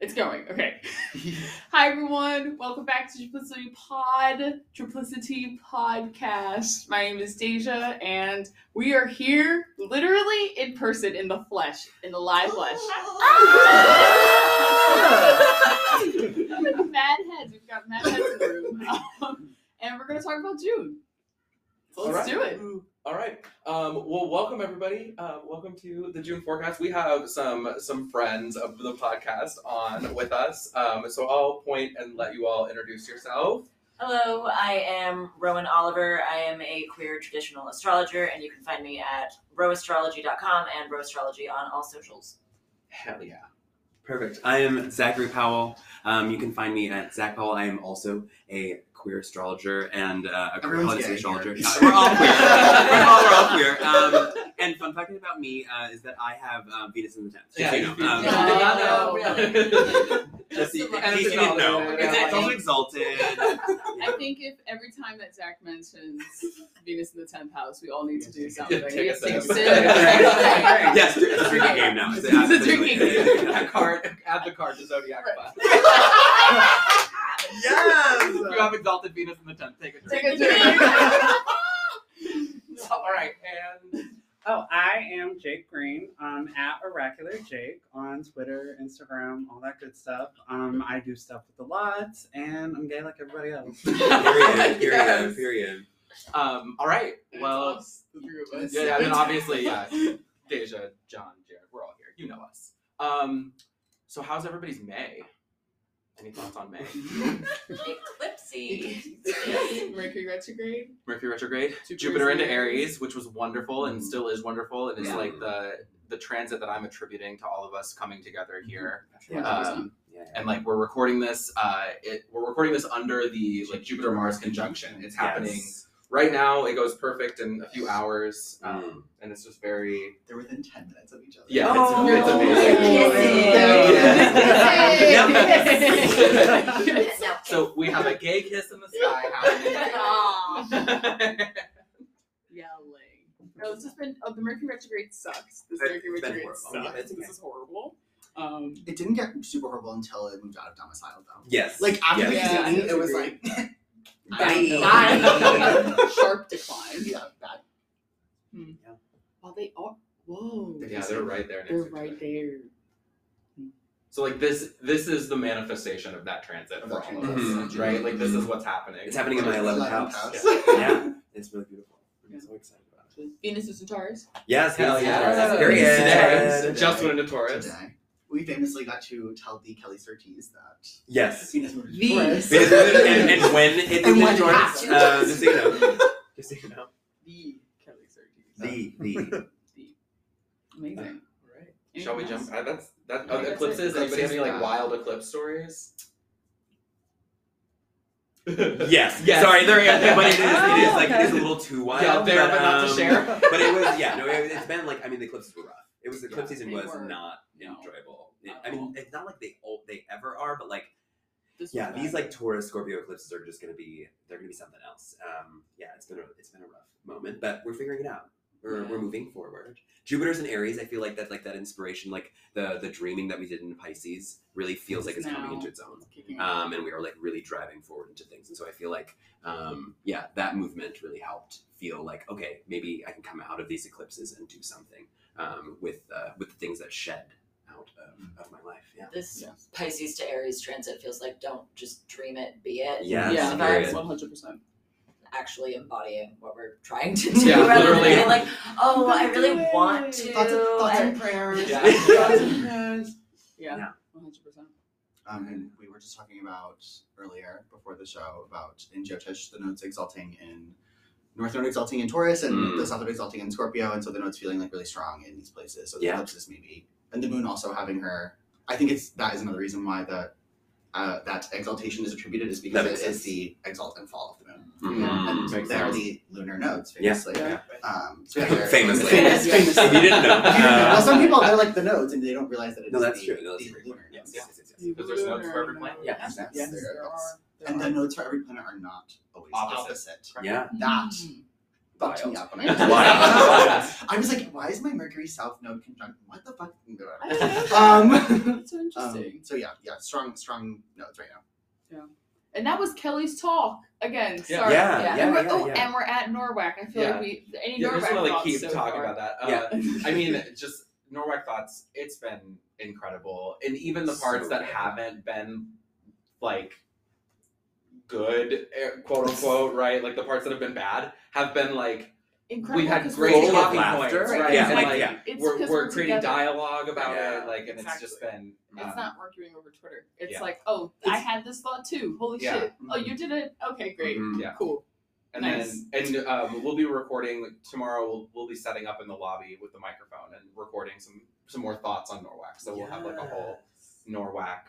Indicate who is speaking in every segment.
Speaker 1: It's going. Okay. Hi, everyone. Welcome back to Triplicity Pod, Triplicity Podcast. My name is Deja, and we are here literally in person, in the flesh, in the live flesh. mad heads. We've got mad heads in the room. Um, and we're going to talk about June. So let's do it.
Speaker 2: All right. Um, well, welcome everybody. Uh, welcome to the June forecast. We have some some friends of the podcast on with us. Um, so I'll point and let you all introduce yourself.
Speaker 3: Hello, I am Rowan Oliver. I am a queer traditional astrologer, and you can find me at rowastrology.com and rowastrology on all socials.
Speaker 2: Hell yeah.
Speaker 4: Perfect. I am Zachary Powell. Um, you can find me at Zach Powell. I am also a queer astrologer and uh, a queer
Speaker 2: Everyone's
Speaker 4: holiday
Speaker 2: gay
Speaker 4: astrologer.
Speaker 2: here.
Speaker 4: Uh, we're all queer. we're all, we're all queer. Um, and fun fact about me uh, is that I have uh, Venus in the tenth. Just so you know. Um,
Speaker 3: Yeah, yeah, yeah.
Speaker 4: Just so you- in
Speaker 2: And
Speaker 4: case
Speaker 2: it's
Speaker 4: you didn't
Speaker 2: exalted.
Speaker 4: know,
Speaker 2: Yeah.
Speaker 4: it's, it's also exalted.
Speaker 1: I think if every time that Zach mentions Venus in the 10th house, we all need to do something.
Speaker 2: Take
Speaker 1: We
Speaker 2: a
Speaker 1: have to take a
Speaker 2: sip.
Speaker 1: sip. Right,
Speaker 4: yes, it's a drinking game now.
Speaker 1: It's a
Speaker 4: absolutely.
Speaker 1: drinking
Speaker 2: A card, add the card to zodiac. Fund.
Speaker 1: right.
Speaker 2: you
Speaker 4: Yes.
Speaker 2: have exalted Venus in the tenth. Take a drink.
Speaker 1: Take a drink.
Speaker 2: all right, and
Speaker 5: Oh, I am Jake Green. Um, at Oracular Jake on Twitter, Instagram, all that good stuff. Um, I do stuff with the lots, and I'm gay like everybody else.
Speaker 4: Period. Period.
Speaker 2: Yes.
Speaker 4: Period.
Speaker 2: Um, all right.
Speaker 1: It's
Speaker 2: Well,
Speaker 1: us, the three of us.
Speaker 2: Yeah, yeah, and then obviously, yeah, Deja, John, Jared, we're all here. You know us. Um, so how's everybody's May? Any thoughts on May?
Speaker 3: Eclipsy.
Speaker 1: Mercury retrograde.
Speaker 2: Mercury retrograde,
Speaker 1: Jupiter's
Speaker 2: Jupiter into
Speaker 1: in
Speaker 2: Aries, which was wonderful and still is wonderful, and it's
Speaker 4: Mm-hmm. Yeah.
Speaker 2: like the the transit that I'm attributing to all of us coming together
Speaker 4: Mm-hmm.
Speaker 2: here.
Speaker 1: Yeah.
Speaker 2: Um,
Speaker 4: Yeah.
Speaker 2: and like we're recording this, uh, it, we're recording this under the like Jupiter Mars conjunction. It's happening
Speaker 5: Yes.
Speaker 2: right now. It goes perfect in a few hours, um,
Speaker 4: Mm.
Speaker 2: and it's just very
Speaker 6: They're within 10 minutes of each other.
Speaker 2: yeah.
Speaker 4: Oh.
Speaker 2: it's, it's amazing.
Speaker 4: Yeah.
Speaker 1: Yay.
Speaker 3: No.
Speaker 2: So we have a gay kiss in the sky happening.
Speaker 1: Aw. Yelling. No, it's just been. Oh, the Mercury retrograde sucks. This
Speaker 4: It's
Speaker 1: Mercury
Speaker 4: been
Speaker 1: retrograde sucks.
Speaker 4: horrible. Yeah, it's
Speaker 1: this
Speaker 4: okay.
Speaker 1: is horrible. Um,
Speaker 6: It didn't get super horrible until it moved out of domicile, though.
Speaker 4: Yes.
Speaker 6: Like, after
Speaker 4: Yes.
Speaker 6: the
Speaker 1: Yeah.
Speaker 6: kazoo, it was like,
Speaker 4: Bye.
Speaker 1: sharp decline.
Speaker 6: yeah, that.
Speaker 1: Well, they are. Whoa.
Speaker 2: Yeah, they're right there. Next
Speaker 1: They're
Speaker 2: to each
Speaker 1: right
Speaker 2: other.
Speaker 1: there.
Speaker 2: So like this, this is the manifestation of that transit for all of us,
Speaker 4: Mhm.
Speaker 2: right? Like this is what's happening.
Speaker 4: It's happening in my
Speaker 6: It's
Speaker 4: 11th
Speaker 6: 11th
Speaker 4: house.
Speaker 6: house.
Speaker 4: Yeah. Yeah. It's really beautiful. I'm so excited about it.
Speaker 1: Venus is in Taurus.
Speaker 4: Yes,
Speaker 2: Hell yeah!
Speaker 4: yes,
Speaker 6: Period.
Speaker 2: Today,
Speaker 4: Period.
Speaker 2: just went into Taurus.
Speaker 6: Today. We famously got to tell the Kelly Surtees that
Speaker 4: Yes.
Speaker 6: Venus moved to
Speaker 1: Venus.
Speaker 6: Taurus.
Speaker 4: and, and when it's
Speaker 6: And
Speaker 4: in
Speaker 6: when
Speaker 4: Taurus,
Speaker 6: not.
Speaker 4: uh, just so you know. Just so you know.
Speaker 1: The Kelly Surtees.
Speaker 4: The, the.
Speaker 1: Amazing.
Speaker 2: Shall we
Speaker 1: Anything else?
Speaker 2: jump? Uh, that's that.
Speaker 1: Yeah,
Speaker 2: Oh,
Speaker 1: that's it.
Speaker 2: eclipses. Anybody have any like wild eclipse stories?
Speaker 4: Yes.
Speaker 2: Yes.
Speaker 4: Sorry, there is, but it is, it is like, it is a
Speaker 5: okay.
Speaker 4: little too wild.
Speaker 2: Yeah, there, but not to
Speaker 4: um,
Speaker 2: share.
Speaker 4: But it was, yeah, no, it, it's been like, I mean, the eclipses were rough. It was, the eclipse
Speaker 1: Yeah,
Speaker 4: season
Speaker 1: they
Speaker 4: was
Speaker 1: were.
Speaker 4: not
Speaker 1: No.
Speaker 4: enjoyable. It-
Speaker 1: Not
Speaker 4: I
Speaker 1: at all.
Speaker 4: mean, it's not like they all, they ever are, but like,
Speaker 1: This
Speaker 4: yeah,
Speaker 1: was
Speaker 4: these
Speaker 1: bad.
Speaker 4: like Taurus Scorpio eclipses are just gonna be, they're gonna be something else. Um, yeah, it's been a, it's been a rough moment, but we're figuring it out. We're, we're
Speaker 1: Yeah.
Speaker 4: moving forward. Jupiter's in Aries. I feel like that, like that inspiration, like the the dreaming that we did in Pisces, really feels like it's coming
Speaker 1: Now.
Speaker 4: into its own
Speaker 1: Kicking
Speaker 2: uh,
Speaker 1: ass.
Speaker 4: um, and we were like really driving forward into things. And so I feel like, um, yeah, that movement really helped feel like, okay, maybe I can come out of these eclipses and do something um, with uh, with the things that shed out of, of my life. Yeah.
Speaker 3: This
Speaker 1: Yes.
Speaker 3: Pisces to Aries transit feels like don't just dream it, be it.
Speaker 4: Yes,
Speaker 1: yeah,
Speaker 3: period.
Speaker 1: one hundred percent.
Speaker 3: Actually embodying what we're trying to do.
Speaker 2: Yeah,
Speaker 3: rather than
Speaker 2: literally.
Speaker 3: being like, oh, I really
Speaker 1: Don't do it.
Speaker 3: want to.
Speaker 6: Thoughts, and, thoughts
Speaker 3: and-
Speaker 6: and prayers.
Speaker 2: Yeah.
Speaker 6: Thoughts and prayers.
Speaker 1: Yeah,
Speaker 4: Yeah.
Speaker 1: one hundred percent.
Speaker 6: Um, and we were just talking about earlier before the show about in Jyotish the notes exalting in North Node exalting in Taurus and
Speaker 4: Mm.
Speaker 6: the South Node exalting in Scorpio, and so the notes feeling like really strong in these places. So the
Speaker 4: Yeah.
Speaker 6: ellipsis maybe, and the Moon also having her. I think it's that is another reason why the uh, that exaltation is attributed is because
Speaker 4: That
Speaker 6: it
Speaker 4: makes
Speaker 6: is
Speaker 4: sense.
Speaker 6: the exalt and fall of the Moon.
Speaker 4: Mhm.
Speaker 6: And
Speaker 2: Makes
Speaker 6: they're
Speaker 2: sense.
Speaker 6: the lunar nodes,
Speaker 4: Yeah.
Speaker 6: famously.
Speaker 1: Yeah.
Speaker 6: Um, so yeah, they're-
Speaker 4: Famously.
Speaker 6: Famous-
Speaker 1: Yeah.
Speaker 6: famously.
Speaker 4: If you didn't know, uh,
Speaker 6: well, some people they're like the nodes, and they don't realize that it's
Speaker 4: No, that's
Speaker 6: the,
Speaker 4: true. No, that's
Speaker 6: the
Speaker 4: true.
Speaker 6: lunar nodes.
Speaker 4: Yes, yes, yes, yes.
Speaker 2: Because there's notes for every planet.
Speaker 4: Yeah.
Speaker 1: Yes,
Speaker 6: Yes,
Speaker 1: yes,
Speaker 6: there
Speaker 1: there
Speaker 6: is.
Speaker 1: are. There
Speaker 6: And
Speaker 1: are.
Speaker 6: the nodes for every planet are not always
Speaker 2: Opposite.
Speaker 6: opposite.
Speaker 4: Yeah.
Speaker 6: That
Speaker 1: Mm.
Speaker 6: fucked me
Speaker 4: Wild.
Speaker 6: up when I was
Speaker 4: Wild.
Speaker 6: I was like, why is my Mercury South node conjunct? What the fuck? Um,
Speaker 1: um, so interesting.
Speaker 6: um, so yeah, yeah, strong, strong nodes right now.
Speaker 1: and that was Kelly's talk again.
Speaker 2: Yeah.
Speaker 1: Sorry.
Speaker 4: Yeah,
Speaker 3: yeah,
Speaker 1: And we're,
Speaker 4: yeah,
Speaker 1: oh,
Speaker 4: yeah.
Speaker 1: and we're at Norwalk. I feel
Speaker 2: Yeah.
Speaker 1: like we any
Speaker 2: Yeah, we
Speaker 1: Norwalk
Speaker 2: just want to like
Speaker 1: thoughts
Speaker 2: keep
Speaker 1: so
Speaker 2: talking
Speaker 1: far.
Speaker 2: about that. Uh,
Speaker 4: Yeah.
Speaker 2: I mean, just Norwalk thoughts. It's been incredible, and even the parts
Speaker 4: So
Speaker 2: that
Speaker 4: good.
Speaker 2: haven't been like good, eh, quote unquote, right? Like the parts that have been bad have been like
Speaker 1: incredible.
Speaker 2: we've had
Speaker 1: 'cause
Speaker 2: great
Speaker 1: we're
Speaker 4: Full of
Speaker 2: talking
Speaker 1: together.
Speaker 4: laughter.
Speaker 2: points,
Speaker 1: Right.
Speaker 2: right?
Speaker 4: Yeah,
Speaker 2: And
Speaker 4: like,
Speaker 2: like,
Speaker 4: yeah.
Speaker 1: It's
Speaker 2: we're
Speaker 1: 'cause
Speaker 2: we're creating
Speaker 1: together.
Speaker 2: dialogue about
Speaker 4: Yeah,
Speaker 2: it, like, and it's just been.
Speaker 1: It's
Speaker 2: um,
Speaker 1: not arguing over Twitter. It's
Speaker 2: yeah.
Speaker 1: like, oh, I
Speaker 2: It's-
Speaker 1: had this thought too. Holy
Speaker 2: Yeah. Mm-hmm.
Speaker 1: shit! Oh, you did it. Okay, great,
Speaker 4: Mhm.
Speaker 2: Yeah.
Speaker 1: cool.
Speaker 2: And
Speaker 1: Nice.
Speaker 2: then, and um, we'll be recording tomorrow. We'll, we'll be setting up in the lobby with the microphone and recording some some more thoughts on Norwalk. So we'll have like a whole Norwalk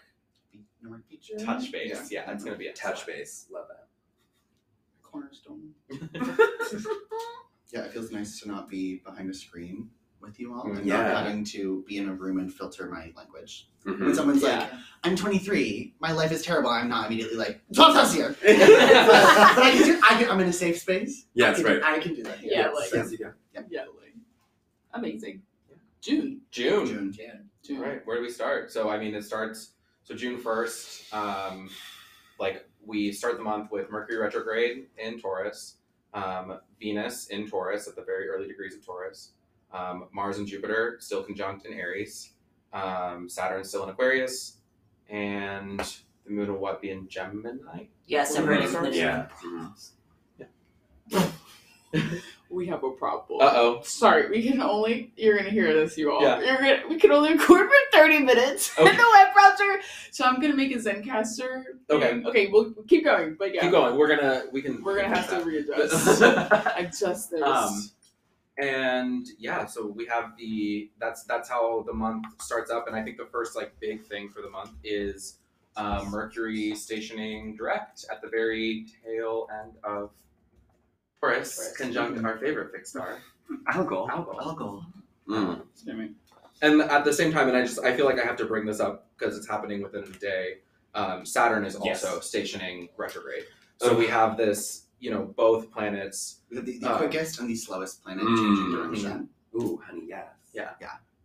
Speaker 6: North Beach.
Speaker 2: touch base. Yeah, it's gonna be a
Speaker 4: Touch base. Love that.
Speaker 6: Cornerstone.
Speaker 2: base.
Speaker 6: Yeah, it feels nice to not be behind a screen with you all and
Speaker 4: Yeah.
Speaker 6: not having to be in a room and filter my language. When
Speaker 4: Mhm.
Speaker 6: someone's like,
Speaker 1: Yeah.
Speaker 6: I'm 23, my life is terrible, I'm not immediately like, 12 times here. but,
Speaker 4: Yeah.
Speaker 6: but I can do, I can, I'm in a safe space.
Speaker 4: Yeah,
Speaker 6: I
Speaker 4: that's
Speaker 6: can,
Speaker 4: right.
Speaker 6: I can do that. here.
Speaker 1: Yeah,
Speaker 4: Yes,
Speaker 1: like-
Speaker 4: yes, you go.
Speaker 1: Yeah, like amazing. June.
Speaker 2: June.
Speaker 6: June.
Speaker 1: June.
Speaker 2: All right. Where do we start? So I mean, it starts. So June first. Um, like we start the month with Mercury retrograde in Taurus, um, Venus in Taurus at the very early degrees of Taurus, um, Mars and Jupiter still conjunct in Aries, um, Saturn still in Aquarius, and the Moon will what be in Gemini?
Speaker 3: Yeah, separated from the
Speaker 2: Mhm.
Speaker 3: two.
Speaker 4: Yeah. Mhm.
Speaker 1: We have a problem.
Speaker 2: Uh oh.
Speaker 1: Sorry, we can only you're gonna hear this, you all.
Speaker 2: Yeah.
Speaker 1: You're gonna, we can only record for thirty minutes
Speaker 2: Okay.
Speaker 1: in the web browser. So I'm gonna make a Zencaster.
Speaker 2: Okay.
Speaker 1: thing. Okay, we'll keep going, but yeah,
Speaker 2: Keep going. We're gonna. We can.
Speaker 1: we're gonna have to readjust.
Speaker 2: to.
Speaker 1: adjust this.
Speaker 2: Um, and yeah so we have the that's that's how the month starts up and i think the first like big thing for the month is uh, mercury stationing direct at the very tail end of taurus
Speaker 1: Taurus.
Speaker 2: conjunct our favorite fixed star
Speaker 6: Oh.
Speaker 4: Alcohol.
Speaker 2: Algol.
Speaker 6: I'll go.
Speaker 4: Mm.
Speaker 2: and at the same time and i just i feel like i have to bring this up because it's happening within a day um, saturn is
Speaker 4: Yes.
Speaker 2: also stationing retrograde so we have this you know both planets
Speaker 6: The, the
Speaker 2: Uh,
Speaker 6: quickest and the slowest planet
Speaker 4: Ah. Mm.
Speaker 6: changing direction.
Speaker 4: Ooh, honey, yes.
Speaker 2: Yeah.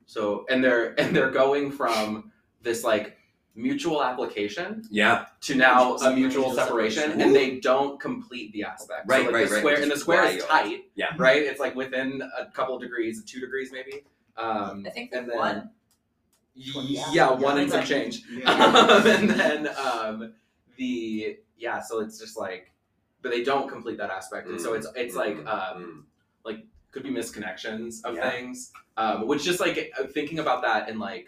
Speaker 2: so and they're and they're going from this like mutual application
Speaker 4: Yeah.
Speaker 2: to now
Speaker 6: Mutual
Speaker 2: a mutual
Speaker 6: separation.
Speaker 2: separation, and they don't complete the aspect.
Speaker 4: Right,
Speaker 2: so like
Speaker 4: right,
Speaker 2: the
Speaker 4: right,
Speaker 2: square
Speaker 4: which
Speaker 2: and the
Speaker 4: is
Speaker 2: square is
Speaker 4: wild.
Speaker 2: tight.
Speaker 4: Yeah.
Speaker 2: Right? It's like within a couple degrees, two degrees maybe. Um
Speaker 3: I think
Speaker 2: and then
Speaker 3: one.
Speaker 2: Yeah,
Speaker 6: Yeah.
Speaker 2: one and some
Speaker 3: Right.
Speaker 2: change.
Speaker 6: Yeah.
Speaker 2: Um, and then um the yeah, so it's just like but they don't complete that aspect. And so
Speaker 4: Mm.
Speaker 2: it's it's like um could be misconnections of
Speaker 4: Yeah.
Speaker 2: things um, which just like uh, thinking about that and like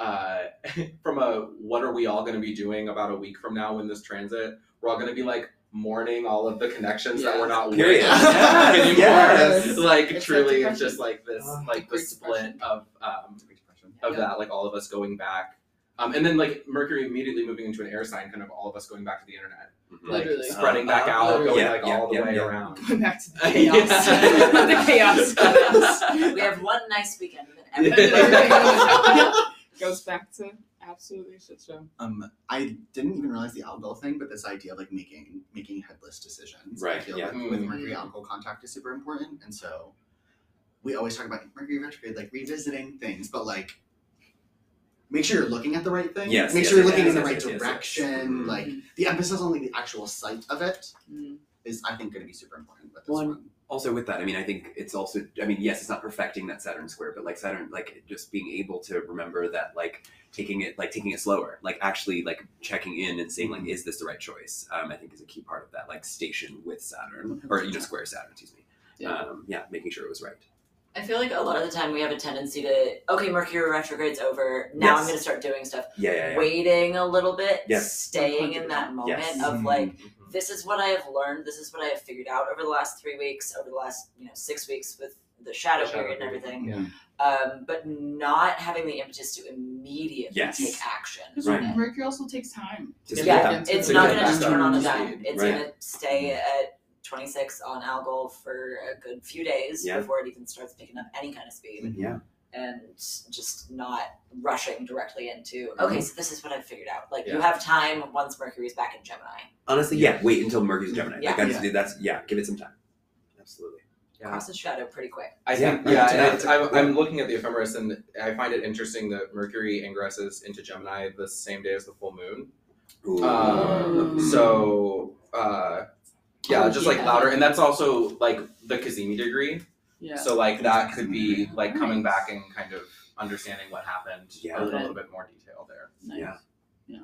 Speaker 2: uh, from a what are we all going to be doing about a week from now when this transit we're all going to be like mourning all of the connections that
Speaker 6: Yeah.
Speaker 2: we're not
Speaker 4: Period.
Speaker 2: with anymore
Speaker 4: Yes.
Speaker 2: like
Speaker 1: It's so
Speaker 2: truly it's
Speaker 1: depressing.
Speaker 2: just like this
Speaker 4: Ah.
Speaker 2: like the
Speaker 1: Great
Speaker 2: split of um,
Speaker 6: Great Depression.
Speaker 2: of
Speaker 1: Yeah.
Speaker 2: that like all of us going back um, and then like mercury immediately moving into an air sign kind of all of us going back to the internet
Speaker 4: Mm.
Speaker 2: like
Speaker 1: Literally.
Speaker 2: spreading back
Speaker 6: Uh,
Speaker 2: out going
Speaker 4: yeah,
Speaker 2: like
Speaker 4: yeah,
Speaker 2: all the
Speaker 4: yeah,
Speaker 2: way
Speaker 4: yeah.
Speaker 2: around
Speaker 1: Going back to the chaos. the chaos
Speaker 3: We have one nice weekend and then everything.
Speaker 1: goes. goes back to absolutely shit show.
Speaker 6: Um, I didn't even realize the alcohol thing, but this idea of like making making headless decisions. I
Speaker 4: Right,
Speaker 6: feel
Speaker 4: yeah.
Speaker 6: like with
Speaker 2: Mm.
Speaker 6: Mercury alcohol contact is super important, and so we always talk about Mercury retrograde, like revisiting things, but like make sure you're looking at the right thing.
Speaker 4: Yes,
Speaker 6: Make
Speaker 4: yes,
Speaker 6: sure you're
Speaker 4: yes,
Speaker 6: looking
Speaker 4: yes,
Speaker 6: in the
Speaker 4: yes,
Speaker 6: right
Speaker 4: yes, yes, yes.
Speaker 6: direction.
Speaker 4: Mhm.
Speaker 6: Like the emphasis on like the actual sight of it
Speaker 1: Mm.
Speaker 6: is, I think, going to be super important with this
Speaker 4: One-
Speaker 6: one.
Speaker 4: also with that, I mean, I think it's also, I mean, yes, it's not perfecting that Saturn square, but like Saturn, like just being able to remember that, like taking it, like taking it slower, like actually like checking in and seeing, like, is this the right choice? Um, I think is a key part of that, like station with Saturn or, you know, square Saturn, excuse me.
Speaker 1: Yeah.
Speaker 4: Um, yeah, making sure it was right.
Speaker 3: I feel like a lot of the time we have a tendency to okay, Mercury retrograde's over. Now I'm
Speaker 4: Yes.
Speaker 3: going to start doing stuff.
Speaker 4: Yeah, yeah, yeah.
Speaker 3: Waiting a little bit,
Speaker 4: Yes.
Speaker 3: staying in that moment
Speaker 4: Yes.
Speaker 3: of
Speaker 6: Mhm.
Speaker 3: like
Speaker 4: Mm-hmm.
Speaker 2: Mhm.
Speaker 3: this is what I have learned. This is what I have figured out over the last three weeks, over the last you know six weeks with the shadow
Speaker 2: The shadow
Speaker 3: period and
Speaker 2: period,
Speaker 3: everything.
Speaker 6: yeah.
Speaker 3: Um, but not having the impetus to immediately
Speaker 4: Yes.
Speaker 3: take action.
Speaker 1: Because
Speaker 4: Right.
Speaker 1: Mercury also takes time.
Speaker 4: Just-
Speaker 1: get
Speaker 3: Yeah,
Speaker 1: back into
Speaker 3: It's
Speaker 1: the-
Speaker 2: To
Speaker 3: not
Speaker 2: get
Speaker 3: going to
Speaker 2: back
Speaker 3: just
Speaker 2: on
Speaker 3: turn on a dime.
Speaker 2: speed,
Speaker 3: It's
Speaker 4: right.
Speaker 3: going to stay at 26 on Algol for a good few days
Speaker 4: Yeah.
Speaker 3: before it even starts picking up any kind of speed,
Speaker 4: Yeah.
Speaker 3: and just not rushing directly into. Okay, so this is what I've figured out. Like you
Speaker 2: Yeah.
Speaker 3: have time once Mercury's back in Gemini.
Speaker 4: Honestly, yeah. Wait until Mercury's in Gemini.
Speaker 3: Yeah.
Speaker 4: Like that's, that's, yeah. Give it some time. Absolutely.
Speaker 2: Yeah.
Speaker 3: cross the shadow pretty quick.
Speaker 2: I
Speaker 4: Yeah,
Speaker 2: think,
Speaker 4: right,
Speaker 2: yeah,
Speaker 4: it's
Speaker 2: and
Speaker 4: about
Speaker 2: it's,
Speaker 4: to-
Speaker 2: I'm, I'm looking at the ephemeris, and I find it interesting that Mercury ingresses into Gemini the same day as the full moon. Um,
Speaker 3: Ooh.
Speaker 2: so, uh, yeah,
Speaker 3: Oh,
Speaker 2: just like
Speaker 3: yeah.
Speaker 2: louder, and that's also like the Kazemi degree.
Speaker 1: Yeah.
Speaker 2: So, like that could be like coming
Speaker 1: Nice.
Speaker 2: back and kind of understanding what happened
Speaker 4: Yeah.
Speaker 2: with a little bit more detail there.
Speaker 1: nice.
Speaker 4: yeah.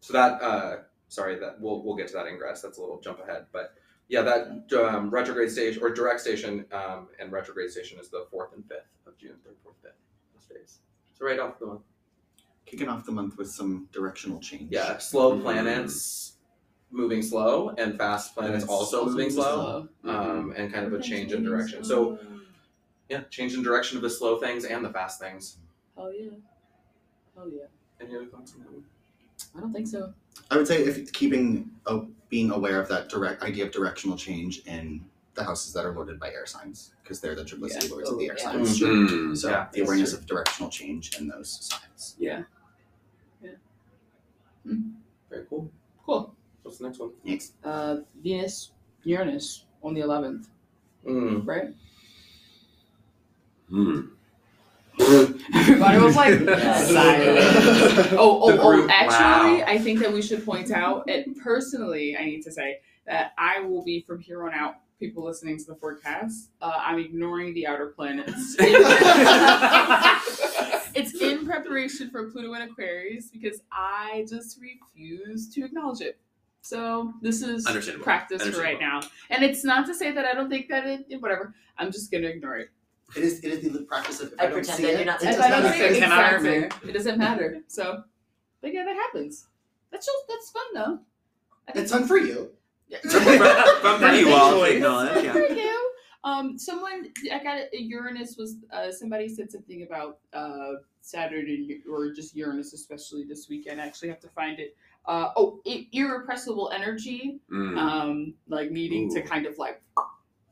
Speaker 2: So that, uh, sorry, that we'll we'll get to that ingress. That's a little jump ahead, but yeah, that um, retrograde station or direct station um, and retrograde station is the fourth and fifth of June, third, fourth, fifth. Those days. So right off the month.
Speaker 6: Kicking off the month with some directional change.
Speaker 2: Yeah, slow
Speaker 4: Mhm.
Speaker 2: planets moving slow and fast planets
Speaker 6: it's
Speaker 2: also
Speaker 6: also
Speaker 2: moving
Speaker 6: moving
Speaker 2: slow,
Speaker 1: So,
Speaker 2: um, and kind of a
Speaker 1: Everything's
Speaker 2: change in
Speaker 1: moving
Speaker 2: direction. So
Speaker 1: slow.
Speaker 2: yeah, change in direction of the slow things and the fast things.
Speaker 1: Hell yeah. Hell yeah.
Speaker 2: Any other thoughts on that one?
Speaker 1: I don't think so.
Speaker 6: I would say if keeping uh, being aware of that direct idea of directional change in the houses that are lorded by air signs because they're the triplicity lords of the air
Speaker 1: Yeah.
Speaker 6: signs.
Speaker 4: Mm.
Speaker 6: So
Speaker 2: Yeah,
Speaker 6: the
Speaker 1: that's
Speaker 6: awareness
Speaker 1: true.
Speaker 6: of directional change in those signs.
Speaker 2: Very cool.
Speaker 1: Cool.
Speaker 2: What's the next one?
Speaker 6: Next,
Speaker 1: Uh, Venus, Uranus on the 11th,
Speaker 2: Mm.
Speaker 1: right?
Speaker 4: Mm.
Speaker 1: Everybody was like, uh,
Speaker 3: Yes.
Speaker 1: "Sigh." oh, oh,
Speaker 2: The
Speaker 1: oh,
Speaker 2: group,
Speaker 1: actually,
Speaker 2: wow.
Speaker 1: I think that we should point out, and personally, I need to say that I will be from here on out, people listening to the forecast, uh, I'm ignoring the outer planets. it's in preparation for Pluto and Aquarius because I just refuse to acknowledge it. So this is
Speaker 4: Understandable.
Speaker 1: practice for right now. And it's not to say that I don't think that it, whatever, I'm just going to ignore it.
Speaker 6: it is it is the practice of. If
Speaker 3: I
Speaker 6: don't
Speaker 3: pretend
Speaker 6: see
Speaker 3: I do
Speaker 6: it,
Speaker 3: not
Speaker 6: it
Speaker 3: see
Speaker 1: If
Speaker 3: it.
Speaker 6: does
Speaker 1: I don't
Speaker 6: not
Speaker 1: see
Speaker 6: exist.
Speaker 1: it,
Speaker 5: Can I
Speaker 1: exactly.
Speaker 5: remove?
Speaker 1: It doesn't matter. So, but yeah, that happens. That's just that's fun though. I think-
Speaker 6: It's fun for you.
Speaker 1: Yeah.
Speaker 4: Fun for you all to
Speaker 5: It's
Speaker 4: acknowledge.
Speaker 1: Good
Speaker 4: Yeah.
Speaker 1: for you. Um, someone I got a Uranus was uh, somebody said something about uh Saturn and U- or just Uranus especially this weekend. I actually have to find it. Uh, oh, i irrepressible energy.
Speaker 4: Mm.
Speaker 1: Um, like needing to
Speaker 4: Ooh.
Speaker 1: kind of like,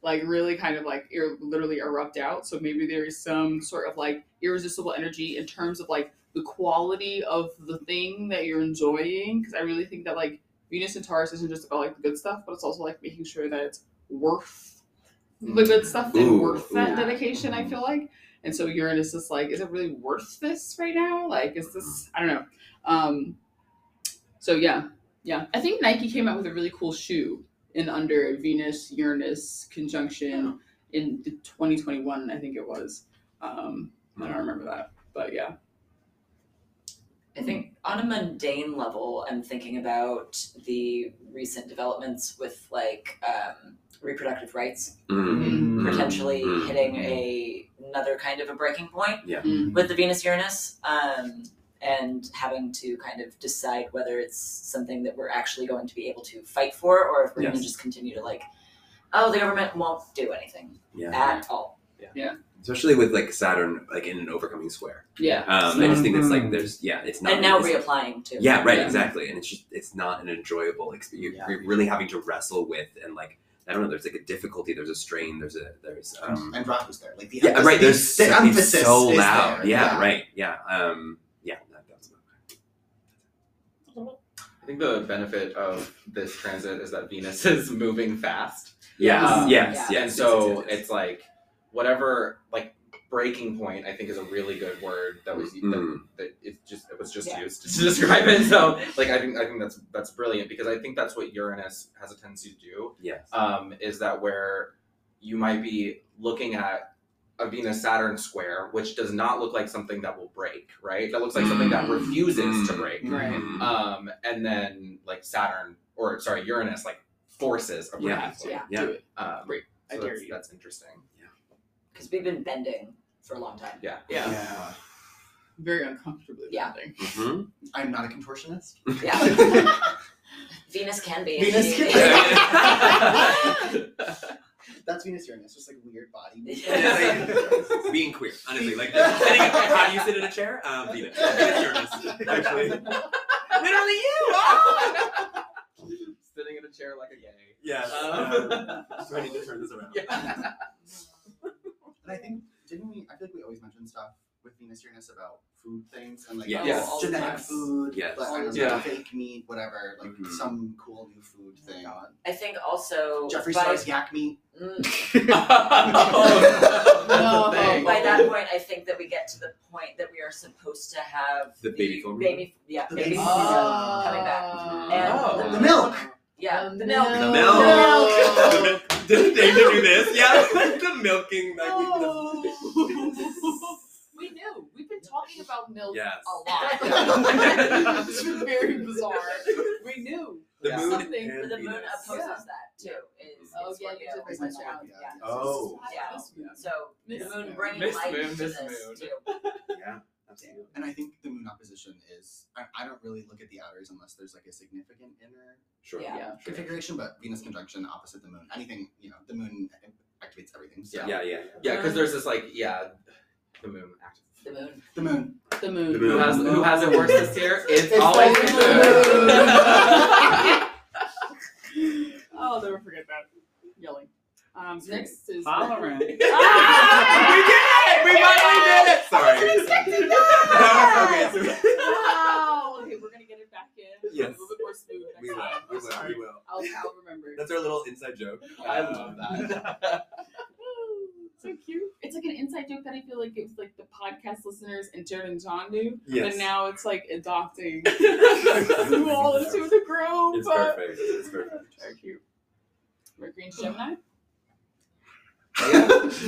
Speaker 1: like really kind of like ir- literally erupt out. So maybe there is some sort of like irresistible energy in terms of like the quality of the thing that you're enjoying. Because I really think that like Venus and Taurus isn't just about like the good stuff, but it's also like making sure that it's worth the good stuff and
Speaker 4: Mm. Ooh,
Speaker 1: worth that
Speaker 4: ooh.
Speaker 1: dedication. I feel like, and so Uranus is like, is it really worth this right now? Like, is this? I don't know. Um, so yeah, yeah. I think Nike came out with a really cool shoe in under Venus Uranus conjunction in the 2021. I think it was. Um, I don't remember that, but yeah.
Speaker 3: I think on a mundane level, I'm thinking about the recent developments with like um, reproductive rights
Speaker 2: Mm-hmm.
Speaker 4: Mm.
Speaker 1: Mm.
Speaker 3: potentially
Speaker 4: Mm.
Speaker 3: hitting a another kind of a breaking point
Speaker 4: Yeah.
Speaker 1: Mm.
Speaker 3: with the Venus Uranus, um, and having to kind of decide whether it's something that we're actually going to be able to fight for, or if we're going
Speaker 4: Yes.
Speaker 3: to just continue to like, oh, the government won't do anything
Speaker 4: Yeah.
Speaker 3: at all.
Speaker 4: Especially with like Saturn like in an overcoming square.
Speaker 1: Yeah.
Speaker 4: Um, I just think it's like
Speaker 5: Mhm.
Speaker 4: there's yeah, it's not
Speaker 3: And now
Speaker 4: it's-
Speaker 3: reapplying too.
Speaker 4: Yeah, right,
Speaker 1: Yeah.
Speaker 4: exactly. And it's just it's not an enjoyable experience.
Speaker 2: Yeah.
Speaker 4: You're really having to wrestle with and like I don't know. There's like a difficulty. There's a strain. There's a there's um
Speaker 6: And Rock was there. Like the
Speaker 4: yeah
Speaker 6: emphasis,
Speaker 4: right. There's
Speaker 6: the
Speaker 4: so- it's
Speaker 6: emphasis
Speaker 4: so
Speaker 6: is
Speaker 4: loud.
Speaker 6: there.
Speaker 4: Yeah, right. Yeah um yeah. That, that's about
Speaker 2: I think the benefit of this transit is that Venus is moving fast.
Speaker 4: yes,
Speaker 2: Um,
Speaker 4: yes, yes,
Speaker 3: yeah.
Speaker 2: and
Speaker 4: yes,
Speaker 2: so
Speaker 4: yes, yes, yes.
Speaker 2: it's like whatever like breaking point i think is a really good word that was that,
Speaker 4: Mm.
Speaker 2: that it just it was just
Speaker 3: Yeah.
Speaker 2: used to describe it so like i think i think that's that's brilliant because i think that's what uranus has a tendency to do
Speaker 4: yes.
Speaker 2: um, is that where you might be looking at a venus saturn square which does not look like something that will break right that looks like something that
Speaker 4: Mm.
Speaker 2: refuses to
Speaker 4: Mm.
Speaker 2: break
Speaker 1: Right.
Speaker 4: Mm.
Speaker 2: um, and then like saturn or sorry uranus like forces a break
Speaker 4: Yeah.
Speaker 1: Yeah.
Speaker 4: Yeah.
Speaker 1: Do it.
Speaker 2: um,
Speaker 1: Great. I
Speaker 2: so
Speaker 1: dare
Speaker 2: that's,
Speaker 1: you.
Speaker 2: that's interesting.
Speaker 3: because we've been bending for a long time.
Speaker 2: Yeah.
Speaker 1: Yeah.
Speaker 6: Yeah.
Speaker 1: Very uncomfortably.
Speaker 3: Yeah.
Speaker 1: bending.
Speaker 4: Mhm.
Speaker 6: I'm not a contortionist.
Speaker 3: Yeah. Venus can be.
Speaker 6: Venus can That's Venus Uranus, just like weird body.
Speaker 3: Yeah.
Speaker 6: movement.
Speaker 4: Being queer, honestly, like this, sitting, how do you sit in a chair? Um, Venus. Venus Uranus, actually. Literally you.
Speaker 2: Sitting in a chair like a yay.
Speaker 4: Yes. Um,
Speaker 2: Um,
Speaker 4: so I need to turn this around.
Speaker 2: yeah.
Speaker 6: And I think didn't we? I feel like we always mention stuff with Venus Uranus about food things and like
Speaker 4: Yes.
Speaker 2: Yes.
Speaker 6: all
Speaker 3: Yes.
Speaker 6: genetic food,
Speaker 4: Yes.
Speaker 6: like, I don't know,
Speaker 2: Yeah.
Speaker 6: fake meat, whatever, like
Speaker 4: Mhm.
Speaker 6: some cool new food
Speaker 2: Oh
Speaker 6: thing on.
Speaker 3: I think also
Speaker 6: Jeffree
Speaker 3: by,
Speaker 6: Star's yak meat.
Speaker 3: Mm,
Speaker 2: Oh,
Speaker 1: No.
Speaker 2: that's a thing.
Speaker 3: by that point, I think that we get to the point that we are supposed to have
Speaker 4: The baby formula?
Speaker 3: baby, yeah,
Speaker 6: The
Speaker 3: baby
Speaker 6: baby
Speaker 3: formula.
Speaker 6: Oh.
Speaker 3: coming back.
Speaker 4: And
Speaker 2: Oh.
Speaker 6: The milk.
Speaker 3: yeah, the
Speaker 4: The
Speaker 3: milk.
Speaker 4: milk.
Speaker 1: The
Speaker 4: The milk. Did they do this? Yeah, the milking. Like,
Speaker 1: Oh. We knew. We've been talking about milk
Speaker 4: Yes.
Speaker 1: a lot.
Speaker 4: the,
Speaker 1: It's been very bizarre. We knew.
Speaker 4: the
Speaker 6: Yeah.
Speaker 4: moon
Speaker 1: Something
Speaker 4: and
Speaker 3: The moon
Speaker 4: Venus.
Speaker 3: opposes
Speaker 1: Yeah.
Speaker 3: that too. Is,
Speaker 1: Oh,
Speaker 3: is
Speaker 1: yeah,
Speaker 3: Scorpio.
Speaker 1: you took
Speaker 6: It's
Speaker 1: this
Speaker 6: like
Speaker 1: out.
Speaker 6: Scorpio.
Speaker 3: Yeah.
Speaker 4: Oh.
Speaker 3: Yeah.
Speaker 1: This moon.
Speaker 3: So the
Speaker 1: This
Speaker 3: moon
Speaker 1: moon.
Speaker 3: bringing
Speaker 2: Miss
Speaker 3: life
Speaker 2: Moon,
Speaker 3: to
Speaker 2: Miss
Speaker 3: this
Speaker 2: Moon.
Speaker 3: too.
Speaker 4: Yeah, absolutely.
Speaker 6: And I think the moon opposition is I, I don't really look at the outers unless there's like a significant inner
Speaker 4: Sure.
Speaker 3: Yeah.
Speaker 1: Yeah.
Speaker 4: Sure.
Speaker 6: configuration, but Venus conjunction opposite the moon. Anything, you know, the moon activates everything. So
Speaker 4: Yeah, yeah. yeah.
Speaker 2: Yeah, because there's this like, yeah, the moon.
Speaker 3: The moon.
Speaker 6: the moon.
Speaker 1: The moon.
Speaker 4: The
Speaker 2: Who
Speaker 4: moon.
Speaker 2: has who has it worse this year? It's,
Speaker 6: It's
Speaker 2: always
Speaker 6: like
Speaker 2: the
Speaker 1: the
Speaker 2: moon.
Speaker 1: Oh, I'll never forget that. Yelling. Um, next is.
Speaker 5: Tolerant.
Speaker 1: Ah!
Speaker 4: We did it! We finally did it! Sorry.
Speaker 1: I wasn't expecting
Speaker 4: That
Speaker 1: that.
Speaker 4: was okay.
Speaker 1: Wow. Okay, we're gonna get it back in. A
Speaker 4: Yes.
Speaker 1: little bit more smooth next
Speaker 4: We will.
Speaker 1: time.
Speaker 4: We
Speaker 1: I'm
Speaker 4: will.
Speaker 1: sorry.
Speaker 4: We will.
Speaker 1: I'll, I'll remember.
Speaker 4: That's our little inside joke.
Speaker 2: I love that.
Speaker 1: Oh, so cute. It's like an inside joke that I feel like it was like the podcast listeners and Joan and John knew,
Speaker 4: Yes.
Speaker 1: but now it's like adopting you all into the group.
Speaker 4: It's perfect. It's perfect.
Speaker 1: So cute. Mercury and Gemini.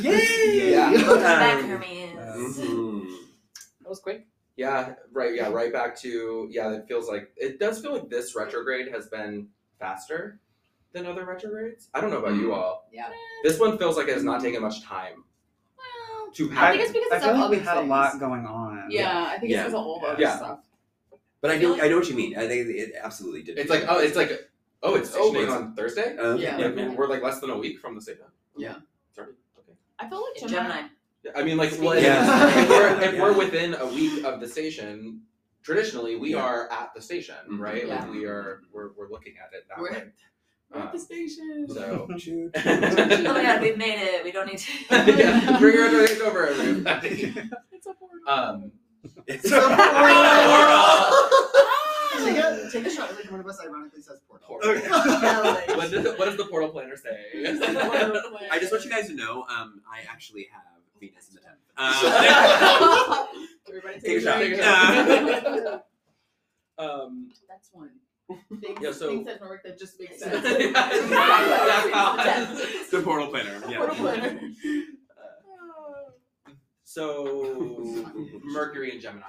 Speaker 4: Yay!
Speaker 2: Yeah.
Speaker 3: Welcome back,
Speaker 4: Um,
Speaker 3: Hermes.
Speaker 4: Mhm.
Speaker 1: That was quick.
Speaker 2: Yeah, right. Yeah, right back to yeah. It feels like it does feel like this retrograde has been faster than other retrogrades. I don't know about you all.
Speaker 3: Yeah.
Speaker 2: This one feels like it has not taken much time
Speaker 1: Well,
Speaker 2: to
Speaker 1: I
Speaker 2: happen.
Speaker 1: think it's because
Speaker 5: I
Speaker 1: it's
Speaker 5: feel
Speaker 1: all
Speaker 5: like we
Speaker 1: other
Speaker 5: had a
Speaker 1: things.
Speaker 5: lot going on.
Speaker 1: Yeah, I think
Speaker 4: Yeah.
Speaker 1: it's because of all the other
Speaker 2: Yeah.
Speaker 1: stuff.
Speaker 4: But I know, I know what you mean. I think it absolutely did.
Speaker 2: It's like oh, it's like oh, it's
Speaker 4: Station
Speaker 2: opening
Speaker 4: days.
Speaker 2: on Thursday.
Speaker 4: Okay.
Speaker 1: Yeah.
Speaker 2: Yeah, man, we're like less than a week from the statement.
Speaker 6: Yeah.
Speaker 2: Sorry. Okay.
Speaker 1: I felt like
Speaker 3: In
Speaker 1: Gemini.
Speaker 3: Gemini.
Speaker 2: Yeah, I mean, like, well,
Speaker 4: Yeah.
Speaker 2: if, if we're if
Speaker 4: Yeah.
Speaker 2: we're within a week of the station, traditionally we
Speaker 4: Yeah.
Speaker 2: are at the station,
Speaker 4: Mhm.
Speaker 2: right?
Speaker 1: Yeah.
Speaker 2: Like we are we're, we're looking at it that
Speaker 1: We're-
Speaker 2: way.
Speaker 1: We're
Speaker 4: Uh,
Speaker 1: at the station.
Speaker 2: So
Speaker 4: Choo-
Speaker 2: Uh,
Speaker 3: Oh my god, we've made it. We don't need to.
Speaker 2: yeah, bring your other things over. everybody.
Speaker 1: It's a portal.
Speaker 4: uh,
Speaker 2: um,
Speaker 4: It's
Speaker 6: So- take,
Speaker 1: Ah!
Speaker 6: a, take a shot. Like one of us ironically says portal.
Speaker 2: Portal.
Speaker 3: Oh, like-
Speaker 2: what, does, what does the portal planner say?
Speaker 4: I just want you guys to know, um, I actually have Venus in the tenth. Um,
Speaker 1: Everybody take,
Speaker 4: Take a shot,
Speaker 1: drink.
Speaker 4: take a
Speaker 2: um,
Speaker 1: That's one. Things,
Speaker 2: Yeah, so-
Speaker 1: things that don't work that just make
Speaker 2: yeah,
Speaker 1: sense.
Speaker 2: that's how-
Speaker 4: the portal planner.
Speaker 1: What a
Speaker 4: Yeah.
Speaker 1: winner.
Speaker 2: so Mercury and Gemini.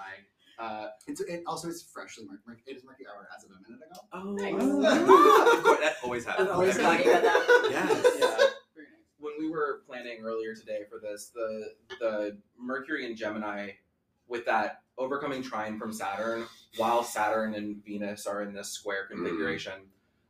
Speaker 2: Uh,
Speaker 6: It's, it also is freshly marked. Merc- It is Mercury hour as of a minute ago.
Speaker 4: Oh,
Speaker 1: Nice.
Speaker 4: of course, that always happens.
Speaker 3: I'm always
Speaker 4: right?
Speaker 3: talking about that.
Speaker 4: Yes.
Speaker 2: yeah. when we were planning earlier today for this, the the Mercury and Gemini with that overcoming trine from Saturn, while Saturn and Venus are in this square
Speaker 4: Mm.
Speaker 2: configuration.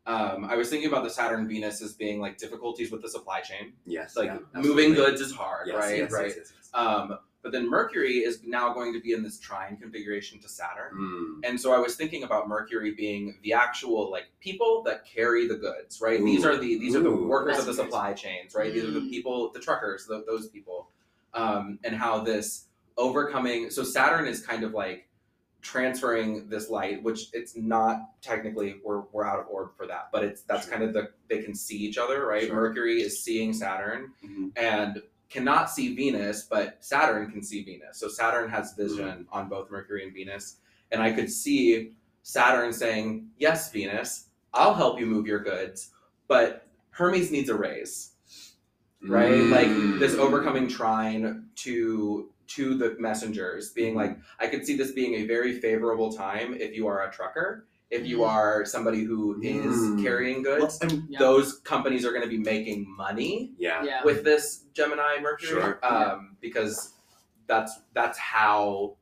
Speaker 2: Um, I was thinking about the Saturn Venus as being like difficulties with the supply chain.
Speaker 4: Yes.
Speaker 2: It's like
Speaker 4: yeah,
Speaker 2: moving
Speaker 4: absolutely.
Speaker 2: goods is hard,
Speaker 4: Yes,
Speaker 2: right?
Speaker 4: yes,
Speaker 2: right.
Speaker 4: yes, yes, yes.
Speaker 2: Um, but then Mercury is now going to be in this trine configuration to Saturn.
Speaker 4: Mm.
Speaker 2: And so I was thinking about Mercury being the actual like people that carry the goods, right? These
Speaker 4: Ooh.
Speaker 2: are the these are the
Speaker 4: Ooh.
Speaker 2: workers of the
Speaker 3: Messengers.
Speaker 2: supply chains, right? These are the
Speaker 1: Mm.
Speaker 2: people, the truckers, tho- those people, um, and how this overcoming. So Saturn is kind of like transferring this light, which it's not technically we're we're out of orb for that, but it's that's kind of the they can see each other, right?
Speaker 6: Sure.
Speaker 2: Mercury is seeing Saturn
Speaker 6: Mhm.
Speaker 2: and cannot see Venus, but Saturn can see Venus. So Saturn has vision on both Mercury and Venus. And I could see Saturn saying, Yes, Venus, I'll help you move your goods, but Hermes needs a raise, right? Like this
Speaker 4: Mm.
Speaker 2: overcoming trine to to the messengers being like i could see this being a very favorable time if you are a trucker if you are somebody who is
Speaker 4: Mm.
Speaker 2: carrying
Speaker 6: Well,
Speaker 2: goods
Speaker 6: and
Speaker 1: Mm. Yeah.
Speaker 2: those companies are going to be making money
Speaker 4: Yeah.
Speaker 1: Yeah.
Speaker 2: with this Gemini Mercury,
Speaker 4: Sure.
Speaker 2: um, because that's that's how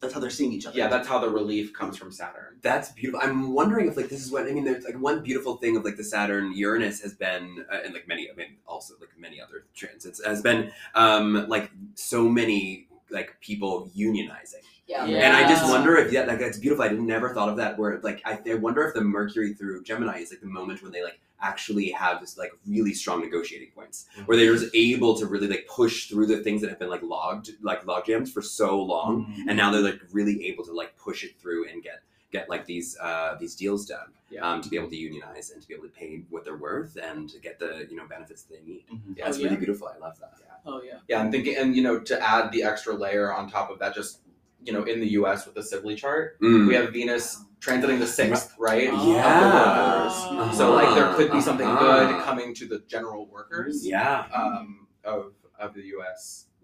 Speaker 6: that's how they're seeing each other.
Speaker 2: yeah that's how the relief comes from Saturn.
Speaker 4: That's beautiful. I'm wondering if like this is what I mean. There's like one beautiful thing of like the Saturn Uranus has been, uh, and like many, I mean, also like many other transits has been, um, like so many like people unionizing.
Speaker 3: Yeah.
Speaker 1: Yeah.
Speaker 4: And I just wonder if yeah, like that's beautiful. I never thought of that. Where like I, I wonder if the Mercury through Gemini is like the moment when they like actually have this like really strong negotiating points where they're just able to really like push through the things that have been like logged like log jams for so long,
Speaker 6: Mm-hmm.
Speaker 4: and now they're like really able to like push it through and get get like these uh these deals done
Speaker 2: Yeah.
Speaker 4: um to be able to unionize and to be able to pay what they're worth and to get the you know benefits that they need.
Speaker 6: Mm-hmm.
Speaker 2: Yeah.
Speaker 4: That's
Speaker 1: Oh,
Speaker 4: really
Speaker 1: yeah.
Speaker 4: beautiful. I love that.
Speaker 1: Oh yeah.
Speaker 2: Yeah, I'm thinking, and you know, to add the extra layer on top of that, just you know, in the U.S. with the Sibley chart,
Speaker 4: Mm.
Speaker 2: we have Venus transiting the sixth, right? of the
Speaker 4: Yeah.
Speaker 2: workers.
Speaker 1: Uh-huh.
Speaker 2: So like, there could be something good
Speaker 4: Uh-huh.
Speaker 2: coming to the general workers
Speaker 4: yeah.
Speaker 2: um, of of the U.S.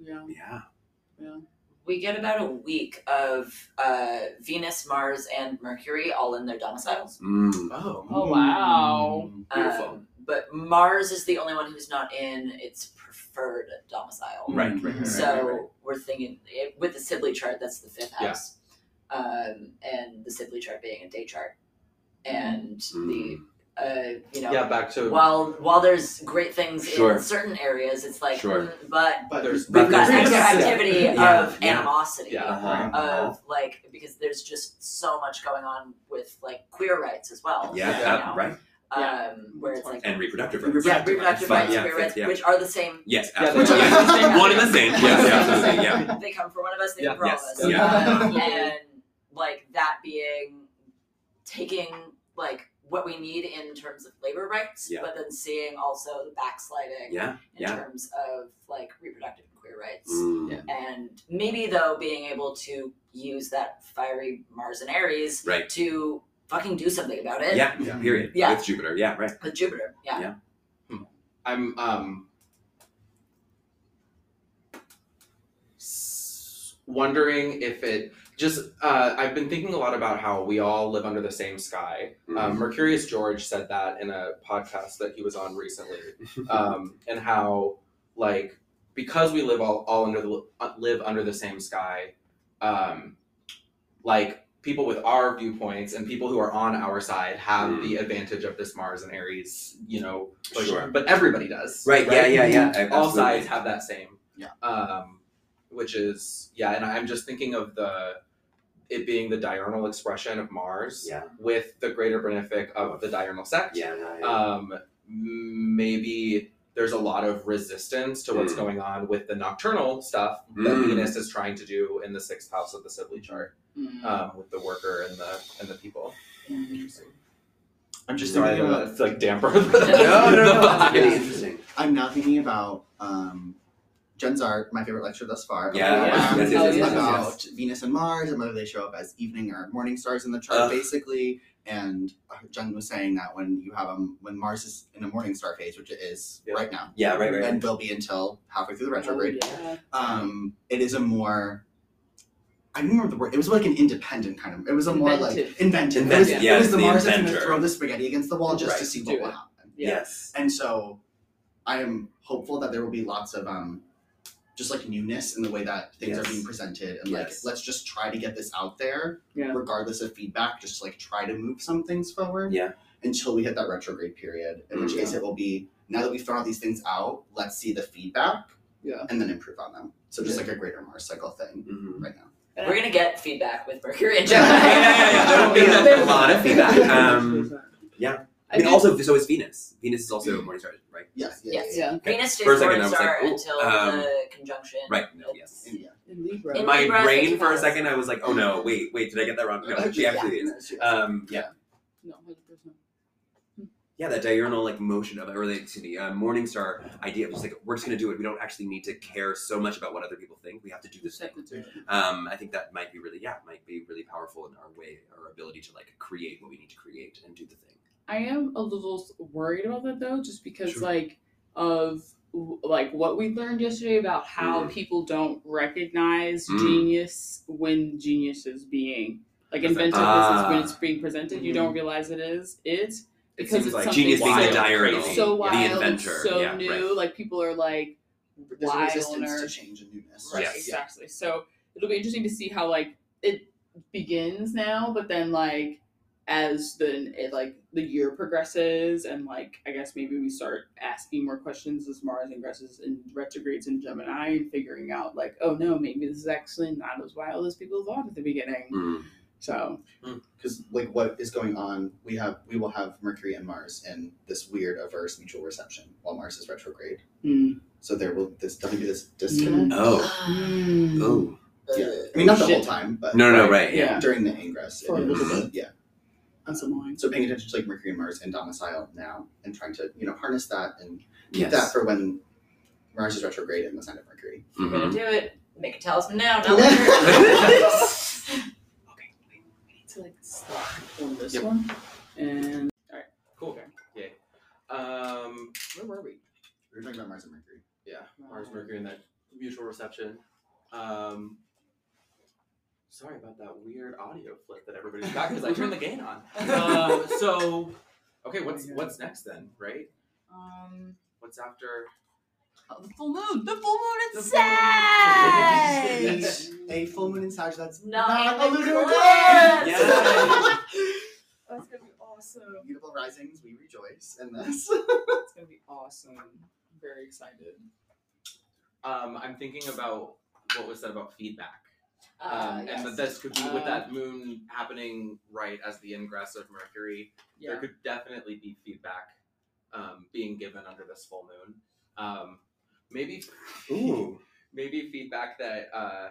Speaker 1: Yeah.
Speaker 4: Yeah.
Speaker 3: We get about a week of uh, Venus, Mars, and Mercury all in their domiciles.
Speaker 4: Mm.
Speaker 2: Oh,
Speaker 1: Oh, wow.
Speaker 4: Uh,
Speaker 2: Beautiful.
Speaker 3: Um, but Mars is the only one who's not in its preferred domicile.
Speaker 4: Right, right, Mm, right,
Speaker 3: So
Speaker 4: right, right.
Speaker 3: we're thinking it, with the Sibley chart, that's the fifth
Speaker 2: Yeah.
Speaker 3: house, um, and the Sibley chart being a day chart, and
Speaker 4: Mm.
Speaker 3: the uh, you know
Speaker 2: yeah, back to
Speaker 3: while while there's great things
Speaker 4: Sure.
Speaker 3: in certain areas, it's like
Speaker 4: Sure.
Speaker 3: mm, but
Speaker 2: but there's
Speaker 3: we've got
Speaker 2: there's-
Speaker 3: extra activity
Speaker 4: Yeah,
Speaker 3: of
Speaker 4: yeah.
Speaker 3: animosity.
Speaker 2: Yeah.
Speaker 4: Uh-huh.
Speaker 3: Of like because there's just so much going on with like queer rights as well.
Speaker 4: Yeah,
Speaker 3: you
Speaker 4: that-
Speaker 3: know?
Speaker 4: right.
Speaker 1: Yeah.
Speaker 3: Um, where it's like
Speaker 4: And reproductive rights.
Speaker 3: yeah, reproductive
Speaker 4: But
Speaker 3: rights,
Speaker 4: yeah,
Speaker 3: queer rights,
Speaker 4: yeah.
Speaker 3: which are the same.
Speaker 4: Yes,
Speaker 2: Yeah,
Speaker 4: absolutely.
Speaker 2: they're
Speaker 6: just the same
Speaker 4: One and the same. Yes,
Speaker 2: Yeah.
Speaker 4: absolutely. Yeah.
Speaker 3: They come for one of us, they
Speaker 2: Yeah,
Speaker 3: come for
Speaker 4: yes,
Speaker 3: all of us.
Speaker 2: yeah.
Speaker 3: Um, and like that being taking like what we need in terms of labor rights,
Speaker 4: Yeah.
Speaker 3: but then seeing also the backsliding
Speaker 4: Yeah.
Speaker 3: in
Speaker 4: Yeah.
Speaker 3: terms of like reproductive and queer rights.
Speaker 4: Mm.
Speaker 2: Yeah.
Speaker 3: And maybe though being able to use that fiery Mars and Aries
Speaker 4: Right.
Speaker 3: to fucking do something about it
Speaker 4: Yeah.
Speaker 6: Yeah.
Speaker 4: Period.
Speaker 3: Yeah.
Speaker 4: With Jupiter. Yeah. Right.
Speaker 3: with Jupiter. Yeah.
Speaker 4: Yeah.
Speaker 2: I'm um s- wondering if it just uh, I've been thinking a lot about how we all live under the same sky.
Speaker 4: Mm.
Speaker 2: Um, Mercurius George said that in a podcast that he was on recently, um, and how like because we live all, all under the uh, live under the same sky, um, like people with our viewpoints and people who are on our side have
Speaker 4: Mm.
Speaker 2: the advantage of this Mars and Aries, you know, push.
Speaker 4: Sure.
Speaker 2: but everybody does,
Speaker 4: right. Yeah. Yeah. Yeah. I-
Speaker 2: all
Speaker 4: absolutely.
Speaker 2: sides have that same.
Speaker 6: Yeah.
Speaker 2: Um, which is yeah, and I'm just thinking of the it being the diurnal expression of Mars
Speaker 4: Yeah.
Speaker 2: with the greater benefic of the diurnal sect.
Speaker 4: Yeah. yeah, yeah.
Speaker 2: Um, maybe there's a lot of resistance to what's
Speaker 4: Mm.
Speaker 2: going on with the nocturnal stuff that
Speaker 4: Mm.
Speaker 2: Venus is trying to do in the sixth house of the Sibley chart
Speaker 1: Mm.
Speaker 2: um, with the worker and the and the people. Interesting.
Speaker 6: I'm just
Speaker 2: Sorry,
Speaker 6: thinking
Speaker 2: I know
Speaker 6: about.
Speaker 2: that's like damper.
Speaker 4: no, no,
Speaker 2: the
Speaker 4: no. That's
Speaker 2: vibe.
Speaker 4: really interesting.
Speaker 6: I'm now thinking about um, Jen's art, my favorite lecture thus far.
Speaker 4: Yeah.
Speaker 1: Yeah.
Speaker 6: Um,
Speaker 1: Yes, yes, yes, yes,
Speaker 6: about
Speaker 4: yes.
Speaker 6: Venus and Mars and whether they show up as evening or morning stars in the chart,
Speaker 4: Ugh.
Speaker 6: basically. And uh, Jen was saying that when you have um, when Mars is in a morning star phase, which it is
Speaker 2: Yeah.
Speaker 6: right now,
Speaker 4: Yeah. Right. Right. right.
Speaker 6: and will be until halfway through the
Speaker 1: Oh,
Speaker 6: retrograde.
Speaker 1: yeah.
Speaker 6: Um, it is a more. I don't remember the word. It was like an independent kind of. It was a more like
Speaker 1: Inventive.
Speaker 6: inventive.
Speaker 4: Inventive,
Speaker 6: It was,
Speaker 4: yes,
Speaker 6: it was the,
Speaker 4: the
Speaker 6: Mars that's going
Speaker 4: inventor.
Speaker 6: to throw the spaghetti against the wall just
Speaker 4: Right,
Speaker 6: to see
Speaker 1: do
Speaker 6: what will
Speaker 1: it.
Speaker 6: happen.
Speaker 1: Yeah.
Speaker 4: Yes.
Speaker 6: And so I am hopeful that there will be lots of um just like newness in the way that things
Speaker 4: Yes.
Speaker 6: are being presented and like
Speaker 4: Yes.
Speaker 6: let's just try to get this out there
Speaker 1: Yeah.
Speaker 6: regardless of feedback just like try to move some things forward
Speaker 4: Yeah.
Speaker 6: until we hit that retrograde period in which
Speaker 4: Mm.
Speaker 6: case it will be now that we've thrown all these things out let's see the feedback
Speaker 1: Yeah.
Speaker 6: and then improve on them so just like a greater mars cycle thing
Speaker 4: Mhm.
Speaker 6: right now
Speaker 3: We're gonna get feedback with Mercury and
Speaker 4: Yeah,
Speaker 3: Gemini.
Speaker 4: yeah, yeah, yeah. There will be a, lot of feedback. Um, I
Speaker 1: I
Speaker 4: mean,
Speaker 1: did-
Speaker 4: also, so is Venus. Venus is also a morning star, right?
Speaker 6: yes yeah,
Speaker 3: Yes.
Speaker 6: yeah,
Speaker 1: yeah.
Speaker 4: Okay.
Speaker 3: Venus stays
Speaker 4: For a second,
Speaker 3: morning
Speaker 4: I was
Speaker 3: star
Speaker 4: like, ooh,
Speaker 3: until
Speaker 4: um,
Speaker 3: the conjunction.
Speaker 4: Right. No. Yes.
Speaker 6: yeah. yeah.
Speaker 1: In Libra.
Speaker 3: In-
Speaker 4: My
Speaker 3: Libra,
Speaker 4: brain for a
Speaker 3: Sagittarius.
Speaker 4: second, I was like, oh no, wait, wait, did I get that wrong? No, she actually is. Um, yeah.
Speaker 1: no, 100%.
Speaker 4: Yeah, that diurnal like motion of it, or like, to the uh, morning star idea of just like we're just gonna do it. We don't actually need to care so much about what other people think. We have to do this thing. Um, I think that might be really yeah, might be really powerful in our way, our ability to like create what we need to create and do the thing.
Speaker 1: I am a little s- worried about that though, just because
Speaker 4: Sure.
Speaker 1: like of w- like what we learned yesterday about how
Speaker 4: Mm.
Speaker 1: people don't recognize
Speaker 4: Mm.
Speaker 1: genius when genius is being like
Speaker 2: Presented.
Speaker 1: inventiveness is when
Speaker 4: Ah. Mm-hmm.
Speaker 1: it's being presented. You don't realize it is it
Speaker 4: It
Speaker 1: because
Speaker 4: seems
Speaker 1: it's
Speaker 4: like
Speaker 1: something
Speaker 4: genius being
Speaker 1: wild.
Speaker 4: the diurnal,
Speaker 1: It's so wild,
Speaker 4: the
Speaker 1: it's
Speaker 4: inventor.
Speaker 1: so
Speaker 4: yeah,
Speaker 1: new.
Speaker 4: right.
Speaker 1: Like people are like
Speaker 6: there's a
Speaker 1: wild
Speaker 6: resistance
Speaker 1: or
Speaker 6: to change and newness
Speaker 1: Right,
Speaker 4: Yes.
Speaker 1: exactly. So it'll be interesting to see how like it begins now, but then like as the it, like the year progresses and like I guess maybe we start asking more questions as Mars ingresses and retrogrades in Gemini and figuring out like oh no maybe this is actually not as wild as people thought at the beginning.
Speaker 4: Mm.
Speaker 1: So
Speaker 6: because like what is going on we have we will have mercury and mars in this weird averse mutual reception while mars is retrograde
Speaker 1: mm.
Speaker 6: so there will this definitely be this disconnect
Speaker 4: Oh. Oh.
Speaker 6: yeah i mean not the whole
Speaker 1: Shit.
Speaker 6: time but
Speaker 4: No, no, right. Yeah.
Speaker 1: yeah.
Speaker 6: during the ingress
Speaker 1: For a
Speaker 6: it-
Speaker 1: little bit.
Speaker 6: yeah
Speaker 1: that's annoying.
Speaker 6: so paying attention to like mercury and mars in domicile now and trying to you know harness that and keep
Speaker 4: Yes.
Speaker 6: that for when mars is retrograde in the sign of mercury
Speaker 3: We're
Speaker 4: Mhm.
Speaker 3: gonna do it. Make a talisman now,
Speaker 6: Uh,
Speaker 3: not later.
Speaker 1: I need to like stop on this one and
Speaker 2: Cool. Yay. Um, where were we?
Speaker 6: we were talking about mars and mercury
Speaker 2: Yeah,
Speaker 1: um,
Speaker 2: Mars, Mercury, and that mutual reception. Um, sorry about that weird audio flip that everybody's got because I turned the gain on. Um, so, okay, what's what's next then? Right?
Speaker 3: um,
Speaker 2: What's after?
Speaker 3: oh, the full moon. The full moon
Speaker 2: The full moon.
Speaker 3: Sag!
Speaker 6: a full moon in sag that's
Speaker 3: Not
Speaker 6: Not
Speaker 3: the
Speaker 6: a lunar
Speaker 3: eclipse!
Speaker 2: Yes.
Speaker 1: that's gonna be awesome.
Speaker 6: beautiful risings we rejoice in this
Speaker 1: It's gonna be awesome. I'm very excited.
Speaker 2: Um, I'm thinking about what was said about feedback, um,
Speaker 3: Uh, yes.
Speaker 2: and that this could be with
Speaker 1: Uh,
Speaker 2: that moon happening right as the ingress of Mercury.
Speaker 1: Yeah.
Speaker 2: There could definitely be feedback um, being given under this full moon. Um, maybe.
Speaker 4: Ooh.
Speaker 2: maybe feedback that uh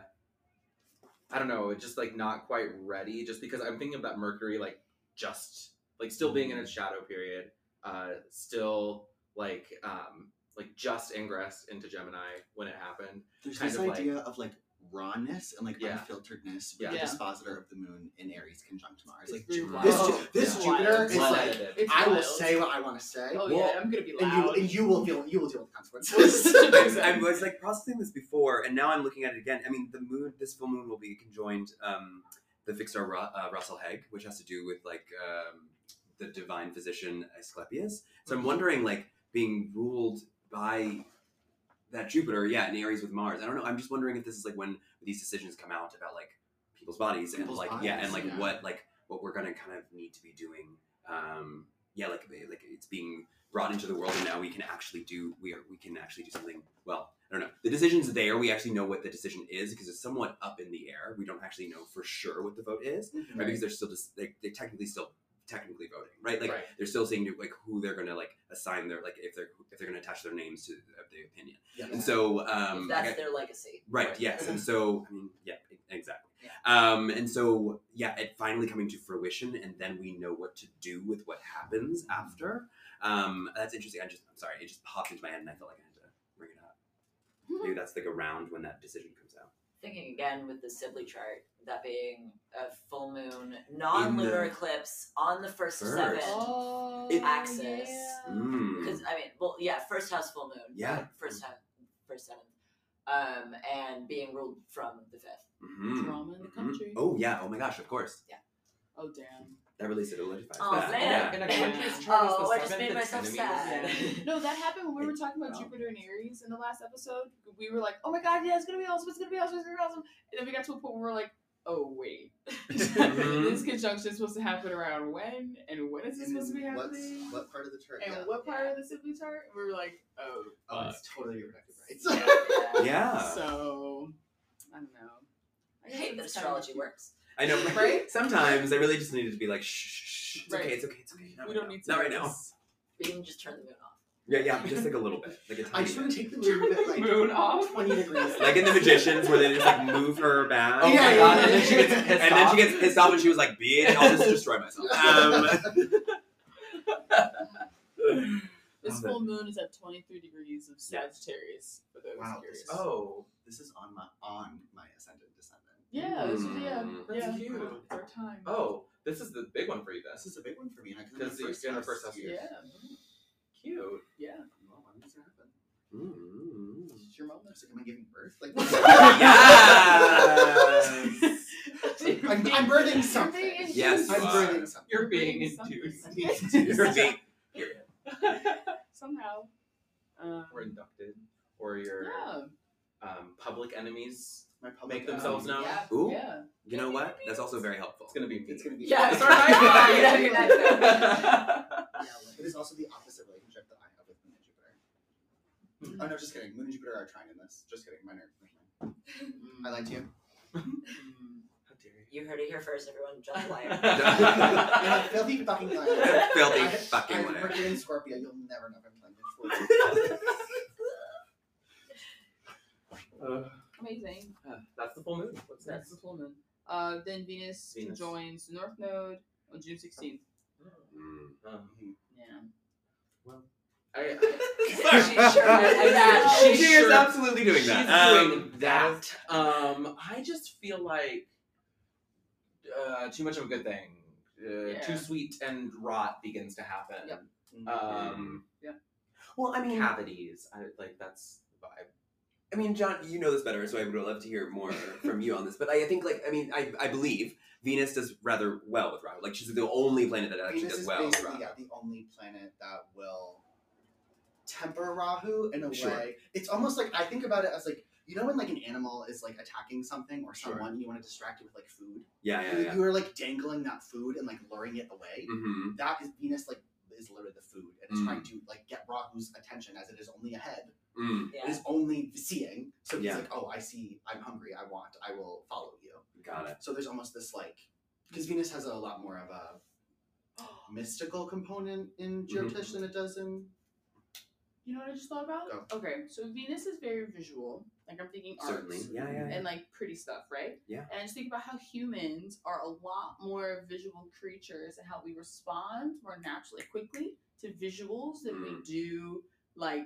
Speaker 2: I don't know, it's just like not quite ready just because I'm thinking of that Mercury like just like still being in its shadow period, uh still like um like just ingressed into Gemini when it happened.
Speaker 6: There's
Speaker 2: kind
Speaker 6: this
Speaker 2: of like-
Speaker 6: idea of like rawness and like
Speaker 2: Yeah.
Speaker 6: unfilteredness with
Speaker 2: Yeah.
Speaker 6: the
Speaker 1: Yeah.
Speaker 6: dispositor of the moon in Aries conjunct Mars. Like
Speaker 1: very
Speaker 6: Ju-
Speaker 1: wild.
Speaker 6: this,
Speaker 3: Oh,
Speaker 6: Ju- this
Speaker 1: yeah.
Speaker 6: Jupiter
Speaker 1: Wild.
Speaker 6: is like
Speaker 2: Wild.
Speaker 1: It's
Speaker 6: I will
Speaker 1: wild.
Speaker 6: say what I want to say,
Speaker 1: Oh
Speaker 4: well,
Speaker 1: yeah, I'm gonna be
Speaker 6: and you
Speaker 1: loud.
Speaker 6: and you will feel you will deal with the consequences.
Speaker 4: I'm- I was like processing this before, and now I'm looking at it again. I mean, the moon, this full moon, will be conjoined um, the fixed star Ru- uh, Russell Hegg, which has to do with like um, the divine physician Asclepius. So I'm
Speaker 6: Mm-hmm.
Speaker 4: wondering, like, being ruled by that Jupiter, yeah, in Aries with Mars. I don't know. I'm just wondering if this is like when these decisions come out about like people's bodies and
Speaker 6: People's
Speaker 4: like yeah,
Speaker 6: bodies,
Speaker 4: and like
Speaker 6: yeah.
Speaker 4: what like what we're gonna kind of need to be doing. Um, yeah, like like it's being brought into the world and now we can actually do we are we can actually do something well i don't know the decision's there we actually know what the decision is because it's somewhat up in the air we don't actually know for sure what the vote is right, because they're still just they, they're technically still technically voting right like
Speaker 2: Right.
Speaker 4: they're still saying to, like who they're gonna like assign their like if they're if they're gonna attach their names to of the opinion
Speaker 6: Yeah.
Speaker 4: and so um
Speaker 3: That's
Speaker 4: like, I-
Speaker 3: their legacy.
Speaker 4: Right.
Speaker 2: Right.
Speaker 4: Yes.
Speaker 1: Mm-hmm.
Speaker 4: And so, I mean, yeah, e- exactly.
Speaker 3: Yeah.
Speaker 4: Um, and so, yeah, it finally coming to fruition, and then we know what to do with what happens
Speaker 1: Mm-hmm.
Speaker 4: after. Um, that's interesting. I just, I'm sorry, it just popped into my head, and I felt like I had to bring it up.
Speaker 1: Mm-hmm.
Speaker 4: Maybe that's like around when that decision comes out.
Speaker 3: Thinking again with the Sibley chart, that being a full moon, non lunar
Speaker 4: In the-
Speaker 3: eclipse on the first,
Speaker 4: First.
Speaker 3: seven.
Speaker 1: Oh,
Speaker 4: It-
Speaker 3: Axis.
Speaker 4: Mm.
Speaker 1: Uh,
Speaker 3: Because, I mean, well, yeah, first house full moon.
Speaker 4: Yeah.
Speaker 3: right? First house, first seventh. Um, and being ruled from the fifth.
Speaker 4: Mhm.
Speaker 1: Drama in the
Speaker 6: Mm-hmm.
Speaker 4: Mhm.
Speaker 1: country.
Speaker 4: Oh yeah. Oh my gosh. Of course.
Speaker 1: Oh damn.
Speaker 4: That really solidifies
Speaker 3: Oh,
Speaker 4: that.
Speaker 3: man.
Speaker 2: In
Speaker 1: Yeah.
Speaker 2: a country's
Speaker 1: Yeah.
Speaker 2: chart is
Speaker 3: Oh,
Speaker 2: the
Speaker 3: I just
Speaker 2: seventh
Speaker 3: made myself
Speaker 2: enemy
Speaker 3: sad.
Speaker 2: of the moon.
Speaker 1: No, that happened when we were talking about
Speaker 4: Wow.
Speaker 1: Jupiter and Aries in the last episode. We were like, oh my god, yeah, it's gonna be awesome, it's gonna be awesome, it's gonna be awesome. And then we got to a point where we are like, oh wait. this conjunction is supposed to happen around when? And when is it supposed to be
Speaker 6: And what's,
Speaker 1: happening?
Speaker 6: what part of the chart?
Speaker 1: and
Speaker 6: yeah.
Speaker 1: what part of the Sibley chart? And we were like, oh.
Speaker 6: Oh, it's totally reproductive rights.
Speaker 3: Yeah.
Speaker 4: Yeah.
Speaker 1: So, I don't know.
Speaker 3: I hate that astrology works.
Speaker 4: I know.
Speaker 1: Right?
Speaker 4: Sometimes I really just needed to be like, shh, shh, shh. It's
Speaker 1: Right.
Speaker 4: okay. It's okay. It's okay. Not
Speaker 1: We
Speaker 4: right
Speaker 1: don't
Speaker 4: now.
Speaker 1: need to.
Speaker 4: Not
Speaker 1: do
Speaker 4: right now.
Speaker 1: this.
Speaker 3: We can just turn the moon off.
Speaker 4: Yeah, yeah. Just like a little bit. Like a
Speaker 6: I
Speaker 4: tiny
Speaker 6: just
Speaker 4: bit.
Speaker 6: want to take the moon at like
Speaker 2: Moon off?
Speaker 6: 20 degrees.
Speaker 4: like in the magicians where they just like move her back.
Speaker 2: Oh
Speaker 6: Yeah,
Speaker 2: my
Speaker 6: yeah,
Speaker 2: god,
Speaker 6: yeah.
Speaker 2: and then she gets pissed
Speaker 4: and then she
Speaker 2: off.
Speaker 4: gets pissed off and she was like, "Bitch, I'll just destroy myself." Um,
Speaker 1: This
Speaker 4: Love it.
Speaker 1: full moon is at 23 degrees of
Speaker 4: Yeah.
Speaker 1: Sagittarius, for those
Speaker 6: Wow,
Speaker 1: curious.
Speaker 6: this is-
Speaker 2: Oh,
Speaker 6: This is on my on my ascendant descendant.
Speaker 1: Yeah, this is, yeah,
Speaker 4: Mm.
Speaker 1: yeah.
Speaker 2: That's cute.
Speaker 1: Third time.
Speaker 2: oh, this is the big one for you then.
Speaker 6: This is a big one for me.
Speaker 2: Because you're in the first house
Speaker 1: yeah,
Speaker 2: Cute.
Speaker 1: yeah.
Speaker 6: Well, when does it happen?
Speaker 4: mm.
Speaker 6: This is your mom looks like, am I giving birth? Like,
Speaker 4: Yes!
Speaker 6: I'm, I'm birthing something.
Speaker 1: Something
Speaker 4: Yes,
Speaker 6: I'm
Speaker 4: you are.
Speaker 6: birthing something.
Speaker 2: You're being
Speaker 1: Something.
Speaker 2: induced.
Speaker 6: I'm being
Speaker 4: You're
Speaker 6: induced.
Speaker 4: being-
Speaker 1: Somehow. Um,
Speaker 2: or inducted, or your
Speaker 1: yeah.
Speaker 2: um, public enemies.
Speaker 6: my public
Speaker 2: make themselves
Speaker 6: own.
Speaker 2: known.
Speaker 3: Yeah.
Speaker 4: Ooh,
Speaker 1: Yeah.
Speaker 4: you know what? That's also very helpful.
Speaker 2: It's gonna be me.
Speaker 6: It's gonna be
Speaker 3: Yeah.
Speaker 2: It's our night.
Speaker 3: Yeah, yeah,
Speaker 6: It is also the opposite relationship that I have with Moon and Jupiter. Oh no, just kidding. Moon and Jupiter are trying in this. Just kidding. Minor. I liked you.
Speaker 2: How dare you?
Speaker 3: You heard it here first, everyone. Just liar.
Speaker 6: You're a
Speaker 2: Yeah.
Speaker 6: filthy fucking liar.
Speaker 4: They're filthy
Speaker 6: I-
Speaker 4: fucking
Speaker 6: I'm
Speaker 4: whatever.
Speaker 6: Mercury and Scorpio. You'll never know if I'm playing with Scorpio.
Speaker 2: Uh,
Speaker 1: Amazing.
Speaker 2: that's the full moon. What's
Speaker 1: That's
Speaker 2: next?
Speaker 1: the full moon. Uh, then Venus,
Speaker 2: Venus.
Speaker 1: joins the North Node on June 16th.
Speaker 4: Mm.
Speaker 2: Um,
Speaker 1: Yeah.
Speaker 2: I,
Speaker 3: she sure is that.
Speaker 1: She
Speaker 3: She,
Speaker 1: is
Speaker 3: sure.
Speaker 4: absolutely doing that.
Speaker 2: She's
Speaker 4: Um,
Speaker 2: doing that. Um, I just feel like uh, too much of a good thing. Uh,
Speaker 1: Yeah.
Speaker 2: Too sweet and rot begins to happen.
Speaker 1: Yep.
Speaker 4: Uh,
Speaker 2: Um,
Speaker 1: Yep.
Speaker 2: Well, I mean cavities. I, like that's the vibe.
Speaker 4: I mean, John, you know this better, so I would love to hear more from you on this. But I think, like, I mean, I, I believe Venus does rather well with Rahu. Like, she's the only planet that actually
Speaker 6: Venus
Speaker 4: does
Speaker 6: is
Speaker 4: well with
Speaker 6: basically
Speaker 4: Rahu.
Speaker 6: yeah, the only planet that will temper Rahu in a
Speaker 4: Sure.
Speaker 6: way. It's almost like I think about it as like you know when like an animal is like attacking something or
Speaker 4: Sure.
Speaker 6: someone, and you want to distract it with like food.
Speaker 4: Yeah, yeah,
Speaker 6: You-
Speaker 4: yeah.
Speaker 6: You are like dangling that food and like luring it away.
Speaker 4: hmm
Speaker 6: That is Venus like is literally the food and is
Speaker 4: Mm.
Speaker 6: trying to like get Rahu's attention as it is only ahead.
Speaker 4: Mm.
Speaker 6: It
Speaker 3: Yeah.
Speaker 6: is only seeing. So he's
Speaker 4: Yeah.
Speaker 6: like, oh, I see. I'm hungry. I want. I will follow you.
Speaker 4: Got it.
Speaker 6: So there's almost this like because Venus has a lot more of a mystical component in geotish than it does in
Speaker 1: You know what I just thought about?
Speaker 6: Go.
Speaker 1: Okay, so Venus is very visual. Like I'm thinking art
Speaker 4: Certainly. Yeah, yeah, yeah.
Speaker 1: and like pretty stuff, right?
Speaker 4: Yeah.
Speaker 1: And I just think about how humans are a lot more visual creatures and how we respond more naturally quickly to visuals than
Speaker 4: Hmm.
Speaker 1: we do like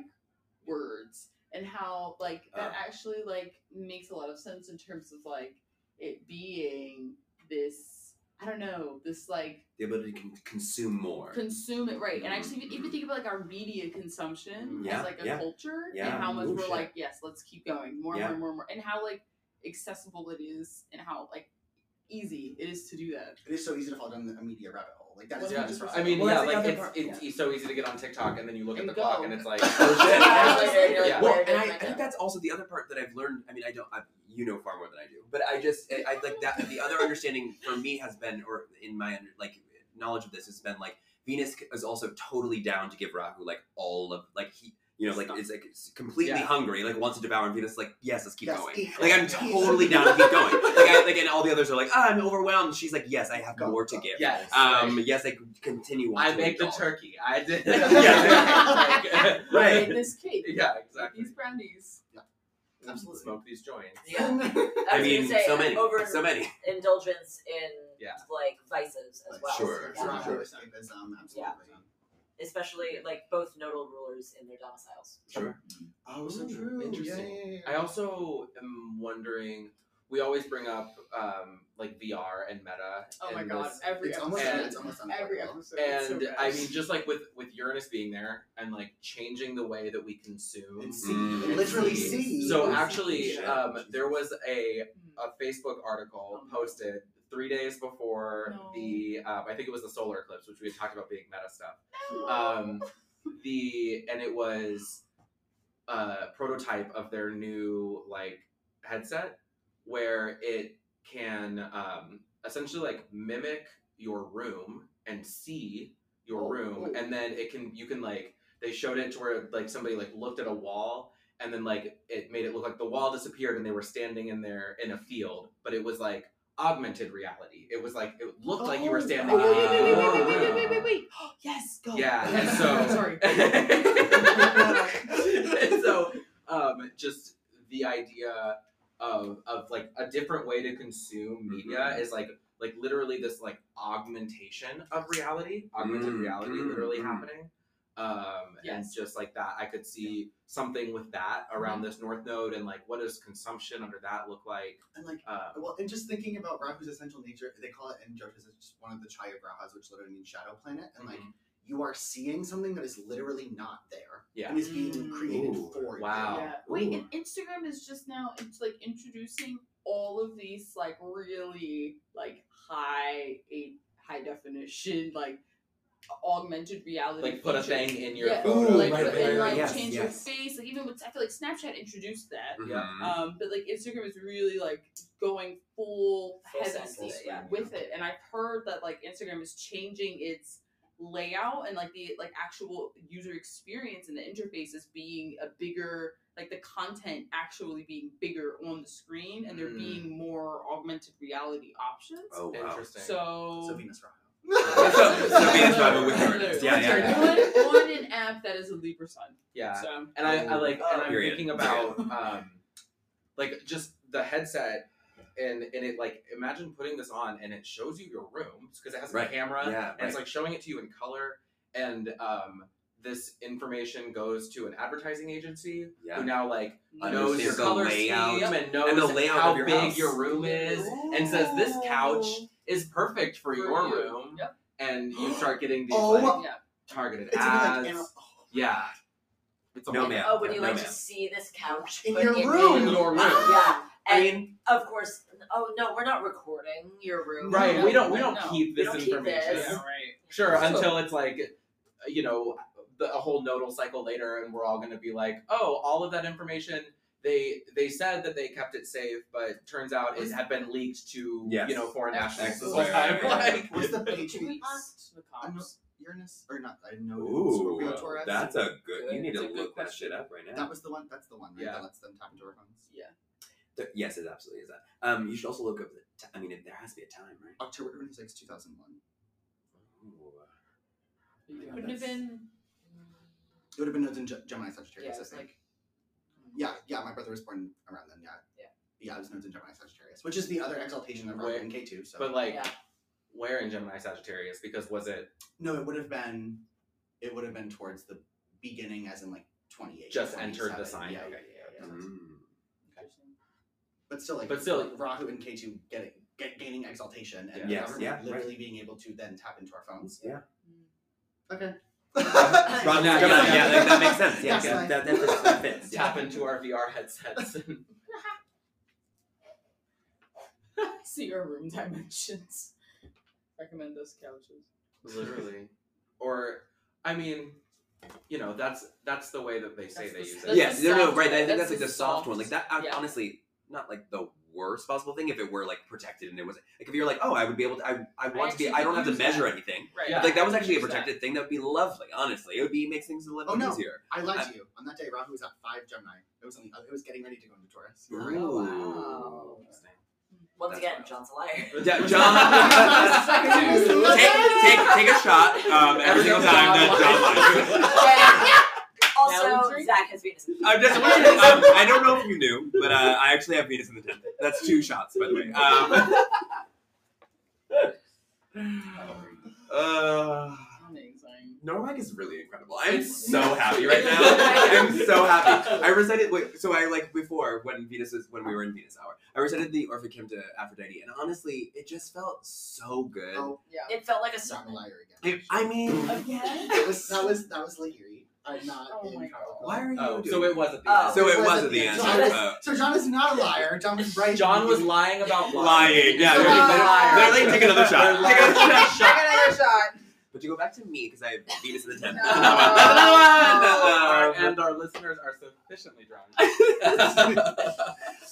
Speaker 1: words. And how like that
Speaker 4: Ah.
Speaker 1: actually like makes a lot of sense in terms of like it being this I don't know, this like
Speaker 4: The ability to con- consume more.
Speaker 1: consume it right and i just
Speaker 4: Mhm.
Speaker 1: even, even think about like our media consumption
Speaker 4: Mm-hmm. Yeah,
Speaker 1: as like a
Speaker 4: yeah.
Speaker 1: culture
Speaker 4: Yeah.
Speaker 1: and how much
Speaker 4: Ooh,
Speaker 1: we're
Speaker 4: shit.
Speaker 1: like yes let's keep going more and
Speaker 4: Yeah.
Speaker 1: more and more and more and how like accessible it is and how like easy it is to do that
Speaker 6: It is so easy to fall down a media rabbit hole. Like that is
Speaker 2: Yeah,
Speaker 6: just
Speaker 2: I mean,
Speaker 4: Well,
Speaker 2: yeah,
Speaker 4: that's
Speaker 2: like
Speaker 4: another
Speaker 2: it's,
Speaker 4: part-
Speaker 2: it's, it's so easy to get on TikTok and then you look
Speaker 1: And
Speaker 2: at the clock
Speaker 1: go.
Speaker 2: and it's like,
Speaker 4: Oh,
Speaker 1: shit.
Speaker 3: Yeah.
Speaker 2: Yeah.
Speaker 4: Well,
Speaker 3: Where
Speaker 4: and
Speaker 3: did
Speaker 4: I,
Speaker 3: my
Speaker 4: I think
Speaker 3: go?
Speaker 4: that's also the other part that I've learned. I mean, I don't. I, you know far more than I do, but I just I, I like that. The other understanding for me has been, or in my under- like knowledge of this, has been like Venus is also totally down to give Rahu like all of like he. You know, like is like completely
Speaker 2: Yeah.
Speaker 4: hungry, like wants to devour, and Venus is like, yes, let's keep
Speaker 6: Yes,
Speaker 4: going.
Speaker 6: keep
Speaker 4: Like I'm
Speaker 6: going.
Speaker 4: totally down to keep going. Like I like, and all the others are like, ah, I'm overwhelmed. She's like, yes, I have
Speaker 6: Go,
Speaker 4: more to
Speaker 6: go.
Speaker 4: give.
Speaker 2: yes.
Speaker 4: Um, yes, I continue on.
Speaker 2: I
Speaker 4: to
Speaker 2: make the
Speaker 4: indulge.
Speaker 2: turkey. I did.
Speaker 1: Yeah.
Speaker 4: Right.
Speaker 1: in this cake
Speaker 2: yeah, exactly.
Speaker 1: these brownies
Speaker 6: Absolutely.
Speaker 2: Smoke these joints.
Speaker 3: Yeah. I,
Speaker 4: I
Speaker 3: was
Speaker 4: mean,
Speaker 3: gonna say,
Speaker 4: so many,
Speaker 3: over
Speaker 4: so many.
Speaker 3: indulgence in
Speaker 2: Yeah.
Speaker 3: like vices as well.
Speaker 4: Sure,
Speaker 3: Yeah.
Speaker 6: Rahu
Speaker 4: sure.
Speaker 6: escapism, um, absolutely.
Speaker 3: Especially like both nodal rulers in their domiciles.
Speaker 4: Sure.
Speaker 6: Oh, so
Speaker 2: Ooh,
Speaker 6: true.
Speaker 2: interesting.
Speaker 6: Yeah, yeah, yeah.
Speaker 2: I also am wondering. We always bring up um, like VR and meta.
Speaker 1: oh
Speaker 2: and
Speaker 1: my god
Speaker 2: this-
Speaker 1: every
Speaker 6: it's almost
Speaker 1: episode
Speaker 6: it's almost
Speaker 1: every
Speaker 6: unavoidable.
Speaker 1: episode it's so
Speaker 2: And
Speaker 1: bad.
Speaker 2: I mean, just like with with Uranus being there and like changing the way that we consume.
Speaker 6: And E see,
Speaker 4: Mm.
Speaker 6: and literally
Speaker 2: see.
Speaker 6: see.
Speaker 2: So
Speaker 1: Ooh.
Speaker 2: actually,
Speaker 4: Shit.
Speaker 2: um, there was a
Speaker 1: Mm.
Speaker 2: a Facebook article posted three days
Speaker 1: Oh
Speaker 2: before
Speaker 1: No.
Speaker 2: the um, I think it was the solar eclipse, which we had talked about being meta stuff.
Speaker 1: Mm.
Speaker 2: Um, the and it was a prototype of their new like headset where it can um, essentially like mimic your room and see your
Speaker 1: Oh,
Speaker 2: room,
Speaker 1: oh.
Speaker 2: and then it can you can like they showed it to where like somebody like looked at a wall and then like it made it look like the wall disappeared and they were standing in there in a field but it was like augmented reality it was like it looked like you were
Speaker 1: Oh.
Speaker 2: standing
Speaker 1: oh, wait,
Speaker 2: in
Speaker 1: wait, wait,
Speaker 2: your
Speaker 1: wait, wait, wait, wait,
Speaker 2: room.
Speaker 1: wait, wait, wait, wait. yes go
Speaker 2: yeah and so
Speaker 1: sorry
Speaker 2: and so um, just the idea of of like a different way to consume media
Speaker 4: Mhm.
Speaker 2: is like like literally this like augmentation of reality augmented
Speaker 4: Mm,
Speaker 2: reality
Speaker 4: mm,
Speaker 2: literally
Speaker 4: mm.
Speaker 2: happening um
Speaker 1: Yes.
Speaker 2: and just like that i could see something with that around
Speaker 7: Mm-hmm.
Speaker 2: this north node and like what does consumption under that look like
Speaker 6: and like
Speaker 2: um,
Speaker 6: well, and just thinking about Rahu's essential nature, they call it in Jotas it's one of the Chayagrahas, which literally means shadow planet, and like
Speaker 2: Mhm.
Speaker 6: you are seeing something that is literally not there.
Speaker 2: Yeah.
Speaker 6: And is being
Speaker 1: Mm.
Speaker 6: created
Speaker 4: Ooh,
Speaker 6: for you.
Speaker 2: wow.
Speaker 1: Yeah. Wait,
Speaker 4: Ooh.
Speaker 1: and Instagram is just now it's like introducing all of these like really like high a high definition like
Speaker 7: augmented reality.
Speaker 2: Like put a
Speaker 7: feature.
Speaker 2: thing in your
Speaker 7: Yeah.
Speaker 2: photo.
Speaker 4: Ooh,
Speaker 7: like
Speaker 4: right
Speaker 7: and
Speaker 4: there,
Speaker 7: like
Speaker 4: yes,
Speaker 7: change
Speaker 4: yes.
Speaker 7: your face. Like even with I feel like Snapchat introduced that.
Speaker 4: Mhm.
Speaker 2: Uh,
Speaker 7: Um, but like Instagram is really like going full,
Speaker 3: Full
Speaker 7: head
Speaker 3: send, full
Speaker 7: with it,
Speaker 3: swing,
Speaker 7: with it, and I've heard that like Instagram is changing its layout and like the like actual user experience and the interface is being a bigger like the content actually being bigger on the screen and there
Speaker 2: Mm.
Speaker 7: being more augmented reality options.
Speaker 4: Oh wow.
Speaker 2: Interesting.
Speaker 7: So
Speaker 6: So Venus Rock.
Speaker 4: So- so Venus
Speaker 2: Rock
Speaker 4: Bible with her.
Speaker 7: Literally.
Speaker 4: Yeah, yeah, yeah.
Speaker 7: On, on an app that is a Libra sun.
Speaker 2: yeah.
Speaker 7: So
Speaker 2: And I, I like, and I'm
Speaker 4: Period.
Speaker 2: thinking about, um, like just the headset, and and it like imagine putting this on, and it shows you your room because it has
Speaker 4: Right.
Speaker 2: a camera,
Speaker 4: Yeah,
Speaker 2: and it's like showing it to you in color, and um, this information goes to an advertising agency
Speaker 4: Yeah.
Speaker 2: who now like knows
Speaker 4: Understands
Speaker 2: your
Speaker 4: the
Speaker 2: color
Speaker 4: layout
Speaker 2: scheme and knows
Speaker 4: and the layout
Speaker 2: how
Speaker 4: of your
Speaker 2: big
Speaker 4: house.
Speaker 2: your room is, and says this couch is perfect for,
Speaker 7: For
Speaker 2: your
Speaker 7: you.
Speaker 2: room,
Speaker 7: Yep.
Speaker 2: and you start getting these
Speaker 6: Oh,
Speaker 2: like,
Speaker 7: yeah.
Speaker 2: targeted
Speaker 6: It's
Speaker 2: ads.
Speaker 6: gonna be like in, a-
Speaker 2: yeah. It's a
Speaker 4: No,
Speaker 2: whole-
Speaker 4: ma'am.
Speaker 3: Oh, would
Speaker 4: Yeah,
Speaker 3: you
Speaker 4: no,
Speaker 3: like to
Speaker 4: ma'am.
Speaker 3: see this couch
Speaker 6: In
Speaker 3: but
Speaker 6: your room.
Speaker 2: In your room.
Speaker 3: Yeah,
Speaker 4: I
Speaker 3: and
Speaker 4: mean,
Speaker 3: of course. Oh no, we're not recording your room.
Speaker 2: Right. We don't. We don't
Speaker 7: No,
Speaker 2: keep
Speaker 3: we
Speaker 2: this
Speaker 3: don't keep
Speaker 2: information.
Speaker 3: this.
Speaker 5: Yeah, right.
Speaker 2: Sure.
Speaker 4: So-
Speaker 2: Until it's like, you know, the, a whole nodal cycle later, and we're all going to be like, oh, all of that information. They they said that they kept it safe, but turns out it had been leaked to
Speaker 4: Yes.
Speaker 2: you know foreign nationals this whole
Speaker 4: Right, right,
Speaker 2: time.
Speaker 4: right,
Speaker 2: Like,
Speaker 6: was the
Speaker 7: Can we
Speaker 6: Patriot
Speaker 7: ask the cops?
Speaker 6: I'm not- Uranus or not? I know Scorpio
Speaker 4: ooh,
Speaker 6: Taurus.
Speaker 4: that's a good. You need
Speaker 7: It's
Speaker 4: to
Speaker 7: a good
Speaker 4: look that
Speaker 7: question.
Speaker 4: shit up right now.
Speaker 6: that was the one. That's the one right,
Speaker 2: Yeah.
Speaker 6: that lets them tap into our phones.
Speaker 7: Yeah.
Speaker 4: Th- Yes, it absolutely is that. Um, you should also look up the. T- I mean, it- there has to be a time, right?
Speaker 6: October twenty sixth, two thousand one.
Speaker 4: Ooh.
Speaker 7: It Couldn't have been.
Speaker 6: It would have been nodes in Ge- Gemini Sagittarius.
Speaker 7: Yeah,
Speaker 6: I
Speaker 7: it's
Speaker 6: think.
Speaker 7: like
Speaker 6: yeah, yeah. My brother was born around then. Yeah.
Speaker 7: Yeah.
Speaker 6: Yeah, it was nodes in Gemini Sagittarius, which is the other exaltation of Rahu
Speaker 2: Where-
Speaker 6: and K two. So
Speaker 2: but like,
Speaker 3: Yeah.
Speaker 2: where in Gemini Sagittarius? Because was it
Speaker 6: no, it would have been, it would have been towards the beginning, as in like twenty eight.
Speaker 2: just entered the sign?
Speaker 6: Yeah,
Speaker 2: Okay, Mm-hmm.
Speaker 6: yeah.
Speaker 4: Mm.
Speaker 6: But still, like,
Speaker 2: But still-
Speaker 6: Rahu and K two getting get, gaining exaltation and
Speaker 4: Yes,
Speaker 6: government
Speaker 4: yeah, right.
Speaker 6: literally being able to then tap into our phones.
Speaker 4: Yeah.
Speaker 7: Mm.
Speaker 6: Okay.
Speaker 4: Well, yeah,
Speaker 2: Yeah,
Speaker 4: yeah,
Speaker 2: yeah.
Speaker 4: yeah, that, that makes sense. Yeah,
Speaker 6: That's
Speaker 4: that,
Speaker 6: fine.
Speaker 4: that, that, fits- that fits. Yeah.
Speaker 2: Tap into our VR headsets.
Speaker 7: see your room dimensions. Recommend those couches.
Speaker 2: literally or i mean you know that's that's the way that they say
Speaker 7: That's
Speaker 2: they
Speaker 7: the-
Speaker 2: use
Speaker 7: that's
Speaker 2: it
Speaker 4: yeah,
Speaker 7: the
Speaker 4: no, no,
Speaker 7: soft
Speaker 4: right. I
Speaker 7: one.
Speaker 4: think that's,
Speaker 7: That's
Speaker 4: like
Speaker 7: the
Speaker 4: the soft
Speaker 7: soft-
Speaker 4: one. Like that, uh,
Speaker 7: yeah.
Speaker 4: honestly, not like the worst possible thing if it were like protected and it was like if you're like, oh, I would be able to, I, I want to be,
Speaker 7: actually
Speaker 4: I don't
Speaker 7: could
Speaker 4: have
Speaker 7: use
Speaker 4: to measure
Speaker 7: that.
Speaker 4: anything.
Speaker 7: Right.
Speaker 2: Yeah.
Speaker 4: If, like that was actually a
Speaker 7: Use that.
Speaker 4: protected thing. That would be lovely. Honestly, it would be makes things a little
Speaker 6: Oh,
Speaker 4: bit
Speaker 6: no.
Speaker 4: easier.
Speaker 6: I
Speaker 4: I-
Speaker 6: lied to you. On that day, Rahu was at five Gemini. It was on the other. It was getting ready to go into Taurus.
Speaker 3: wow. Once
Speaker 4: That's
Speaker 3: again,
Speaker 4: wild.
Speaker 3: John's a liar.
Speaker 4: Yeah, John, take, take, take a shot um, every single time that John lies.
Speaker 7: Now we
Speaker 3: also,
Speaker 7: drink.
Speaker 3: Zach has Venus. in-
Speaker 4: I'm just, um, I don't know if you knew, but uh, I actually have Venus in the 10th. That's two shots, by the way. Um, uh,
Speaker 7: Amazing.
Speaker 4: Norwag is really incredible. I'm
Speaker 2: It's-
Speaker 4: so happy right now. I'm so happy. I recited wait, so I like before when Venus was when we were in Venus Hour. I recited the Orphic Hymn to Aphrodite, and honestly, it just felt so good.
Speaker 6: Oh,
Speaker 7: Yeah.
Speaker 3: It felt like a
Speaker 6: Stop a
Speaker 3: sermon.
Speaker 6: liar again.
Speaker 4: I, I mean,
Speaker 7: Again?
Speaker 6: That was that was that was Lahiri. I'm not.
Speaker 7: Oh
Speaker 6: in
Speaker 7: my
Speaker 6: Calico.
Speaker 4: why are you?
Speaker 2: oh
Speaker 4: doing
Speaker 2: so it was at the
Speaker 3: Oh.
Speaker 2: end.
Speaker 4: So it
Speaker 6: It was
Speaker 4: was
Speaker 6: at
Speaker 4: at the
Speaker 6: the
Speaker 4: end.
Speaker 6: end.
Speaker 4: uh,
Speaker 6: So John is not a liar. John was right.
Speaker 2: john was lying about
Speaker 4: lying. Yeah,
Speaker 6: He's a liar.
Speaker 4: they're, they're like, take another shot.
Speaker 2: They're
Speaker 4: Take
Speaker 2: lying.
Speaker 4: another shot.
Speaker 7: Take another shot.
Speaker 4: But you go back to me because I have Venus in the tenth.
Speaker 7: No.
Speaker 2: Our-
Speaker 4: Another one. Another one.
Speaker 2: uh, and our listeners are sufficiently drunk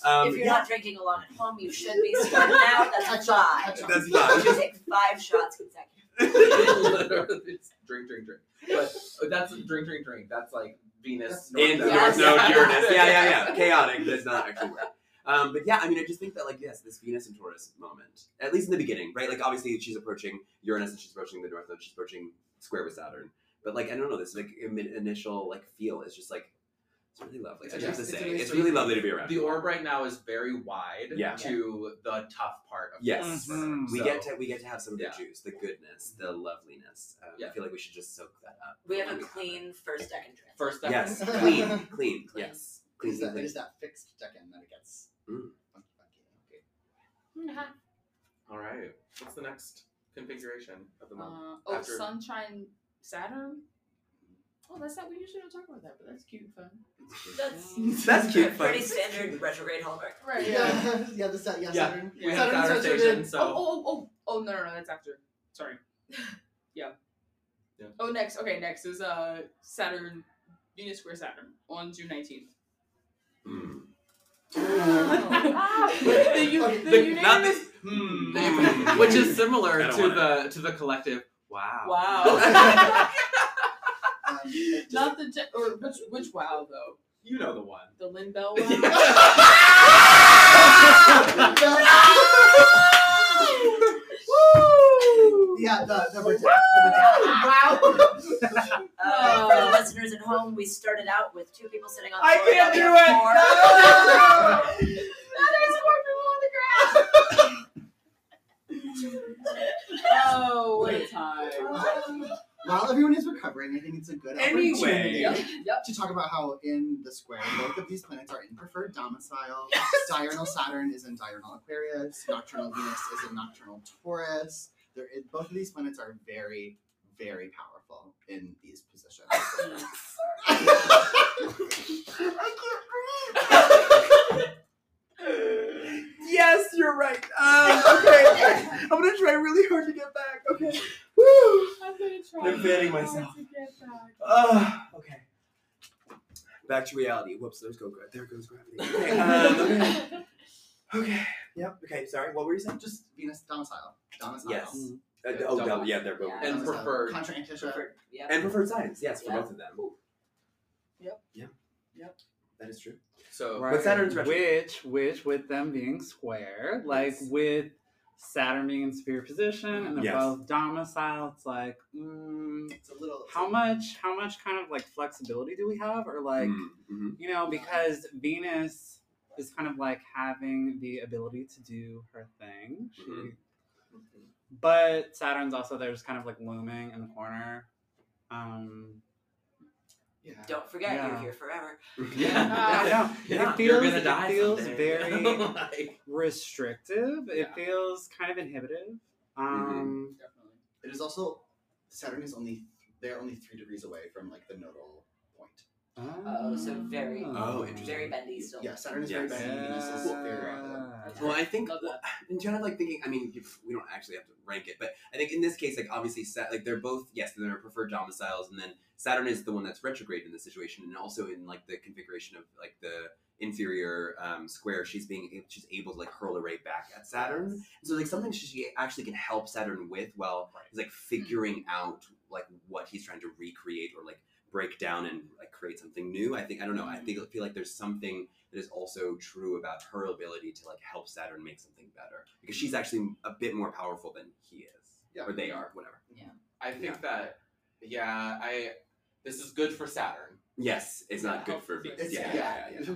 Speaker 4: Um,
Speaker 3: If you're not drinking a lot at home, you should be starting out. That's
Speaker 6: Catch
Speaker 3: a
Speaker 6: up,
Speaker 3: lie.
Speaker 6: catch up.
Speaker 4: that's
Speaker 3: You should
Speaker 4: not.
Speaker 3: take five shots consecutively.
Speaker 2: Literally, drink drink drink but uh, that's drink drink drink that's like venus
Speaker 6: That's-
Speaker 2: North
Speaker 4: In
Speaker 2: Node.
Speaker 4: North
Speaker 3: Yes.
Speaker 4: Node Uranus. Yeah, yeah, yeah. Chaotic. That's not actually where. Um, but yeah, I mean, I just think that like yes, this Venus and Taurus moment, at least in the beginning, right? Like obviously she's approaching Uranus and she's approaching the North Node, she's approaching square with Saturn. But like I don't know, this like im- initial like feel is just like it's really lovely.
Speaker 2: It's
Speaker 4: I
Speaker 2: a
Speaker 4: just have to
Speaker 2: nice- it's a
Speaker 4: say,
Speaker 2: nice
Speaker 4: it's really
Speaker 2: read.
Speaker 4: lovely to be around.
Speaker 2: the orb right now is very wide
Speaker 4: Yeah.
Speaker 2: to the tough part of
Speaker 4: Yes.
Speaker 2: Taurus.
Speaker 5: Mhm.
Speaker 4: We
Speaker 2: So-
Speaker 4: get to we get to have some of the
Speaker 2: Yeah.
Speaker 4: juice, the goodness, the loveliness. Um, I
Speaker 2: Yeah.
Speaker 4: feel like we should just soak that up.
Speaker 3: We have a
Speaker 4: When it.
Speaker 3: clean first deck and trip.
Speaker 2: first step
Speaker 4: Yes, clean, clean,
Speaker 3: Clean.
Speaker 4: yes,
Speaker 6: It
Speaker 4: clean,
Speaker 6: is
Speaker 4: clean,
Speaker 6: that, it
Speaker 4: clean.
Speaker 6: is that fixed decan that it gets.
Speaker 4: Mm.
Speaker 2: all right what's the next configuration of the month
Speaker 7: Uh, oh,
Speaker 2: After-
Speaker 7: sunshine Saturn. Oh, that's not. We usually don't talk about that, but that's cute fun.
Speaker 3: That's
Speaker 4: That's cute.
Speaker 3: Mm. pretty
Speaker 4: folks.
Speaker 3: standard retrograde hallmark.
Speaker 7: Right.
Speaker 6: Yeah, yeah, the set, yeah,
Speaker 2: Yeah.
Speaker 6: Saturn.
Speaker 2: we have
Speaker 6: Saturn
Speaker 2: Saturn
Speaker 6: Saturn
Speaker 2: station
Speaker 7: Oh,
Speaker 2: so
Speaker 7: oh, oh, oh, no, no, no, that's after. Sorry. Yeah. Oh, next. Okay, next is uh Saturn, Venus square Saturn on June nineteenth.
Speaker 4: Mm.
Speaker 6: Oh,
Speaker 1: the, u-
Speaker 2: Okay,
Speaker 1: the
Speaker 2: the-
Speaker 1: unanimous-
Speaker 2: not the- hmm, which is similar
Speaker 4: I
Speaker 2: to
Speaker 4: don't wanna-
Speaker 2: the to the collective. Wow.
Speaker 7: Wow.
Speaker 6: Um, it just-
Speaker 7: Not the Je- or which which wow though
Speaker 2: you know the one.
Speaker 7: the Lindell wow.
Speaker 2: Wow.
Speaker 6: yeah, the, the, protect- the
Speaker 3: Uh, for the listeners at home, we started out with two people sitting on the
Speaker 1: I
Speaker 3: floor.
Speaker 1: can't
Speaker 3: now we
Speaker 1: do
Speaker 3: have
Speaker 1: it.
Speaker 3: four.
Speaker 1: No.
Speaker 7: Oh, what a time.
Speaker 6: Wow. While everyone is recovering, I think it's a good
Speaker 2: Anyway.
Speaker 6: opportunity
Speaker 7: Yep, yep.
Speaker 6: to talk about how in the square, both of these planets are in preferred domicile. Diurnal Saturn is in diurnal Aquarius. Nocturnal Venus is in nocturnal Taurus. There is, both of these planets are very, very powerful in these positions.
Speaker 1: yes, you're right. Um, okay, I'm gonna try really hard to get back. Okay. Woo.
Speaker 7: I'm gonna
Speaker 2: I'm fanning myself.
Speaker 1: To get back.
Speaker 2: Ugh, okay.
Speaker 4: Back to reality. Whoops, there's go gra- there goes gravity.
Speaker 2: Okay, um, okay. Yep. Okay. Sorry. What were you saying?
Speaker 6: Just Venus domicile. Domicile.
Speaker 4: Yes.
Speaker 5: Mm.
Speaker 4: Uh,
Speaker 2: Yeah,
Speaker 4: oh,
Speaker 2: double.
Speaker 4: double. yeah, they're both.
Speaker 3: Yeah.
Speaker 2: And
Speaker 6: Domicile.
Speaker 2: preferred.
Speaker 6: Contra Antitia.
Speaker 3: Yep.
Speaker 4: And preferred science, yes, for
Speaker 3: Yeah.
Speaker 4: both of them.
Speaker 7: Yep.
Speaker 4: Yeah.
Speaker 7: Yep.
Speaker 4: That is true.
Speaker 2: So
Speaker 4: Right. But Saturn's retro.
Speaker 5: Which, which, with them being square, like with Saturn being in superior position and they're
Speaker 4: Yes.
Speaker 5: both domicile, it's like, mm,
Speaker 6: It's a little.
Speaker 5: how much, how much kind of like flexibility do we have, or like,
Speaker 2: Hmm.
Speaker 4: Mm, mhm.
Speaker 5: you know, because Venus is kind of like having the ability to do her thing. She,
Speaker 4: Mhm.
Speaker 5: But Saturn's also there, just kind of like looming in the corner. Um,
Speaker 6: Yeah.
Speaker 3: Don't forget, you're
Speaker 5: Yeah.
Speaker 3: here forever.
Speaker 1: Uh,
Speaker 5: yeah, I know.
Speaker 4: Yeah,
Speaker 5: it
Speaker 4: you're
Speaker 5: feels,
Speaker 4: gonna
Speaker 5: it
Speaker 4: die
Speaker 5: feels
Speaker 4: someday.
Speaker 5: very
Speaker 4: Like,
Speaker 5: restrictive. It
Speaker 7: Yeah.
Speaker 5: feels kind of inhibitive. Um,
Speaker 7: Definitely.
Speaker 6: It is also Saturn is only they're only three degrees away from like the nodal point.
Speaker 3: Oh, so very,
Speaker 4: Oh, interesting.
Speaker 3: very bendy still.
Speaker 6: Yeah, Saturn is very
Speaker 4: Yes.
Speaker 6: bendy. Venus is very rounded.
Speaker 4: well, I think
Speaker 7: Love that.
Speaker 4: in general, like thinking, I mean, if- we don't actually have to rank it, but I think in this case, like obviously, Sat- like they're both yes, they're preferred domiciles, and then Saturn is the one that's retrograde in this situation, and also in like the configuration of like the inferior um, square, she's being she's able to like hurl a ray back at Saturn. So like something she actually can help Saturn with while he's like figuring out like what he's trying to recreate or like break down and like create something new. I think I don't know. I think I feel like there's something that is also true about her ability to like help Saturn make something better because she's actually a bit more powerful than he is
Speaker 6: Yeah.
Speaker 4: or they are, whatever.
Speaker 2: I think that yeah, I this is good for Saturn.
Speaker 4: Yes, it's not
Speaker 7: Yeah.
Speaker 4: good for Venus.
Speaker 6: It's, yeah,
Speaker 4: Yeah, yeah, yeah.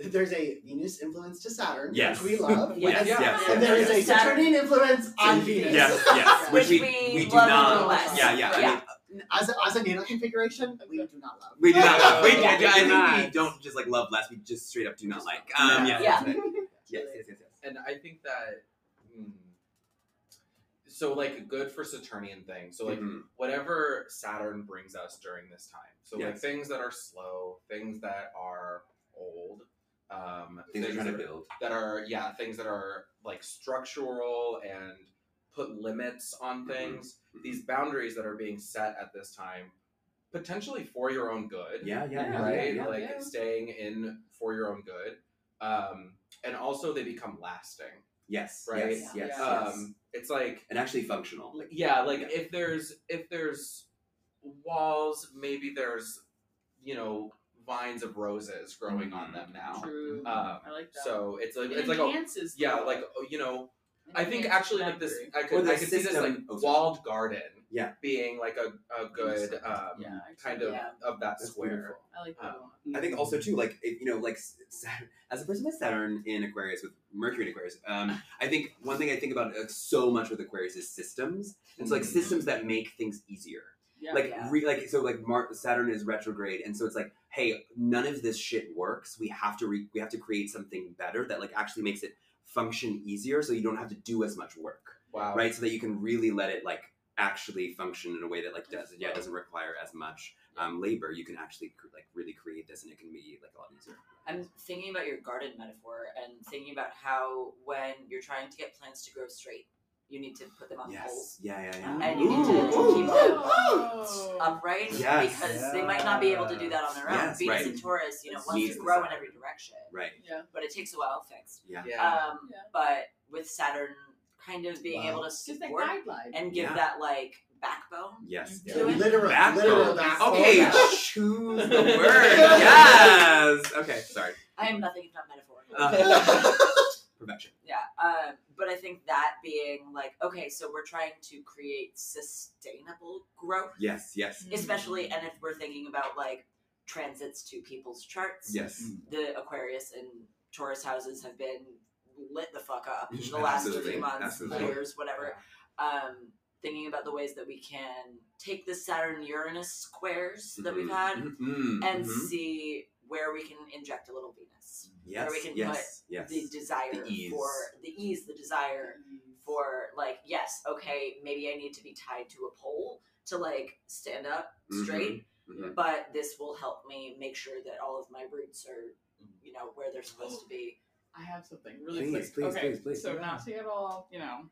Speaker 4: yeah.
Speaker 6: There's a Venus influence to Saturn,
Speaker 4: Yes.
Speaker 6: which we love.
Speaker 4: Yes,
Speaker 2: Yeah.
Speaker 4: yes,
Speaker 6: And
Speaker 4: yes,
Speaker 6: there is
Speaker 4: yes.
Speaker 6: a Saturnian influence on Venus.
Speaker 4: Yes, yes,
Speaker 3: Which
Speaker 4: which we,
Speaker 3: we
Speaker 4: we do
Speaker 3: love
Speaker 6: no
Speaker 4: not.
Speaker 6: less.
Speaker 4: Yeah, yeah. I
Speaker 3: Yeah.
Speaker 4: mean,
Speaker 6: As a, as a natal configuration, we do not love.
Speaker 4: We do not.
Speaker 2: Yeah.
Speaker 4: we,
Speaker 5: Yeah,
Speaker 4: I,
Speaker 5: we
Speaker 4: I
Speaker 5: do
Speaker 4: think we
Speaker 5: not.
Speaker 4: don't just like love less. We just straight up do not like. Um, yeah.
Speaker 3: Yeah.
Speaker 4: that's right. Yes,
Speaker 6: Yes.
Speaker 4: yes, yes, yes.
Speaker 2: And I think that hmm, so like good for Saturnian thing. So like
Speaker 4: Mhm.
Speaker 2: whatever Saturn brings us during this time. So like
Speaker 4: Yes.
Speaker 2: things that are slow, things that are old, um,
Speaker 4: Things are trying to
Speaker 2: that-
Speaker 4: build.
Speaker 2: that are yeah things that are like structural and put limits on
Speaker 4: Mhm.
Speaker 2: things.
Speaker 4: Mhm.
Speaker 2: These boundaries that are being set at this time, potentially for your own good
Speaker 4: Yeah, yeah, yeah.
Speaker 2: right?
Speaker 4: yeah, yeah.
Speaker 2: like
Speaker 7: yeah.
Speaker 2: staying in for your own good. Um, and also they become lasting.
Speaker 4: yes,
Speaker 2: Right?
Speaker 4: Yes, yes, yes.
Speaker 2: Um, it's like
Speaker 4: and actually functional.
Speaker 2: yeah, like
Speaker 4: Yeah.
Speaker 2: if there's if there's walls, maybe there's you know vines of roses growing on them now.
Speaker 7: Mm-hmm. True.
Speaker 2: Um,
Speaker 7: I like that.
Speaker 2: So it's like
Speaker 7: it
Speaker 2: it's like a,
Speaker 7: enhances.
Speaker 2: yeah,
Speaker 7: the-
Speaker 2: like oh, you know
Speaker 7: it
Speaker 2: I think
Speaker 7: enhances
Speaker 2: actually
Speaker 7: the
Speaker 2: like this
Speaker 7: boundary.
Speaker 2: I could
Speaker 4: the
Speaker 2: I could see this
Speaker 4: system-
Speaker 2: like
Speaker 4: oh, sorry.
Speaker 2: walled garden
Speaker 4: Yeah.
Speaker 2: being like a, a good um,
Speaker 7: Yeah, I
Speaker 2: kind of um,
Speaker 3: Yeah.
Speaker 2: of that
Speaker 4: That's
Speaker 2: square.
Speaker 4: beautiful.
Speaker 7: I like that a lot.
Speaker 4: I think also too, like if, you know, like Saturn, as a person with Saturn in Aquarius with Mercury in Aquarius, um, I think one thing I think about uh, so much with Aquarius is systems. It's like
Speaker 2: Mhm.
Speaker 4: systems that make things easier.
Speaker 7: Yeah.
Speaker 4: like
Speaker 3: Oh, Yeah.
Speaker 4: Re, like so like Mar- Saturn is retrograde, and so it's like, hey, none of this shit works. We have to re- we have to create something better that like actually makes it function easier, so you don't have to do as much work,
Speaker 2: Wow.
Speaker 4: right? So that you can really let it like actually function in a way that like does yeah doesn't require as much um, labor. You can actually cr- like really create this, and it can be like a lot easier.
Speaker 3: I'm thinking about your garden metaphor and thinking about how when you're trying to get plants to grow straight you need to put them on
Speaker 4: Yes.
Speaker 3: poles
Speaker 4: Yeah, yeah, yeah.
Speaker 3: and you need to
Speaker 4: Ooh,
Speaker 3: keep
Speaker 4: ooh,
Speaker 3: them
Speaker 1: Oh.
Speaker 3: upright
Speaker 4: Yes.
Speaker 3: because they might not be able to do that on their own.
Speaker 4: Yes,
Speaker 3: Venus
Speaker 4: right.
Speaker 3: and Taurus, you know,
Speaker 4: It's
Speaker 3: wants
Speaker 4: needs
Speaker 3: to
Speaker 4: to
Speaker 3: grow in
Speaker 4: Saturn.
Speaker 3: every direction,
Speaker 4: Right.
Speaker 1: Yeah.
Speaker 3: but it takes a while fixed.
Speaker 4: Yeah.
Speaker 7: Uh,
Speaker 2: Yeah.
Speaker 3: Um,
Speaker 1: Yeah.
Speaker 3: but with Saturn kind of being
Speaker 6: Wow.
Speaker 3: able to
Speaker 1: Just that
Speaker 3: support
Speaker 1: guideline.
Speaker 3: and give
Speaker 4: Yeah.
Speaker 3: that like backbone
Speaker 4: Yes.
Speaker 3: Yeah.
Speaker 6: Literal,
Speaker 4: Backbone.
Speaker 6: literal backbone.
Speaker 4: Okay,
Speaker 3: Yeah.
Speaker 4: choose the word. yes. Okay, sorry.
Speaker 3: I am nothing if not metaphorical.
Speaker 4: Uh, perfection.
Speaker 3: yeah. Um, but I think that being like, okay, so we're trying to create sustainable growth,
Speaker 4: Yes,
Speaker 3: Mm.
Speaker 4: yes,
Speaker 3: especially, and if we're thinking about like transits to people's charts,
Speaker 4: yes.
Speaker 3: the Aquarius and Taurus houses have been lit the fuck up in the
Speaker 4: Yeah,
Speaker 3: last
Speaker 4: absolutely,
Speaker 3: three months,
Speaker 4: absolutely.
Speaker 3: years, whatever. Um, thinking about the ways that we can take the Saturn Uranus squares that we've
Speaker 4: Mhm,
Speaker 3: had
Speaker 4: mhm, mhm,
Speaker 3: and
Speaker 4: mhm.
Speaker 3: see where we can inject a little Venus.
Speaker 4: yes,
Speaker 3: we can
Speaker 4: yes, yes.
Speaker 3: The desire
Speaker 4: The ease.
Speaker 3: for the ease, the desire for like, yes, okay, maybe I need to be tied to a pole to like stand up
Speaker 4: Mhm,
Speaker 3: straight,
Speaker 4: mhm.
Speaker 3: but this will help me make sure that all of my roots are, you know, where they're supposed to be.
Speaker 1: I have something really
Speaker 4: Please,
Speaker 1: quick.
Speaker 4: please,
Speaker 1: okay,
Speaker 4: please, please.
Speaker 1: so not to get all you know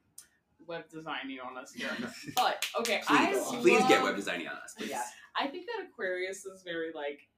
Speaker 1: web designing on us here, but okay, I
Speaker 4: Please, please get
Speaker 1: love-
Speaker 4: web designing on us, please.
Speaker 3: Yeah.
Speaker 1: I think that Aquarius is very like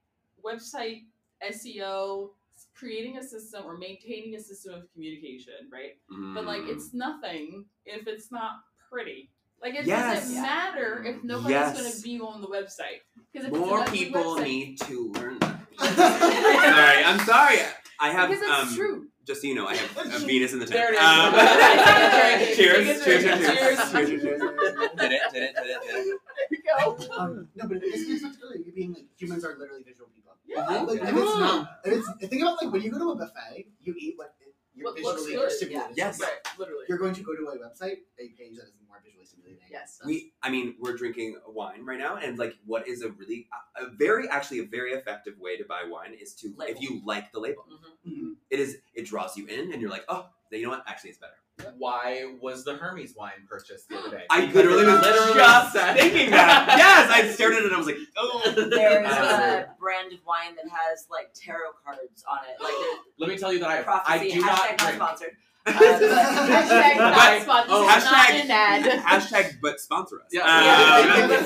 Speaker 1: website SEO, creating a system or maintaining a system of communication, right? But like,
Speaker 4: Mm.
Speaker 1: it's nothing if it's not pretty. Like, it
Speaker 4: Yes.
Speaker 1: doesn't matter if nobody's
Speaker 4: Mm. Yes.
Speaker 1: going to be on the website. Because
Speaker 4: more
Speaker 1: it's an ugly
Speaker 4: people
Speaker 1: website-
Speaker 4: need to learn that. sorry, I'm sorry. I have
Speaker 1: because it's
Speaker 4: um,
Speaker 1: true.
Speaker 4: just so you know, I have a Venus in the tank.
Speaker 2: There it is.
Speaker 4: Um, cheers,
Speaker 1: Take a
Speaker 4: cheers, cheers,
Speaker 1: drink.
Speaker 4: cheers,
Speaker 1: Cheers.
Speaker 4: cheers, cheers, cheers. Did it, did it, did it, did it.
Speaker 1: There you go.
Speaker 6: Um, no, but it's it's not really- You're being like humans are literally visual people.
Speaker 1: Yeah.
Speaker 6: Like,
Speaker 4: Yeah.
Speaker 6: if it's not, if it's think about like when you go to a buffet, you eat what you're
Speaker 1: What looks
Speaker 6: visually
Speaker 1: good,
Speaker 6: stimulated.
Speaker 4: yeah. Yes.
Speaker 1: Right, literally.
Speaker 6: You're going to go to a website, a page that is more visually stimulating.
Speaker 1: Yes.
Speaker 6: That's-
Speaker 4: We, I mean, we're drinking wine right now, and like, what is a really, a very, actually, a very effective way to buy wine is to,
Speaker 3: Label.
Speaker 4: if you like the label,
Speaker 6: Mhm.
Speaker 4: it is, it draws you in, and you're like, oh, you know what? Actually, it's better.
Speaker 2: Why was the Hermes wine purchased the other day?
Speaker 4: I
Speaker 2: Because
Speaker 4: literally
Speaker 2: it
Speaker 4: was
Speaker 2: literally
Speaker 4: just
Speaker 2: said-
Speaker 4: thinking that. yes, I stared at it and I was like, oh.
Speaker 3: There's
Speaker 4: Uh,
Speaker 3: a brand of wine that has like tarot cards on it, like there's
Speaker 2: Let me tell you that I
Speaker 3: prophecy.
Speaker 2: I do
Speaker 3: hashtag
Speaker 2: not drink.
Speaker 3: sponsored.
Speaker 1: Hashtag not
Speaker 4: Right.
Speaker 1: sponsored,
Speaker 4: Oh,
Speaker 1: not
Speaker 4: hashtag-
Speaker 1: an ad.
Speaker 4: Hashtag but sponsor us.
Speaker 2: Yeah.
Speaker 4: Um,
Speaker 3: Yeah.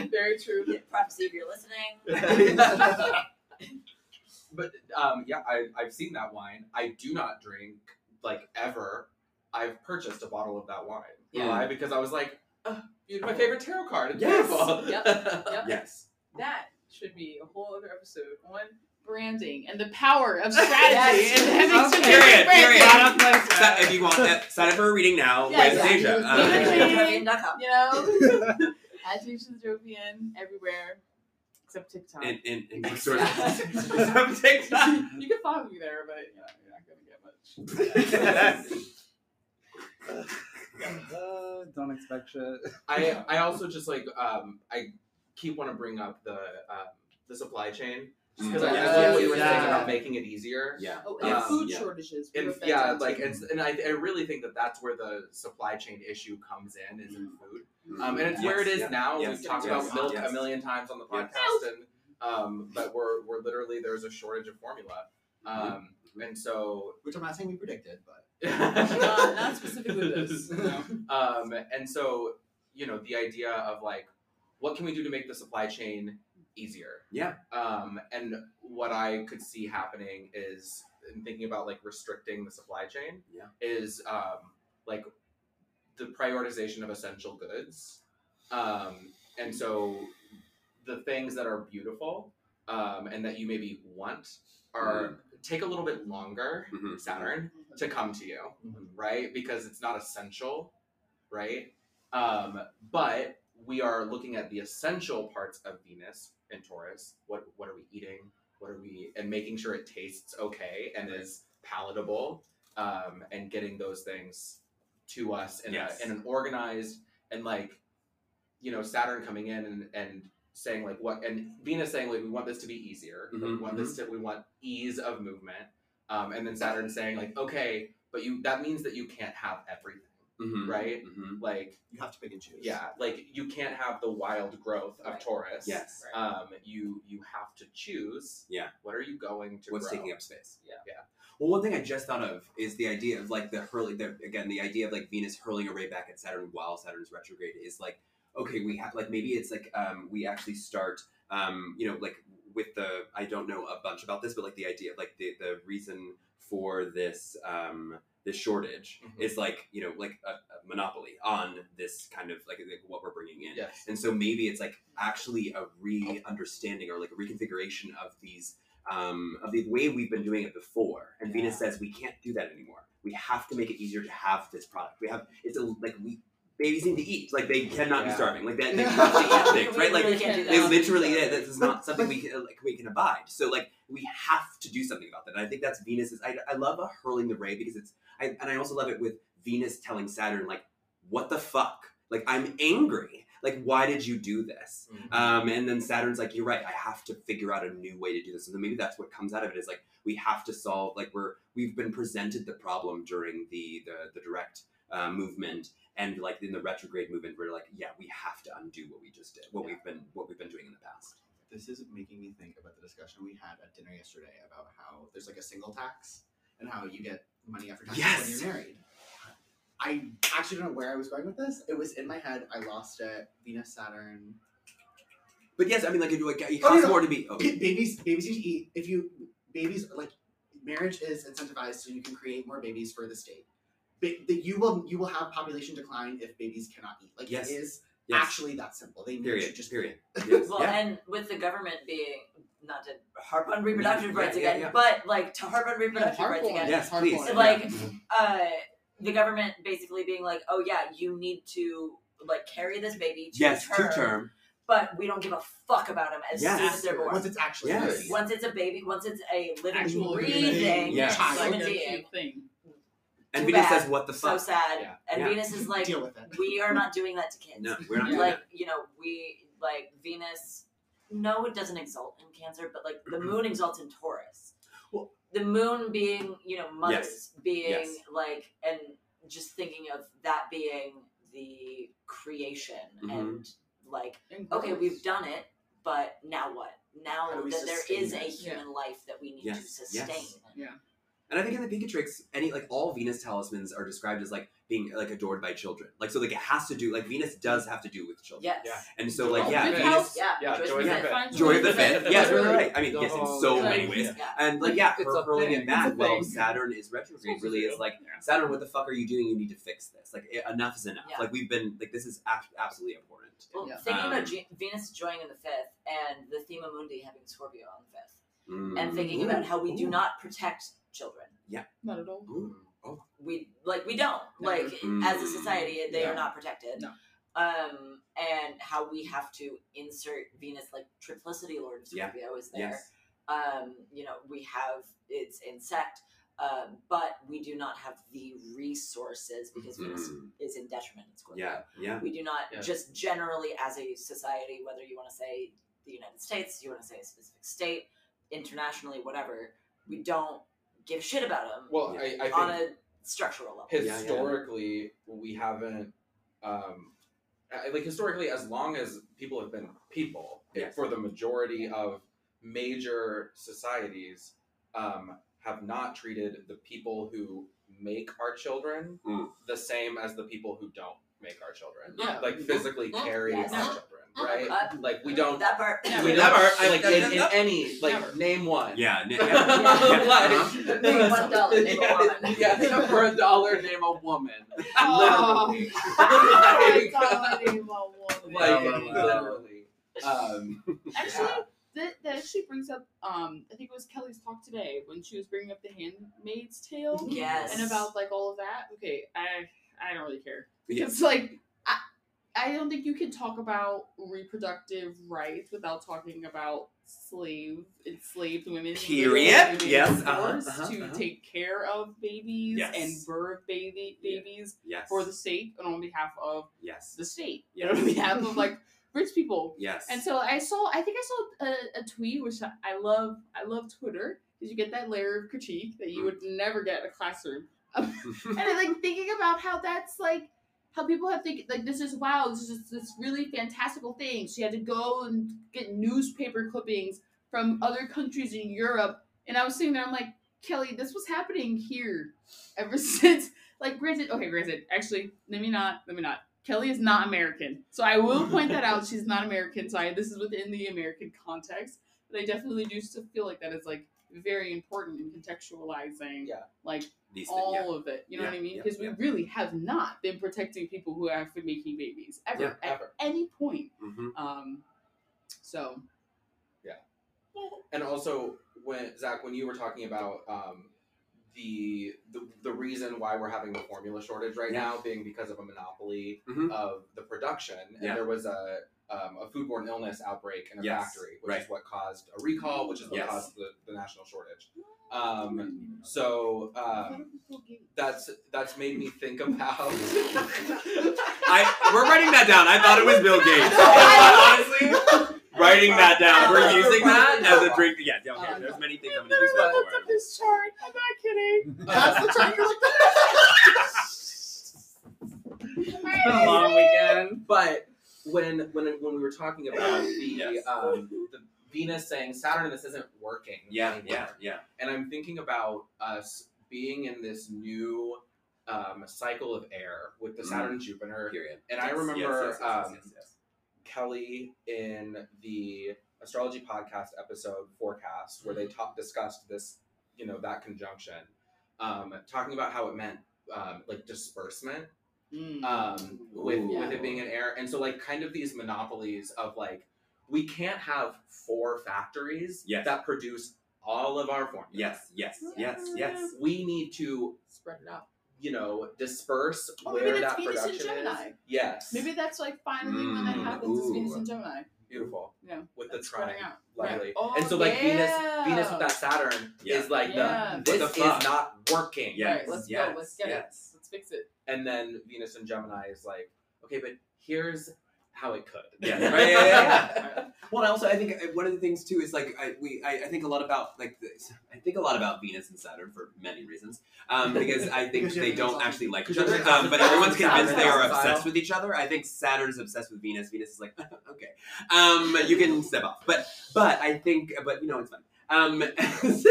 Speaker 3: That's
Speaker 1: Very true.
Speaker 3: Prophecy, if you're listening.
Speaker 2: But um, yeah, I, I've seen that wine. I do not drink like ever. I've purchased a bottle of that wine.
Speaker 4: Yeah.
Speaker 2: Why? Because I was like, "Ugh, you my favorite tarot card. It's
Speaker 4: Yes.
Speaker 2: beautiful.
Speaker 1: Yep. Yep.
Speaker 4: Yes.
Speaker 1: That should be a whole other episode on branding and the power of strategy
Speaker 3: Yes.
Speaker 1: and having
Speaker 5: Okay.
Speaker 1: strategic
Speaker 4: Period,
Speaker 1: branding.
Speaker 4: period.
Speaker 5: Product placement.
Speaker 4: Set- if you want that, set it for a reading now
Speaker 1: Yes.
Speaker 4: with Deja.
Speaker 1: Literally.
Speaker 4: Um,
Speaker 3: Patreon.com.
Speaker 1: You know, at Jason Dropian everywhere except TikTok.
Speaker 4: and and, and geek source from TikTok.
Speaker 1: you can follow me there, but you know, you're not gonna get much.
Speaker 5: Uh, don't expect shit.
Speaker 2: I I also just like um I keep want to bring up the um, the supply chain because I, I
Speaker 4: Mm. Yes,
Speaker 2: love what you were
Speaker 5: yes,
Speaker 2: saying
Speaker 5: yeah.
Speaker 2: about making it easier.
Speaker 4: Yeah.
Speaker 1: Oh,
Speaker 2: and Um,
Speaker 4: food yeah.
Speaker 1: shortages.
Speaker 2: And yeah, like and, and I, I really think that that's where the supply chain issue comes in is in food. Um, and it's where it is
Speaker 4: Yes,
Speaker 2: now.
Speaker 4: yes,
Speaker 2: We've talked
Speaker 4: yes,
Speaker 2: about milk
Speaker 4: yes.
Speaker 2: a million times on the
Speaker 4: Yes.
Speaker 2: podcast, and um, but we're we're literally there's a shortage of formula,
Speaker 4: Mm-hmm.
Speaker 2: um, and so
Speaker 6: Which I'm not saying we predicted, but
Speaker 1: not, Uh, not specifically this. No.
Speaker 2: um, and so you know the idea of like what can we do to make the supply chain easier?
Speaker 4: Yeah.
Speaker 2: Um, and what I could see happening is in thinking about like restricting the supply chain.
Speaker 4: Yeah.
Speaker 2: Is um, like the prioritization of essential goods, um, and so the things that are beautiful um, and that you maybe want are
Speaker 4: Mm-hmm.
Speaker 2: take a little bit longer
Speaker 4: Mhm.
Speaker 2: Saturn to come to you
Speaker 6: Mhm.
Speaker 2: right? Because it's not essential, right? Um, but we are looking at the essential parts of Venus and Taurus. What what are we eating? What are we and making sure it tastes okay and is palatable, um, and getting those things to us in
Speaker 4: Yes.
Speaker 2: a, in an organized and like, you know, Saturn coming in and and saying like what and Venus saying like we want this to be easier. Like, we
Speaker 4: Mhm,
Speaker 2: want this to we want ease of movement. Um, and then Saturn saying like okay, but you that means that you can't have everything,
Speaker 4: Mhm.
Speaker 2: right?
Speaker 4: Mhm.
Speaker 2: Like
Speaker 6: you have to pick and choose.
Speaker 2: yeah, like you can't have the wild growth of
Speaker 3: Right.
Speaker 2: Taurus.
Speaker 4: Yes.
Speaker 2: Um, you you have to choose.
Speaker 4: Yeah.
Speaker 2: What are you going to?
Speaker 4: What's
Speaker 2: grow?
Speaker 4: taking up space? Well, one thing I just thought of is the idea of like the hurling. The, again, the idea of like Venus hurling a ray back at Saturn while Saturn's retrograde is like okay, we have like maybe it's like um, we actually start um, you know like with the I don't know a bunch about this, but like the idea like the the reason for this um, this shortage
Speaker 2: Mhm.
Speaker 4: is like you know like a, a monopoly on this kind of like, like what we're bringing in.
Speaker 2: Yes.
Speaker 4: And so maybe it's like actually a re-understanding or like a reconfiguration of these um, of the way we've been doing it before. And Venus says we can't do that anymore. We have to make it easier to have this product. We have it's a, like we babies need to eat. Like they cannot be
Speaker 2: Yeah.
Speaker 4: starving. Like that they have to eat things, right? Like
Speaker 3: Really can't do
Speaker 4: they
Speaker 3: that.
Speaker 4: literally yeah, this is not something we can like we can abide. So like we have to do something about that. And I think that's Venus's. I, I love a hurling the ray because it's I, and I also love it with Venus telling Saturn like what the fuck like I'm angry like why did you do this
Speaker 2: Uh,
Speaker 4: um, and then Saturn's like, you're right, I have to figure out a new way to do this. And then maybe that's what comes out of it is like we have to solve like we're we've been presented the problem during the the, the direct uh, movement and like in the retrograde movement, we're like, yeah, we have to undo what we just did, what we've been what we've been doing in the past.
Speaker 6: This is making me think about the discussion we had at dinner yesterday about how there's like a single tax and how you get money after taxes
Speaker 4: Yes.
Speaker 6: when you're married. I actually don't know where I was going with this. It was in my head. I lost it. Venus, Saturn.
Speaker 4: But yes, I mean like it, like, it
Speaker 6: Oh, no,
Speaker 4: costs
Speaker 6: no.
Speaker 4: more to be oh,
Speaker 6: babies, babies need to eat. If you babies like marriage is incentivized so you can create more babies for the state. Ba- that you will you will have population decline if babies cannot eat. Like
Speaker 4: Yes.
Speaker 6: it is
Speaker 4: yes.
Speaker 6: actually that simple. They need
Speaker 4: period
Speaker 6: to just
Speaker 4: period. Yes.
Speaker 3: Well,
Speaker 4: yeah.
Speaker 3: and with the government being not to harp on reproductive
Speaker 4: Yeah,
Speaker 3: rights
Speaker 4: Mm-hmm. yeah,
Speaker 3: again,
Speaker 4: yeah.
Speaker 3: but like to harp on
Speaker 6: No,
Speaker 3: reproductive rights
Speaker 6: hardcore.
Speaker 3: again,
Speaker 4: Yes,
Speaker 6: hardcore.
Speaker 4: please.
Speaker 3: like uh, the government basically being like, oh yeah, you need to like carry this baby to
Speaker 4: yes,
Speaker 3: term,
Speaker 4: two term.
Speaker 3: but we don't give a fuck about them as soon
Speaker 4: Yes.
Speaker 3: as they're born.
Speaker 6: once it's actually
Speaker 4: Yes.
Speaker 6: ready.
Speaker 3: Once it's a baby, once it's a living,
Speaker 1: Actual
Speaker 3: breathing
Speaker 6: thing.
Speaker 4: Yes.
Speaker 6: Child.
Speaker 3: human being,
Speaker 1: thing.
Speaker 4: And
Speaker 3: Too
Speaker 4: Venus
Speaker 3: bad.
Speaker 4: says, what the
Speaker 3: so
Speaker 4: fuck?
Speaker 3: sad.
Speaker 2: Yeah.
Speaker 3: And
Speaker 4: Yeah.
Speaker 3: Venus is like,
Speaker 6: deal with it.
Speaker 3: we are not doing that to kids.
Speaker 4: no, we're not doing
Speaker 3: like
Speaker 4: that.
Speaker 3: you know we like venus no it doesn't exalt in cancer but like the moon exalts in taurus
Speaker 4: Well-
Speaker 3: the moon being you know mothers being
Speaker 4: Yes.
Speaker 3: like and just thinking of that being the creation
Speaker 4: Mhm.
Speaker 3: and like okay we've done it but now what now
Speaker 6: How do we
Speaker 3: that there
Speaker 6: sustain
Speaker 3: is a
Speaker 6: it?
Speaker 3: human life that we need to
Speaker 4: Yes, yes.
Speaker 3: sustain
Speaker 4: And I think in the Pinkatrix, any like all Venus talismans are described as like being like adored by children. Like so, like it has to do like Venus does have to do with children.
Speaker 3: yes
Speaker 2: Yeah.
Speaker 4: And so like yeah,
Speaker 2: Joy of the
Speaker 4: Venus,
Speaker 2: Fifth.
Speaker 3: yeah
Speaker 2: Yeah,
Speaker 3: Joyce
Speaker 2: Joy of
Speaker 3: was
Speaker 2: the
Speaker 3: like,
Speaker 2: Fifth.
Speaker 3: "Fine,
Speaker 4: Joy of the
Speaker 3: Joyce was like,
Speaker 4: Fifth. Yes,
Speaker 2: Joy of
Speaker 4: we're
Speaker 2: the
Speaker 4: right. I mean
Speaker 2: The
Speaker 4: yes, in
Speaker 2: whole
Speaker 4: so
Speaker 2: thing.
Speaker 4: many ways.
Speaker 3: Yeah.
Speaker 4: And like yeah,
Speaker 5: It's
Speaker 4: her
Speaker 5: a
Speaker 4: hurling
Speaker 5: thing.
Speaker 4: it back
Speaker 1: It's a
Speaker 4: while
Speaker 1: thing.
Speaker 4: Saturn is retrograde
Speaker 1: It's
Speaker 4: really
Speaker 1: true.
Speaker 4: is like
Speaker 1: Yeah.
Speaker 4: Saturn, what the fuck are you doing? You need to fix this. Like e- enough is enough.
Speaker 3: Yeah.
Speaker 4: Like we've been like this is ab- absolutely abhorrent.
Speaker 3: Well,
Speaker 6: Yeah.
Speaker 3: thinking
Speaker 4: Um,
Speaker 3: about G- Venus joining in the fifth and the thema mundi having Scorpio on the fifth,
Speaker 4: Mm.
Speaker 3: and thinking about how we do
Speaker 4: Ooh.
Speaker 3: not protect children.
Speaker 1: Not at all.
Speaker 4: Ooh.
Speaker 3: We like we don't
Speaker 1: No.
Speaker 3: like
Speaker 4: Mm.
Speaker 3: as a society they
Speaker 1: Yeah.
Speaker 3: are not protected.
Speaker 1: No.
Speaker 3: Um, and how we have to insert Venus like triplicity Lord of
Speaker 4: Yeah.
Speaker 3: Scorpio is there.
Speaker 4: Yes.
Speaker 3: Um, you know we have it's insect. Uh, but we do not have the resources because Venus
Speaker 4: Mm.
Speaker 3: is in detriment in Scorpio.
Speaker 4: Yeah. Yeah.
Speaker 3: We do not
Speaker 2: Yeah.
Speaker 3: just generally as a society, whether you want to say the United States, you want to say a specific state, internationally, whatever, we don't give shit about them
Speaker 2: Well,
Speaker 4: Yeah.
Speaker 2: I, I think
Speaker 3: on a structural level.
Speaker 4: Yeah, yeah.
Speaker 2: historically we haven't um I- like historically as long as people have been people
Speaker 4: Yes.
Speaker 2: for the majority of major societies um have not treated the people who make our children
Speaker 4: Mm.
Speaker 2: the same as the people who don't make our children
Speaker 6: Yeah.
Speaker 2: like physically
Speaker 3: Mm.
Speaker 2: carry
Speaker 3: Yes.
Speaker 2: our children right
Speaker 3: Uh,
Speaker 2: like we don't
Speaker 3: that part.
Speaker 1: Yeah.
Speaker 2: we
Speaker 1: Never.
Speaker 2: never like in, in
Speaker 4: Never.
Speaker 2: any like name one
Speaker 4: Yeah. n-
Speaker 2: like,
Speaker 4: yeah. Uh-huh.
Speaker 3: Name one dollar, name a woman.
Speaker 2: Yeah, yeah, except for a dollar, name a woman.
Speaker 1: Oh.
Speaker 2: Literally.
Speaker 4: Uh-huh.
Speaker 1: I
Speaker 2: like,
Speaker 1: thought it was a woman.
Speaker 2: like,
Speaker 5: Yeah, yeah, yeah.
Speaker 2: literally. Um,
Speaker 1: Actually,
Speaker 2: yeah.
Speaker 1: that, that actually brings up. Um, I think it was Kelly's talk today when she was bringing up the Handmaid's Tale
Speaker 3: Yes.
Speaker 1: and about like all of that. Okay, I I don't really care.
Speaker 4: Yeah.
Speaker 1: It's like I I don't think you can talk about reproductive rights without talking about slave enslaved women.
Speaker 4: Period.
Speaker 1: Women
Speaker 4: Yes,
Speaker 1: forced
Speaker 4: uh-huh, uh-huh,
Speaker 1: to
Speaker 4: uh-huh.
Speaker 1: take care of babies
Speaker 4: Yes.
Speaker 1: and birth baby
Speaker 4: Yeah.
Speaker 1: babies
Speaker 4: Yes.
Speaker 1: for the state and on behalf of
Speaker 4: yes.
Speaker 1: the state.
Speaker 4: Yes.
Speaker 1: And on behalf of like rich people.
Speaker 4: Yes.
Speaker 1: And so I saw, I think I saw a, a tweet, which I- I love. I love Twitter because you get that layer of critique that you would never get in a classroom. And I like thinking about how that's like how people have think like this is wow, this is this really fantastical thing. She had to go and get newspaper clippings from other countries in Europe, and I was sitting there, I'm like, Kelly, this was happening here ever since. Like, granted, okay, granted, actually, let me not, let me not. Kelly is not American, so I will point that out. She's not American, so I, this is within the American context. But I definitely do still feel like that is like very important in contextualizing,
Speaker 2: Yeah.
Speaker 1: like
Speaker 4: These things,
Speaker 1: all
Speaker 4: yeah.
Speaker 1: of it. You know what I
Speaker 4: Yeah,
Speaker 1: mean?
Speaker 4: yeah,
Speaker 1: Because
Speaker 4: yeah.
Speaker 1: we really have not been protecting people who have been making babies ever
Speaker 4: Yeah,
Speaker 1: at
Speaker 2: ever.
Speaker 1: any point.
Speaker 4: Mhm.
Speaker 1: Um, so
Speaker 2: And also, when Zach, when you were talking about um, the, the the reason why we're having the formula shortage right
Speaker 4: Yeah.
Speaker 2: now being because of a monopoly
Speaker 4: Mhm.
Speaker 2: of the production, and
Speaker 4: Yeah.
Speaker 2: there was a um, a foodborne illness outbreak in a
Speaker 4: Yes,
Speaker 2: factory, which
Speaker 4: right.
Speaker 2: is what caused a recall, which is what
Speaker 4: Yes.
Speaker 2: caused the, the national shortage. Um, so um, that's that's made me think about.
Speaker 4: I we're writing that down. I thought it was Bill Gates. Honestly, writing that down. We're using that as a drink. Yeah, yeah,
Speaker 1: Oh,
Speaker 4: okay. There's many things I'm gonna use that
Speaker 1: looked up
Speaker 4: for.
Speaker 1: this chart. I'm not kidding.
Speaker 6: That's the turn you're like,
Speaker 5: It's been a long weekend.
Speaker 2: But when when when we were talking about the
Speaker 4: Yes.
Speaker 2: um, the Venus saying Saturn, this isn't working.
Speaker 4: Yeah,
Speaker 2: anymore."
Speaker 4: yeah, yeah.
Speaker 2: And I'm thinking about us being in this new um, cycle of air with the
Speaker 4: Mm.
Speaker 2: Saturn Jupiter.
Speaker 4: Period.
Speaker 2: And I
Speaker 4: Yes, yes,
Speaker 2: remember
Speaker 4: yes, yes,
Speaker 2: um,
Speaker 4: yes, yes,
Speaker 2: Kelly in the astrology podcast episode forecast where
Speaker 4: Mm-hmm.
Speaker 2: they talk discussed this, you know, that conjunction, um, talking about how it meant um, like disbursement
Speaker 4: Uh,
Speaker 2: um, with,
Speaker 4: Ooh.
Speaker 2: with it being an air. And so, like, kind of these monopolies of like, we can't have four factories
Speaker 4: Yes.
Speaker 2: that produce all of our formulas.
Speaker 4: yes, yes, yes, yes.
Speaker 2: We need to,
Speaker 1: Spread it out.
Speaker 2: you know, disperse
Speaker 1: Or maybe
Speaker 2: where
Speaker 1: that's
Speaker 2: that
Speaker 1: Venus and
Speaker 2: production
Speaker 1: Gemini.
Speaker 2: is. Yes.
Speaker 1: Maybe that's like finally when that
Speaker 4: Mm,
Speaker 1: happens is Venus
Speaker 4: ooh.
Speaker 1: and Gemini.
Speaker 2: Beautiful.
Speaker 1: Yeah,
Speaker 2: With the
Speaker 1: That's spreading
Speaker 2: trine.
Speaker 1: out.
Speaker 2: Lovely.
Speaker 1: Right. Oh,
Speaker 2: and so, like,
Speaker 1: yeah.
Speaker 2: Venus Venus with that Saturn
Speaker 4: Yeah.
Speaker 2: is like,
Speaker 1: Yeah.
Speaker 2: the,
Speaker 1: What
Speaker 2: this
Speaker 4: the
Speaker 2: is
Speaker 4: fuck?
Speaker 2: not working.
Speaker 4: Yeah. Yes,
Speaker 1: right, let's
Speaker 4: yes,
Speaker 1: go. Let's get
Speaker 4: yes.
Speaker 1: it. Let's fix it.
Speaker 2: And then Venus and Gemini is like, okay, but here's how it could.
Speaker 4: Yeah, right, yeah, yeah, Well, and also I think uh, one of the things too is like I, we I, I think a lot about like the, I think a lot about Venus and Saturn for many reasons um, because I think
Speaker 6: Because you're
Speaker 4: they don't
Speaker 6: Venus.
Speaker 4: actually like each
Speaker 2: Because you're
Speaker 4: other
Speaker 2: Venus.
Speaker 4: um, but everyone's convinced they are
Speaker 2: Saturn.
Speaker 4: obsessed with each other. I think Saturn's obsessed with Venus. Venus is like okay, um, you can step off, but but I think but you know it's fine. Um,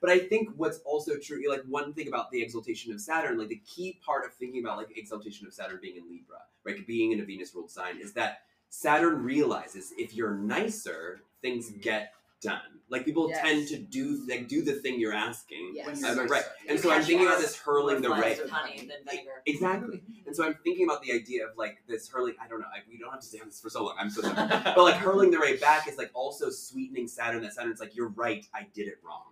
Speaker 4: but I think what's also true, like one thing about the exaltation of Saturn, like the key part of thinking about like exaltation of Saturn being in Libra, right, being in a Venus ruled sign, is that Saturn realizes if you're nicer, things get done. Like people
Speaker 1: Yes.
Speaker 4: tend to do like do the thing you're
Speaker 6: When
Speaker 4: asking.
Speaker 1: Yes.
Speaker 6: you're
Speaker 4: Uh, but right,
Speaker 6: nicer.
Speaker 4: and so I'm thinking about this hurling the
Speaker 3: More
Speaker 4: right.
Speaker 3: flies with honey than vinegar.
Speaker 4: Exactly. And so I'm thinking about the idea of like this hurling. I don't know. I, we don't have to stay on this for so long. I'm so sorry. but like hurling the right back is like also sweetening Saturn. That Saturn's like you're right. I did it wrong.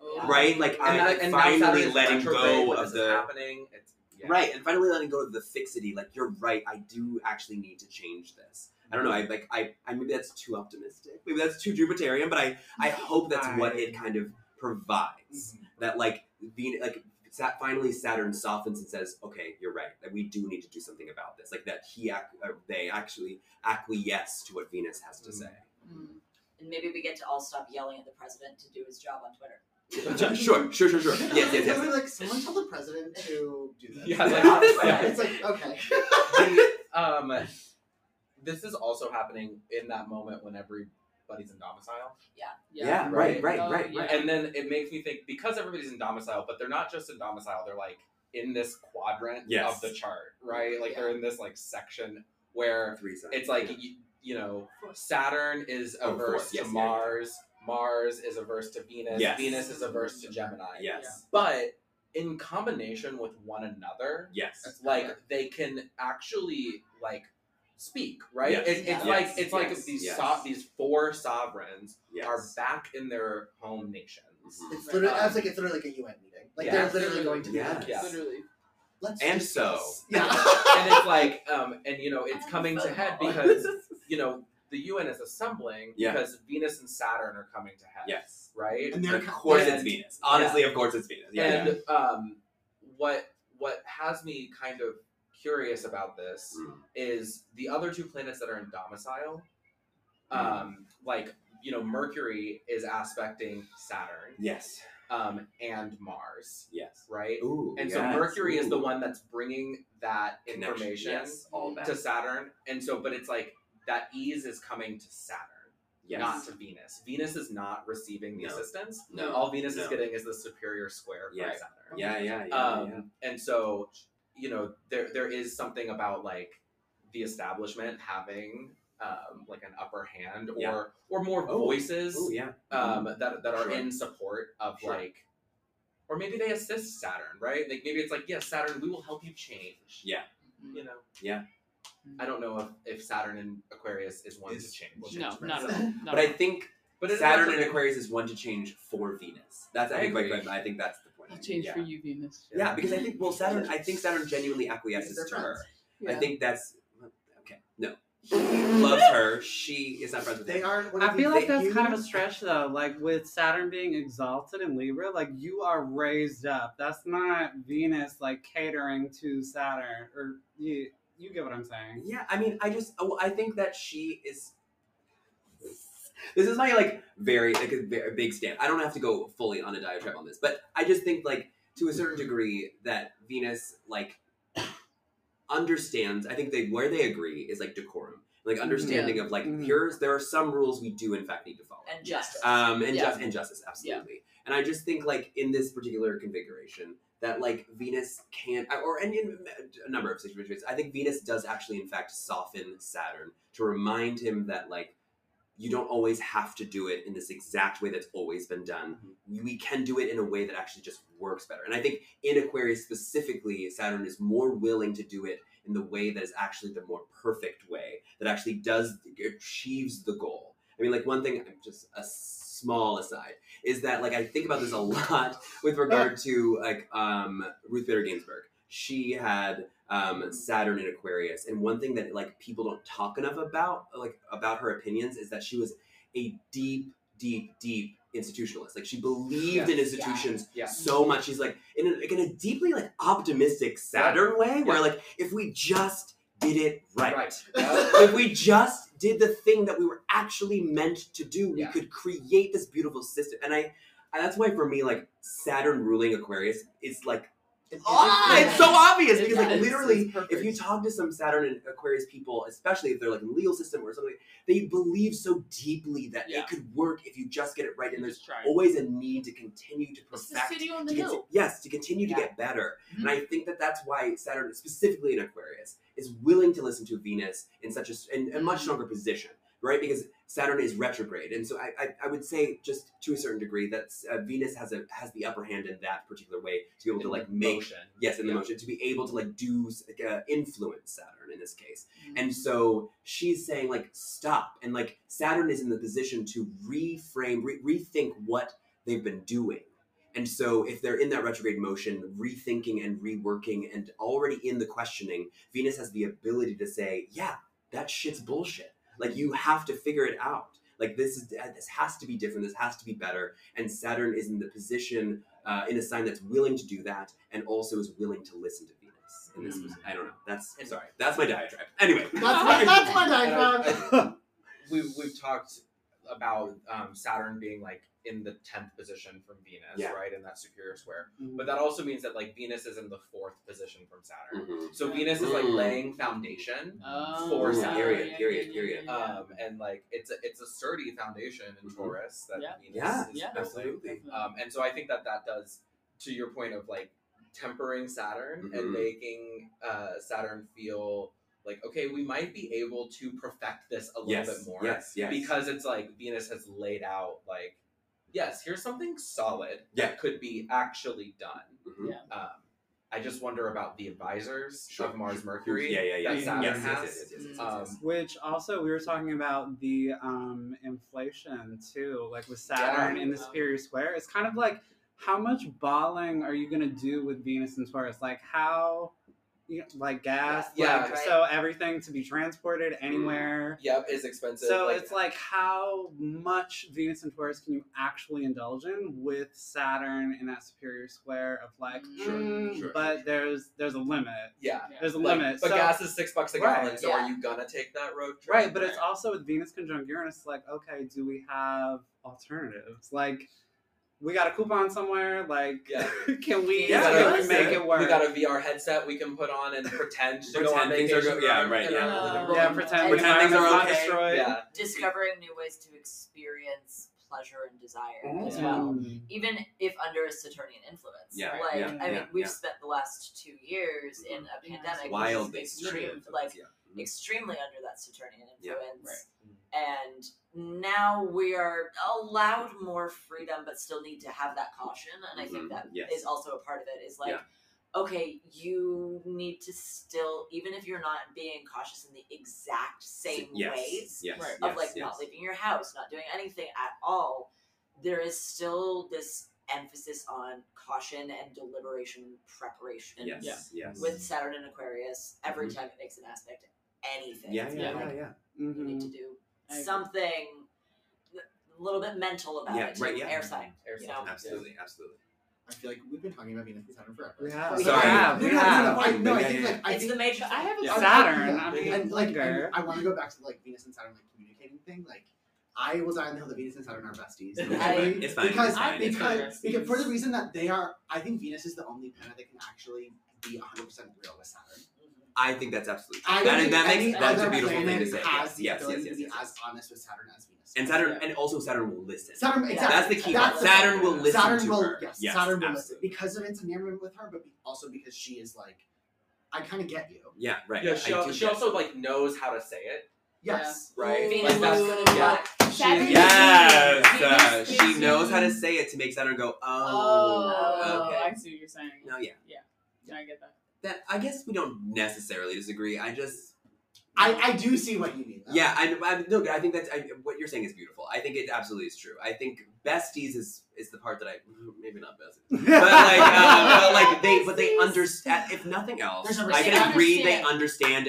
Speaker 6: "Oh."
Speaker 4: Right? Like
Speaker 2: and,
Speaker 4: I'm
Speaker 2: that,
Speaker 4: like,
Speaker 2: and now Saturn
Speaker 4: finally
Speaker 2: is
Speaker 4: letting
Speaker 2: retrograde
Speaker 4: go
Speaker 2: when
Speaker 4: of
Speaker 2: this is
Speaker 4: the
Speaker 2: happening. It's, yeah.
Speaker 4: right and finally letting go of the fixity. Like you're right. I do actually need to change this. I don't know. I like I, I maybe that's too optimistic. Maybe that's too Jupiterian. But I I hope that's what it kind of provides that like being like Sa- finally Saturn softens and says, "Okay, you're right. That we do need to do something about this." Like that he ac- uh, they actually acquiesce to what Venus has to
Speaker 1: Mm,
Speaker 3: And maybe we get to all stop yelling at the president to do his job on Twitter.
Speaker 4: say. sure, sure, sure, sure. Yes, yes,
Speaker 6: They were
Speaker 4: yes.
Speaker 6: like, someone tell the president to do this.
Speaker 2: Yeah,
Speaker 4: like-
Speaker 6: it's like, okay.
Speaker 2: The, um, this is also happening in that moment when everybody's in domicile,
Speaker 4: Yeah, right, right,
Speaker 1: Oh,
Speaker 4: right,
Speaker 1: yeah.
Speaker 4: right.
Speaker 2: and then it makes me think because everybody's in domicile, but they're not just in domicile; they're like in this quadrant
Speaker 4: Yes.
Speaker 2: of the chart, right? Like they're in this like section where
Speaker 4: Three signs.
Speaker 2: it's like you, you know Saturn is
Speaker 4: Oh, four.
Speaker 2: averse
Speaker 4: Yes,
Speaker 2: to
Speaker 4: yeah, yeah.
Speaker 2: Mars, Mars is averse to Venus,
Speaker 4: Yes.
Speaker 2: Venus is averse to Gemini,
Speaker 4: yes,
Speaker 2: but in combination with one another,
Speaker 4: yes,
Speaker 6: That's
Speaker 2: like
Speaker 6: correct.
Speaker 2: they can actually like speak right
Speaker 4: Yes.
Speaker 2: it, it's
Speaker 3: Yes.
Speaker 2: like it's like
Speaker 4: Yes.
Speaker 2: these
Speaker 4: Yes.
Speaker 2: so- these four sovereigns are
Speaker 4: yes.
Speaker 2: back in their home nations
Speaker 4: Mhm.
Speaker 6: It's literally, I was like, it's literally like a UN meeting. Like,
Speaker 2: Yeah.
Speaker 6: they're literally going to be
Speaker 4: Yeah.
Speaker 6: like,
Speaker 2: Yeah.
Speaker 1: Literally.
Speaker 6: let's
Speaker 4: And
Speaker 6: just
Speaker 4: so.
Speaker 6: this. Yeah.
Speaker 4: Mm-hmm.
Speaker 2: and it's like um and you know it's coming to head because you know the un is assembling
Speaker 4: Yeah.
Speaker 2: because venus and saturn are coming to head
Speaker 4: Yes.
Speaker 2: right
Speaker 6: And they're
Speaker 4: Of course,
Speaker 2: and-
Speaker 4: it's Venus. Honestly, of course, it's Venus. Yeah.
Speaker 2: and um what what has me kind of curious about this
Speaker 4: Mm.
Speaker 2: is the other two planets that are in domicile
Speaker 4: Hmm.
Speaker 2: um like you know mercury is aspecting saturn
Speaker 4: Yes.
Speaker 2: um and mars
Speaker 4: Yes.
Speaker 2: right
Speaker 4: Ooh.
Speaker 2: and so
Speaker 4: yes.
Speaker 2: mercury is the
Speaker 4: Ooh.
Speaker 2: one that's bringing that
Speaker 4: Connection.
Speaker 2: information
Speaker 4: Yes. All that.
Speaker 2: to saturn and so but it's like that ease is coming to saturn
Speaker 4: Yes.
Speaker 2: not to Venus. Venus is not receiving the
Speaker 4: No.
Speaker 2: assistance.
Speaker 4: No.
Speaker 2: All Venus is
Speaker 4: No.
Speaker 2: getting is the superior square from
Speaker 4: Yeah.
Speaker 2: Saturn.
Speaker 4: Yeah, yeah, yeah.
Speaker 2: Um,
Speaker 4: yeah.
Speaker 2: And so, you know, there there is something about like the establishment having um, like an upper hand or
Speaker 4: Yeah.
Speaker 2: or more
Speaker 4: Oh.
Speaker 2: voices
Speaker 4: Oh, yeah.
Speaker 2: um, that that are
Speaker 4: Sure.
Speaker 2: in support of
Speaker 4: Sure.
Speaker 2: like, or maybe they assist Saturn, right? Like maybe it's like, yes, Saturn, we will help you change.
Speaker 4: Yeah.
Speaker 1: Mm.
Speaker 2: You know.
Speaker 4: Yeah.
Speaker 2: I don't know if, if Saturn and Aquarius is one to
Speaker 6: Is-
Speaker 2: change,
Speaker 6: will
Speaker 1: No,
Speaker 6: change
Speaker 1: not at
Speaker 6: myself.
Speaker 1: all. Not
Speaker 4: But I
Speaker 1: at
Speaker 4: think
Speaker 2: but it is
Speaker 4: Saturn and
Speaker 2: also-
Speaker 4: Aquarius is one to change for Venus. That's I
Speaker 2: I
Speaker 4: think like,
Speaker 2: agree.
Speaker 4: like, I think that's the point.
Speaker 1: all. I'll change
Speaker 4: yeah.
Speaker 1: for you, Venus.
Speaker 4: Yeah. because I think well Saturn I think Saturn genuinely
Speaker 6: They're
Speaker 4: acquiesces to her.
Speaker 6: friends.
Speaker 4: I
Speaker 1: Yeah.
Speaker 4: think that's okay. No, loves her. She is not friends with
Speaker 6: They
Speaker 4: him.
Speaker 6: are. One of
Speaker 5: I feel like
Speaker 4: They-
Speaker 5: that's
Speaker 4: you-
Speaker 5: kind of a stretch though. Like with Saturn being exalted in Libra, like you are raised up. That's not Venus like catering to Saturn or you you get what I'm saying.
Speaker 4: Yeah, I mean, I just oh, I think that she is. This is my like very like a very big stand. I don't have to go fully on a diatribe on this, but I just think like to a certain degree that Venus like understands. I think they where they agree is like decorum, like understanding of like
Speaker 5: Mhm.
Speaker 4: here's there are some rules we do in fact need to follow.
Speaker 3: and justice.
Speaker 4: um, and
Speaker 1: Yeah.
Speaker 4: just and justice, absolutely. And I just think like in this particular configuration that like Venus can, or and in a number of situations, I think Venus does actually in fact soften Saturn to remind him that like you don't always have to do it in this exact way that's always been done.
Speaker 1: Mm-hmm.
Speaker 4: We can do it in a way that actually just works better. And I think in Aquarius specifically, Saturn is more willing to do it in the way that is actually the more perfect way that actually does achieves the goal. I mean, like one thing, just a small aside, is that like I think about this a lot with regard to like um, Ruth Bader Ginsburg. She had um, Saturn in Aquarius, and one thing that like people don't talk enough about, like about her opinions, is that she was a deep, deep, deep institutionalist. Like she believed in
Speaker 2: Yes.
Speaker 4: institutions
Speaker 2: Yeah.
Speaker 4: so much. She's like in a, like in a deeply like optimistic Saturn way, where like if we just did it right,
Speaker 2: Right.
Speaker 4: if we just did the thing that we were actually meant to do, we
Speaker 2: Yeah.
Speaker 4: could create this beautiful system. And I, and that's why for me, like Saturn ruling Aquarius is like
Speaker 6: It- it-
Speaker 4: ah, it's so obvious because
Speaker 1: Yeah,
Speaker 4: like
Speaker 1: it's-
Speaker 4: literally,
Speaker 1: it's perfect.
Speaker 4: if you talk to some Saturn and Aquarius people, especially if they're like in the legal system or something, they believe so deeply that
Speaker 1: Yeah.
Speaker 4: it could work if you just get it right. And there's
Speaker 1: Just try.
Speaker 4: always a need to continue to
Speaker 1: It's
Speaker 4: perfect
Speaker 1: the city on the
Speaker 4: to conti-
Speaker 1: hill.
Speaker 4: yes, to continue to
Speaker 1: Yeah.
Speaker 4: get better. And
Speaker 1: Mm-hmm.
Speaker 4: I think that that's why Saturn, specifically in Aquarius, is willing to listen to Venus in such a, s- in a much
Speaker 1: Mhm.
Speaker 4: stronger position, right? Because Saturn is retrograde, and so I, I, I would say just to a certain degree that uh, Venus has a has the upper hand in that particular way to be able to like make
Speaker 2: Motion.
Speaker 4: yes in the
Speaker 2: Yeah.
Speaker 4: motion to be able to like do s- like, uh, influence Saturn in this case,
Speaker 1: Mm. Mm-hmm.
Speaker 4: and so she's saying like stop, and like Saturn is in the position to reframe, re- rethink what they've been doing. And so, if they're in that retrograde motion, rethinking and reworking, and already in the questioning, Venus has the ability to say, "Yeah, that shit's bullshit. Like you have to figure it out. Like this is this has to be different. This has to be better." And Saturn is in the position uh, in a sign that's willing to do that, and also is willing to listen to Venus. And this was I don't know. That's sorry. That's my diatribe. Anyway,
Speaker 6: That's my, that's my
Speaker 2: And I-
Speaker 6: diagram.
Speaker 2: I- we've we've talked about um, Saturn being like in the tenth position from Venus,
Speaker 4: Yeah. Mm-hmm.
Speaker 2: right, in that superior square. But that also means that like Venus is in the fourth position from Saturn.
Speaker 4: Mhm.
Speaker 2: So Venus is like
Speaker 4: Mm.
Speaker 2: laying foundation,
Speaker 1: Oh,
Speaker 2: For
Speaker 1: yeah,
Speaker 2: Saturn.
Speaker 4: Period,
Speaker 1: yeah,
Speaker 4: period,
Speaker 1: yeah,
Speaker 4: period. Uh,
Speaker 1: yeah, yeah.
Speaker 2: um, and like it's a it's a sturdy foundation in
Speaker 4: Mhm.
Speaker 2: Taurus that
Speaker 1: Yeah.
Speaker 2: Venus
Speaker 4: Yeah,
Speaker 2: is
Speaker 1: yeah.
Speaker 2: building.
Speaker 4: absolutely.
Speaker 2: Um, and so I think that that does to your point of like tempering Saturn and
Speaker 4: Mhm.
Speaker 2: making uh, Saturn feel like okay, we might be able to perfect this a little
Speaker 4: Yes,
Speaker 2: bit more.
Speaker 4: yes, yes.
Speaker 2: because it's like Venus has laid out like, yes, here's something solid
Speaker 4: Yeah.
Speaker 2: that could be actually done.
Speaker 4: Mhm.
Speaker 1: Yeah.
Speaker 2: Um, I just wonder about the advisors
Speaker 4: Sure.
Speaker 2: of Mars Mercury.
Speaker 4: Mm-hmm. Yeah, yeah, yeah.
Speaker 2: that
Speaker 4: Yes,
Speaker 2: Saturn
Speaker 4: yes, yes,
Speaker 2: has.
Speaker 4: yes, yes, yes, yes,
Speaker 2: Um,
Speaker 4: yes.
Speaker 5: Which also we were talking about the um inflation too, like with Saturn
Speaker 2: Yeah.
Speaker 5: in the superior square. It's kind of like how much balling are you gonna do with Venus and Taurus? Like how you know, like gas,
Speaker 2: Yeah, Mm-hmm.
Speaker 5: like
Speaker 3: right.
Speaker 5: so everything to be transported anywhere.
Speaker 2: Yep, is expensive.
Speaker 5: So it's like how much Venus and Taurus can you actually indulge in with Saturn in that superior square of like,
Speaker 1: Sure,
Speaker 5: mm,
Speaker 4: sure.
Speaker 5: but there's there's a limit.
Speaker 2: yeah.
Speaker 5: There's a
Speaker 2: Like,
Speaker 5: limit.
Speaker 2: but
Speaker 5: so,
Speaker 2: gas is six bucks a
Speaker 5: Right,
Speaker 2: gallon, so
Speaker 3: yeah.
Speaker 2: are you gonna take that road trip?
Speaker 5: right, but it's also with Venus conjunct Uranus, like, okay, do we have alternatives? Like we got a coupon somewhere. Like,
Speaker 2: Yeah.
Speaker 5: can we,
Speaker 2: We
Speaker 7: Yeah,
Speaker 2: got
Speaker 5: can
Speaker 2: a-
Speaker 5: we make it work?
Speaker 2: We got a VR headset we can put on and pretend to go on
Speaker 4: Pretend things are
Speaker 2: vacation.
Speaker 4: go- yeah, right,
Speaker 2: you
Speaker 4: yeah.
Speaker 2: know?
Speaker 5: yeah, pretend,
Speaker 3: Pretend
Speaker 5: the
Speaker 4: things are
Speaker 5: environment's
Speaker 4: okay.
Speaker 5: not destroyed.
Speaker 2: Yeah.
Speaker 3: discovering new ways to experience pleasure and desire as
Speaker 2: Mhm.
Speaker 3: well.
Speaker 5: Mm.
Speaker 3: Even if under a Saturnian influence.
Speaker 4: Yeah,
Speaker 3: like
Speaker 4: yeah,
Speaker 3: I mean,
Speaker 4: yeah,
Speaker 3: we've
Speaker 4: yeah.
Speaker 3: spent the last two years in a
Speaker 7: Yeah.
Speaker 3: pandemic which is
Speaker 4: Wildly
Speaker 3: extreme,
Speaker 4: Saturnian.
Speaker 3: like
Speaker 4: yeah.
Speaker 3: extremely under that Saturnian
Speaker 4: Yeah,
Speaker 3: influence. And now we are allowed more freedom, but still need to have that caution. And I
Speaker 4: Mhm,
Speaker 3: think that is
Speaker 4: yes.
Speaker 3: also a part of it is like,
Speaker 4: Yeah.
Speaker 3: okay, you need to still, even if you're not being cautious in the exact same
Speaker 4: yes,
Speaker 3: ways
Speaker 4: Yes.
Speaker 7: Right.
Speaker 4: yes,
Speaker 3: of like
Speaker 4: yes.
Speaker 3: not leaving your house, not doing anything at all, there is still this emphasis on caution and deliberation and preparation
Speaker 4: Yes.
Speaker 7: Yeah.
Speaker 4: Yes.
Speaker 3: with Saturn and Aquarius every time it makes an aspect to anything.
Speaker 4: yeah, yeah,
Speaker 7: Yeah.
Speaker 4: yeah, yeah.
Speaker 3: You need
Speaker 5: Mhm.
Speaker 3: to do
Speaker 7: I agree.
Speaker 3: something a little bit mental about
Speaker 4: Yeah,
Speaker 3: it.
Speaker 4: right, yeah.
Speaker 3: Air sign. You know,
Speaker 4: Absolutely, absolutely.
Speaker 6: I feel like we've been talking about Venus and Saturn forever.
Speaker 5: We have.
Speaker 6: Sorry.
Speaker 4: Sorry.
Speaker 5: Yeah,
Speaker 6: No,
Speaker 5: we
Speaker 6: no, no, no,
Speaker 5: have.
Speaker 6: no, I, no, I
Speaker 4: Yeah,
Speaker 6: think
Speaker 4: yeah,
Speaker 6: like I
Speaker 3: it's
Speaker 6: think
Speaker 3: the major.
Speaker 1: I have a
Speaker 5: Yeah.
Speaker 6: I-
Speaker 5: Saturn,
Speaker 6: yeah.
Speaker 5: I mean,
Speaker 6: and like
Speaker 5: bigger.
Speaker 6: I, want to go back to like Venus and Saturn like communicating thing. Like I will die on the hill that Venus and Saturn are besties.
Speaker 3: I-
Speaker 4: It's fine,
Speaker 6: because
Speaker 4: it's fine, it's
Speaker 6: because,
Speaker 7: fine.
Speaker 6: because for the reason that they are, I think Venus is the only planet that can actually be 100 percent real with Saturn.
Speaker 4: I think that's absolutely
Speaker 6: I
Speaker 4: true.
Speaker 6: don't
Speaker 4: That,
Speaker 6: think
Speaker 4: that
Speaker 6: any
Speaker 4: makes that's
Speaker 6: other
Speaker 4: a beautiful thing
Speaker 6: planet
Speaker 4: to say.
Speaker 6: Has
Speaker 4: Yes,
Speaker 6: the
Speaker 4: yes, yes,
Speaker 6: ability
Speaker 4: yes,
Speaker 6: to be
Speaker 4: yes.
Speaker 6: as honest with Saturn as Venus.
Speaker 4: And Saturn, and also Saturn will listen.
Speaker 6: Saturn,
Speaker 3: Yeah.
Speaker 6: exactly.
Speaker 4: that's the key.
Speaker 6: That's
Speaker 4: word.
Speaker 6: the-
Speaker 4: Saturn will listen
Speaker 6: Saturn
Speaker 4: to
Speaker 6: will,
Speaker 4: her.
Speaker 6: yes,
Speaker 4: yes
Speaker 6: Saturn will listen
Speaker 4: absolutely.
Speaker 6: because of its endearment with her, but be- also because she is like, I kind of get you.
Speaker 4: Yeah, right.
Speaker 2: Yeah, she,
Speaker 4: I
Speaker 2: al-
Speaker 4: do
Speaker 2: she
Speaker 4: get
Speaker 2: also
Speaker 4: it.
Speaker 2: like knows how to say it,
Speaker 6: Yes.
Speaker 2: right?
Speaker 3: Venus
Speaker 2: like, that's,
Speaker 3: is gonna be
Speaker 2: yeah.
Speaker 3: like,
Speaker 1: Saturn
Speaker 4: Yes,
Speaker 1: Venus
Speaker 4: uh,
Speaker 1: is
Speaker 4: she knows how to
Speaker 1: in-
Speaker 4: say it to make Saturn go.
Speaker 1: Oh,
Speaker 4: Oh,
Speaker 1: I
Speaker 4: okay.
Speaker 1: see what you're saying.
Speaker 4: No, yeah.
Speaker 1: No, I get that.
Speaker 4: That I guess we don't necessarily disagree. I just,
Speaker 6: I, I do see what you mean. Though.
Speaker 4: yeah, I, I no, I think that's I, what you're saying is beautiful. I think it absolutely is true. I think besties is is the part that I maybe not besties. but like, uh, but like they, but they
Speaker 1: Besties.
Speaker 4: understand. If nothing else,
Speaker 6: There's a
Speaker 4: I can
Speaker 6: respect.
Speaker 4: agree they
Speaker 1: Understand.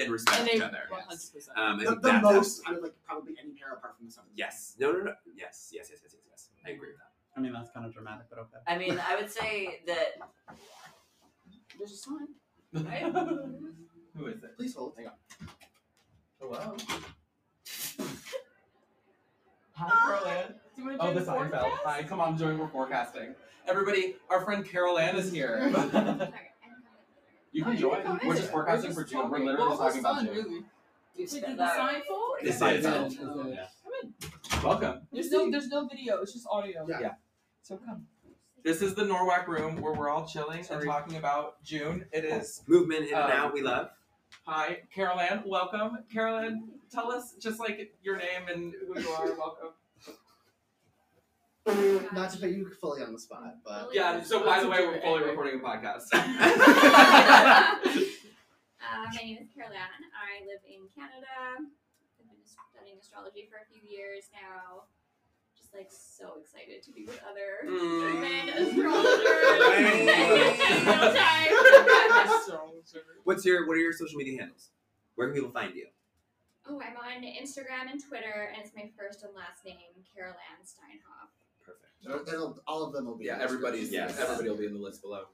Speaker 4: understand and respect
Speaker 1: And
Speaker 4: each
Speaker 1: they
Speaker 4: other.
Speaker 1: 100%.
Speaker 4: Um, and
Speaker 6: the, the
Speaker 4: that's
Speaker 6: most
Speaker 4: absolutely-
Speaker 6: out of like probably any pair apart from the sun.
Speaker 4: Yes. No. No. No. Yes. Yes. Yes. Yes. Yes. Yes. I agree with that.
Speaker 5: I mean, that's kind of dramatic, but okay.
Speaker 3: I mean, I would say that
Speaker 1: There's a sign.
Speaker 2: Who is it?
Speaker 6: Please hold.
Speaker 2: Hang on. Hello.
Speaker 3: Hi,
Speaker 2: Carol Ann.
Speaker 1: Do you want to
Speaker 2: Oh,
Speaker 1: do
Speaker 2: the
Speaker 1: the
Speaker 2: Seinfeld.
Speaker 1: forecast?
Speaker 2: Hi, come on, join. We're forecasting. Everybody, our friend Carol Ann is here. you
Speaker 1: No,
Speaker 2: can
Speaker 1: you
Speaker 2: join.
Speaker 1: can come in.
Speaker 2: We're just forecasting
Speaker 1: We're
Speaker 2: for
Speaker 1: just
Speaker 2: June. We're
Speaker 1: talking.
Speaker 2: literally
Speaker 1: What
Speaker 2: talking
Speaker 1: was
Speaker 2: about
Speaker 1: fun,
Speaker 2: June.
Speaker 1: really?
Speaker 3: we've
Speaker 1: Wait, did
Speaker 3: spent
Speaker 1: the
Speaker 3: that.
Speaker 1: sign fall?
Speaker 4: This
Speaker 6: I
Speaker 4: is.
Speaker 6: did.
Speaker 1: Come in.
Speaker 2: Welcome.
Speaker 1: There's no, there's no video. It's just audio.
Speaker 6: Yeah.
Speaker 2: Yeah.
Speaker 1: So come.
Speaker 2: This is the Norwalk room where we're all chilling
Speaker 5: Sorry.
Speaker 2: and talking about June. It is.
Speaker 4: Movement in
Speaker 2: Um,
Speaker 4: and out. We love.
Speaker 2: Hi, Carol Ann. Welcome. Carol Ann, tell us just like your name and who you are. Welcome.
Speaker 6: Not to put you fully on the spot, but
Speaker 2: Yeah, so by the way, we're fully recording a podcast.
Speaker 8: Uh, my name is Carol Ann. I live in Canada. I've been studying astrology for a few years now. Just like so excited to be with other
Speaker 2: Mm,
Speaker 8: women astrologers. Real time.
Speaker 4: What's your What are your social media handles? Where can people find you?
Speaker 8: oh, I'm on Instagram and Twitter, and it's my first and last name, Carol Ann Steinhoff.
Speaker 4: Perfect.
Speaker 6: there- there'll- all of them will be.
Speaker 2: Yeah,
Speaker 6: in the
Speaker 2: everybody's
Speaker 6: description.
Speaker 4: Yes.
Speaker 2: everybody will be in the list below.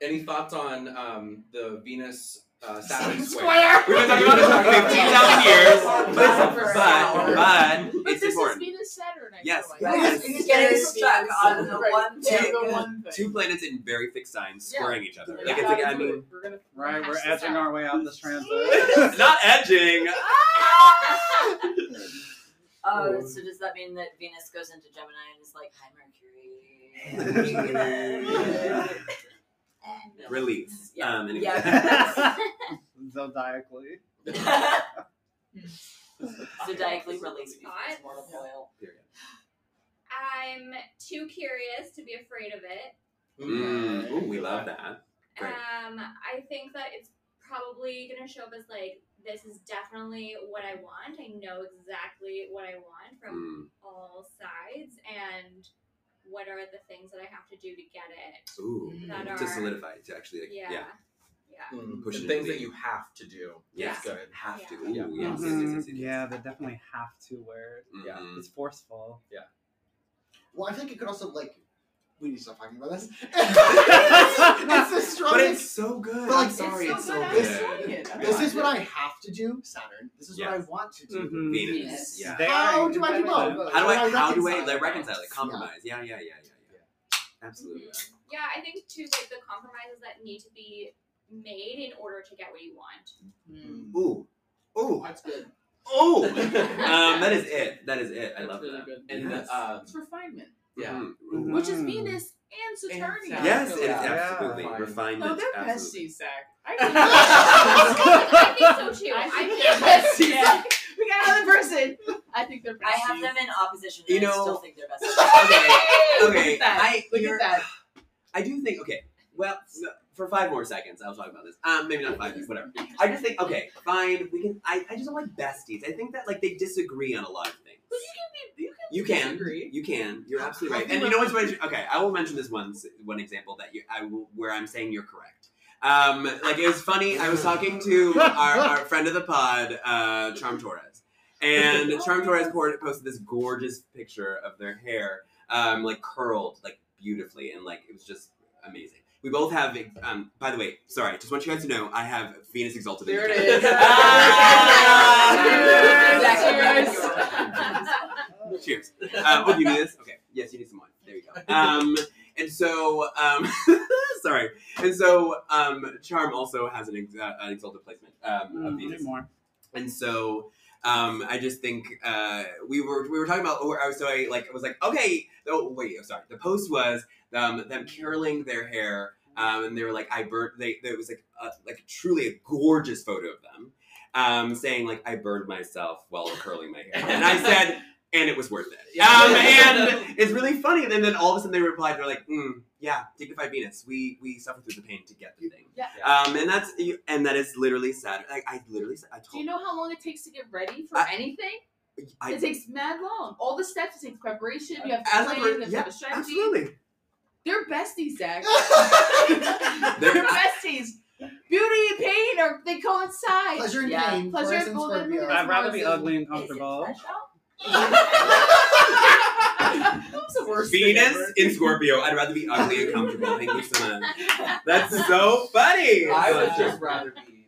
Speaker 2: Any thoughts on um, the Venus uh, Saturn square?
Speaker 1: Square.
Speaker 4: We've been talking about this for fifteen thousand years, but but but
Speaker 1: But
Speaker 4: it's
Speaker 1: this
Speaker 4: important.
Speaker 1: is Venus Saturn. I
Speaker 4: Yes,
Speaker 1: feel like.
Speaker 6: yes.
Speaker 3: Yes,
Speaker 6: it
Speaker 3: it's
Speaker 6: is
Speaker 3: getting
Speaker 6: very
Speaker 3: stuck on the
Speaker 6: serious.
Speaker 3: one
Speaker 1: Yeah,
Speaker 3: thing.
Speaker 1: the one thing.
Speaker 4: Two planets in very fixed signs
Speaker 1: Yeah.
Speaker 4: squaring each other.
Speaker 1: We
Speaker 4: Like it's
Speaker 1: gotta
Speaker 4: like I
Speaker 1: do it.
Speaker 4: mean,
Speaker 1: we're gonna.
Speaker 5: Right, we're
Speaker 8: Hash this
Speaker 5: edging
Speaker 8: out.
Speaker 5: our way out this transit.
Speaker 4: not edging.
Speaker 3: Oh, so does that mean that Venus goes into Gemini and is like, "Hi, Mercury"?
Speaker 4: Mercury. Release.
Speaker 3: Yeah.
Speaker 4: Um, anyway.
Speaker 3: Yeah.
Speaker 5: Zodiacally.
Speaker 3: Zodiacally released
Speaker 8: Hot.
Speaker 3: because it's mortal coil.
Speaker 8: I'm too curious to be afraid of it.
Speaker 4: Mm, ooh, we love that. Great.
Speaker 8: Um, I think that it's probably gonna show up as like this is definitely what I want. I know exactly what I want from
Speaker 4: Mm,
Speaker 8: all sides, and what are the things that I have to do to get it?
Speaker 4: ooh,
Speaker 8: That
Speaker 4: to
Speaker 8: are-
Speaker 4: solidify, to actually, like,
Speaker 8: Yeah, yeah.
Speaker 2: Mm,
Speaker 4: Push
Speaker 2: the
Speaker 4: it
Speaker 2: things
Speaker 4: in.
Speaker 2: that you have to do.
Speaker 4: Yes.
Speaker 2: It's good.
Speaker 4: have to. Ooh,
Speaker 2: Yeah.
Speaker 4: yes, yes, yes,
Speaker 5: Mhm.
Speaker 4: yes, yes, yes.
Speaker 5: Yeah, they definitely have to wear.
Speaker 4: Mhm.
Speaker 2: Yeah.
Speaker 5: It's forceful.
Speaker 6: Well, I think it could also like we need to stop talking about this. it's the
Speaker 4: But
Speaker 6: strongest.
Speaker 4: it's so good.
Speaker 6: But, like,
Speaker 4: I'm sorry,
Speaker 6: it's
Speaker 4: it's
Speaker 6: so
Speaker 4: so
Speaker 6: good.
Speaker 4: good.
Speaker 7: It's so good.
Speaker 6: this is what I have to do, Saturn. This is what I
Speaker 4: Yes.
Speaker 6: want to do.
Speaker 5: Mhm.
Speaker 4: Venus.
Speaker 7: Yes.
Speaker 4: Yeah.
Speaker 5: They
Speaker 6: How
Speaker 5: are
Speaker 6: do I do
Speaker 5: incredible.
Speaker 6: both?
Speaker 4: How do I?
Speaker 6: How do I
Speaker 4: How do
Speaker 6: reconcile
Speaker 4: I like
Speaker 6: it?
Speaker 4: reconcile it? Compromise. Yeah. Yeah. Yeah. Yeah. yeah. Absolutely.
Speaker 8: Mhm. Yeah, I think too, like the compromises that need to be made in order to get what you want.
Speaker 2: mm,
Speaker 4: Ooh. Ooh.
Speaker 7: That's good.
Speaker 4: Oh. um, that is it. That is it. I love
Speaker 7: really
Speaker 4: that. uh,
Speaker 7: good.
Speaker 2: And
Speaker 4: Yes.
Speaker 2: the, um,
Speaker 7: It's refinement,
Speaker 2: yeah.
Speaker 4: Ooh.
Speaker 5: Mhm.
Speaker 7: which is
Speaker 5: Mm.
Speaker 7: Venus and
Speaker 2: And
Speaker 7: Saturnia.
Speaker 2: Saturn.
Speaker 4: Mm-hmm. Yes,
Speaker 2: Yeah.
Speaker 4: it is
Speaker 5: Yeah.
Speaker 4: absolutely
Speaker 2: Fine.
Speaker 4: refinement.
Speaker 1: Oh, they're
Speaker 4: absolutely.
Speaker 1: besties, Zach.
Speaker 8: I
Speaker 1: I
Speaker 8: think- I think so too.
Speaker 1: I think
Speaker 8: I
Speaker 1: they're besties.
Speaker 8: think
Speaker 1: We got another person. I think they're besties.
Speaker 3: I have them in opposition.
Speaker 4: You
Speaker 3: and I
Speaker 4: know-
Speaker 3: still think they're best.
Speaker 4: Okay.
Speaker 1: Look
Speaker 4: Okay.
Speaker 1: at that.
Speaker 4: I,
Speaker 1: Look
Speaker 4: you're-
Speaker 1: at that.
Speaker 4: I do think. Okay. Well, no, for five more seconds, I'll talk about this. Um, maybe not five. Whatever. I just think. Okay, fine. We can. I, I just don't like besties. I think that like they disagree on a lot of things.
Speaker 7: But you can be,
Speaker 4: You
Speaker 7: you can
Speaker 4: can.
Speaker 7: disagree.
Speaker 4: You can. You're absolutely right.
Speaker 6: Healthy
Speaker 4: And you know what's right? Okay, I will mention this one s- one example that you, I will, where I'm saying you're correct. Um, like it was funny. I was talking to our, our friend of the pod, uh, Charm Torres, and Charm Torres poured, posted this gorgeous picture of their hair, um, like curled, like beautifully, and like it was just amazing. We both have. Um, by the way, sorry. Just want you guys to know, I have Venus exalted. in
Speaker 7: There
Speaker 4: the
Speaker 7: it
Speaker 4: chart.
Speaker 7: is.
Speaker 4: Ah!
Speaker 1: Cheers.
Speaker 4: Cheers. Cheers.
Speaker 8: so.
Speaker 4: Uh, oh, you need this? Okay. Yes, you need some wine. There you go. Um, and so, um, sorry. And so, um, Charm also has an, ex- uh, an exalted placement um, of
Speaker 5: Mm,
Speaker 4: Venus.
Speaker 5: anymore.
Speaker 4: And so, um, I just think uh, we were we were talking about. Or I was so I like was like okay. Oh wait, I'm sorry. The post was um, them curling their hair, um, and they were like, I burned. They there was like a, like truly a gorgeous photo of them, um, saying like I burned myself while curling my hair, and I said. And it was worth it.
Speaker 2: Yeah.
Speaker 4: Um, and it's really funny. And then all of a sudden they replied, they're like, mm, "Yeah, dignified Venus. We we suffered through the pain to get the thing."
Speaker 1: Yeah.
Speaker 4: Um, and that's and that is literally sad. Like I literally, I told
Speaker 7: Do you know how long it takes to get ready for
Speaker 4: I-
Speaker 7: anything?
Speaker 4: I,
Speaker 7: it takes mad long. All the steps, it takes preparation. You have to
Speaker 4: As a
Speaker 7: plan, you
Speaker 4: per-
Speaker 7: have to
Speaker 4: yeah,
Speaker 7: have a strategy.
Speaker 4: absolutely.
Speaker 7: They're besties, Zach. They're
Speaker 4: They're-
Speaker 7: besties. Beauty and pain are they coincide.
Speaker 6: Pleasure and
Speaker 3: Yeah.
Speaker 6: pain.
Speaker 7: Pleasure
Speaker 6: Taurus
Speaker 7: and golden
Speaker 6: and Scorpio.
Speaker 7: moon.
Speaker 5: I'd rather be
Speaker 7: Is it
Speaker 5: ugly and
Speaker 3: Is it
Speaker 5: comfortable.
Speaker 3: fresh out?
Speaker 7: That's the worst thing
Speaker 4: Venus
Speaker 7: ever.
Speaker 4: in Scorpio. I'd rather be ugly and comfortable. Thank you so much. That's so funny.
Speaker 2: I would
Speaker 4: Uh,
Speaker 2: just rather be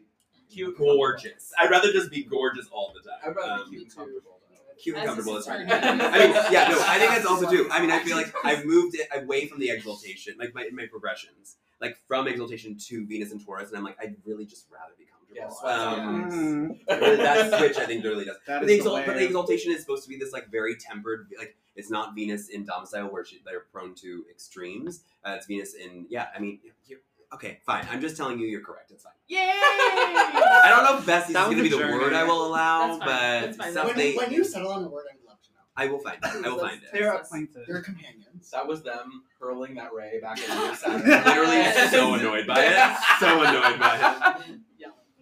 Speaker 2: cute,
Speaker 4: gorgeous. I'd rather just be gorgeous all the time.
Speaker 2: I'd rather
Speaker 4: Um,
Speaker 2: be cute and comfortable. though.
Speaker 4: Cute
Speaker 7: As
Speaker 4: and
Speaker 7: a
Speaker 4: comfortable is right.
Speaker 7: sister.
Speaker 4: I mean, yeah, no, I think that's also too. I mean, I feel like I've moved it away from the exaltation, like my my progressions, like from exaltation to Venus and Taurus, and I'm like, I'd really just rather be comfortable.
Speaker 2: Yes, that's-
Speaker 4: um,
Speaker 5: Mm,
Speaker 4: that switch, I think, really does.
Speaker 5: that
Speaker 4: But the,
Speaker 5: is the
Speaker 4: exalt- but the
Speaker 5: wave.
Speaker 4: exaltation is supposed to be this like very tempered, like it's not Venus in domicile where she, they're prone to extremes. Uh, it's Venus in yeah. I mean, you're, okay, fine. I'm just telling you, you're correct. It's fine.
Speaker 1: Yay!
Speaker 4: I don't know if besties is
Speaker 5: That
Speaker 4: going to
Speaker 5: was
Speaker 4: be
Speaker 5: a
Speaker 4: the
Speaker 5: journey.
Speaker 4: word I will
Speaker 7: That's
Speaker 4: allow,
Speaker 7: fine. That's
Speaker 4: but
Speaker 7: fine.
Speaker 6: When,
Speaker 4: something
Speaker 6: when you settle on a word, I'd love to know.
Speaker 4: I will find it. I will find it.
Speaker 5: They're
Speaker 7: Yes.
Speaker 5: acquainted.
Speaker 6: They're companions.
Speaker 2: That was them hurling that ray back at you. Saturn.
Speaker 4: Literally so annoyed by it. So annoyed by it.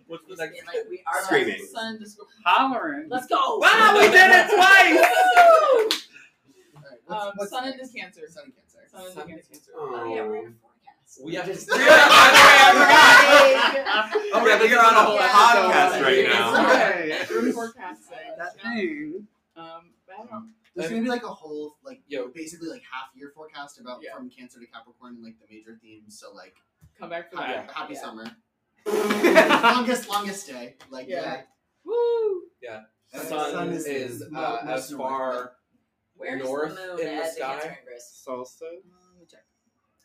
Speaker 2: What's the
Speaker 3: Just
Speaker 2: next?
Speaker 3: being like, we are
Speaker 4: Screaming.
Speaker 3: besties.
Speaker 7: Sun disco-
Speaker 5: Hollering.
Speaker 7: Let's go.
Speaker 4: Wow, we did it twice!
Speaker 6: All right, what's,
Speaker 7: Um,
Speaker 6: what's
Speaker 7: sun
Speaker 6: next?
Speaker 7: and cancer.
Speaker 6: Sun and Cancer.
Speaker 7: Sun and cancer.
Speaker 3: Oh yeah, we're in a forecast.
Speaker 2: We have to.
Speaker 4: Dude, I
Speaker 1: forgot.
Speaker 4: Oh, yeah, you're on a whole
Speaker 7: Yeah.
Speaker 4: podcast right now.
Speaker 5: Hey,
Speaker 7: We're forecasting.
Speaker 5: that thing.
Speaker 7: Um, but I don't know.
Speaker 6: There's gonna be like a whole like
Speaker 2: Yo.
Speaker 6: basically like half year forecast about
Speaker 2: Yeah.
Speaker 6: from Cancer to Capricorn and like the major themes. So like
Speaker 7: Come back for
Speaker 6: happy,
Speaker 7: that.
Speaker 6: happy
Speaker 7: Yeah.
Speaker 6: summer,
Speaker 4: Yeah.
Speaker 6: longest longest day. Like
Speaker 7: Yeah.
Speaker 6: yeah,
Speaker 7: Woo!
Speaker 6: Uh,
Speaker 2: Sun
Speaker 6: is,
Speaker 2: is
Speaker 6: no-
Speaker 2: uh,
Speaker 6: no
Speaker 2: as
Speaker 6: snow.
Speaker 2: far.
Speaker 3: Where's
Speaker 2: North
Speaker 3: the moon
Speaker 2: in the
Speaker 3: at
Speaker 2: sky?
Speaker 3: Cancer ingress?
Speaker 5: Solstice.
Speaker 3: Mm,
Speaker 7: Um, check.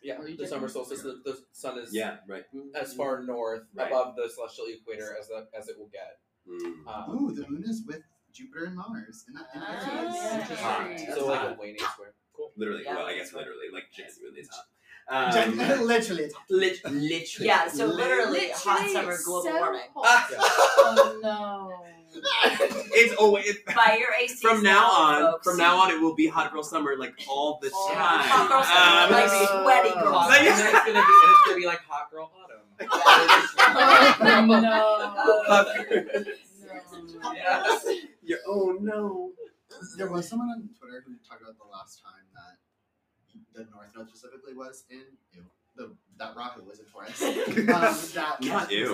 Speaker 2: Yeah,
Speaker 7: Were you
Speaker 2: the
Speaker 7: checking?
Speaker 2: summer solstice. The, the sun is
Speaker 4: Yeah, right.
Speaker 2: as far north
Speaker 4: Right.
Speaker 2: above the celestial equator as the, as it will get.
Speaker 4: Mm.
Speaker 2: Um,
Speaker 6: Ooh, the moon is with Jupiter and Mars in that. In that
Speaker 7: Ah,
Speaker 6: area.
Speaker 7: yeah.
Speaker 6: Interesting.
Speaker 4: Hot.
Speaker 2: so like a
Speaker 4: Hot.
Speaker 2: waning square. Cool.
Speaker 4: Literally,
Speaker 3: Yeah.
Speaker 4: well, I guess literally, like genuinely it's
Speaker 6: Gen-
Speaker 4: hot. Um,
Speaker 6: literally, it's hot.
Speaker 4: lit- literally.
Speaker 3: Yeah, so literally, hot
Speaker 7: Literally
Speaker 3: summer global
Speaker 7: so
Speaker 3: warming.
Speaker 7: hot.
Speaker 2: Yeah.
Speaker 7: Oh no.
Speaker 4: It's always it,
Speaker 3: Fire AC.
Speaker 4: from now on. From now on, it will be hot girl summer like all the
Speaker 7: All the
Speaker 4: time.
Speaker 3: Hot girl
Speaker 4: Um,
Speaker 3: summer, like
Speaker 5: uh,
Speaker 3: sweaty
Speaker 2: Hot.
Speaker 3: girls.
Speaker 4: Like-
Speaker 2: and then it's gonna be and it's gonna be like hot girl
Speaker 1: Oh,
Speaker 2: autumn.
Speaker 6: Oh,
Speaker 7: no.
Speaker 4: Hot
Speaker 7: No.
Speaker 4: Yes. You're, oh no.
Speaker 6: There was someone on Twitter who talked about the last time that the North Node specifically was in ew, the that Rahu was in Taurus. um, that
Speaker 4: Not you.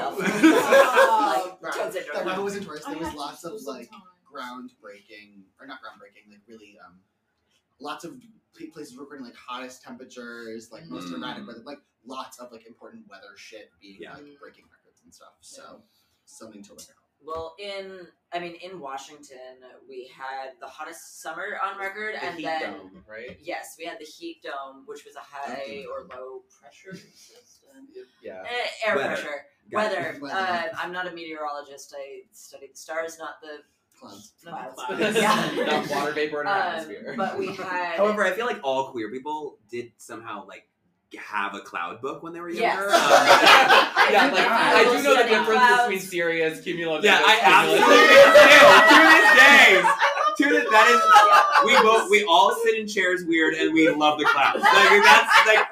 Speaker 7: Oh,
Speaker 3: like, Jones and
Speaker 6: that
Speaker 3: Jordan.
Speaker 6: Rahu was in Taurus.
Speaker 7: I
Speaker 6: There was
Speaker 7: have to
Speaker 6: lots
Speaker 7: do
Speaker 6: of
Speaker 7: some
Speaker 6: like
Speaker 7: time.
Speaker 6: groundbreaking or not groundbreaking, like really um, lots of pl- places recording like hottest temperatures, like most
Speaker 4: Mm.
Speaker 6: erratic weather, like lots of like important weather shit being
Speaker 4: Yeah.
Speaker 6: like breaking records and stuff. So something to look out.
Speaker 3: Well, in I mean, in Washington, we had the hottest summer on record,
Speaker 2: The
Speaker 3: and
Speaker 2: heat
Speaker 3: then
Speaker 2: dome, right?
Speaker 3: yes, we had the heat dome, which was a high uh, or low pressure system,
Speaker 2: Yeah.
Speaker 3: Eh, air
Speaker 4: Weather.
Speaker 3: pressure.
Speaker 4: Got it.
Speaker 3: Weather.
Speaker 6: Weather.
Speaker 3: Uh, I'm not a meteorologist. I study the stars, not the
Speaker 6: Clubs.
Speaker 3: clouds.
Speaker 6: clouds.
Speaker 3: Yeah.
Speaker 2: Not water vapor in our
Speaker 3: Um,
Speaker 2: atmosphere.
Speaker 3: but we had.
Speaker 4: However, I feel like all queer people did somehow like have a cloud book when they were
Speaker 3: Yes.
Speaker 4: younger. Um,
Speaker 3: I
Speaker 2: yeah,
Speaker 3: do
Speaker 2: like
Speaker 3: know
Speaker 2: I do know the
Speaker 3: study
Speaker 2: difference
Speaker 3: clouds.
Speaker 2: between serious cumulative.
Speaker 4: yeah, I absolutely do. To this day, to this that is we both we all sit in chairs weird and we love the clouds. Like that's like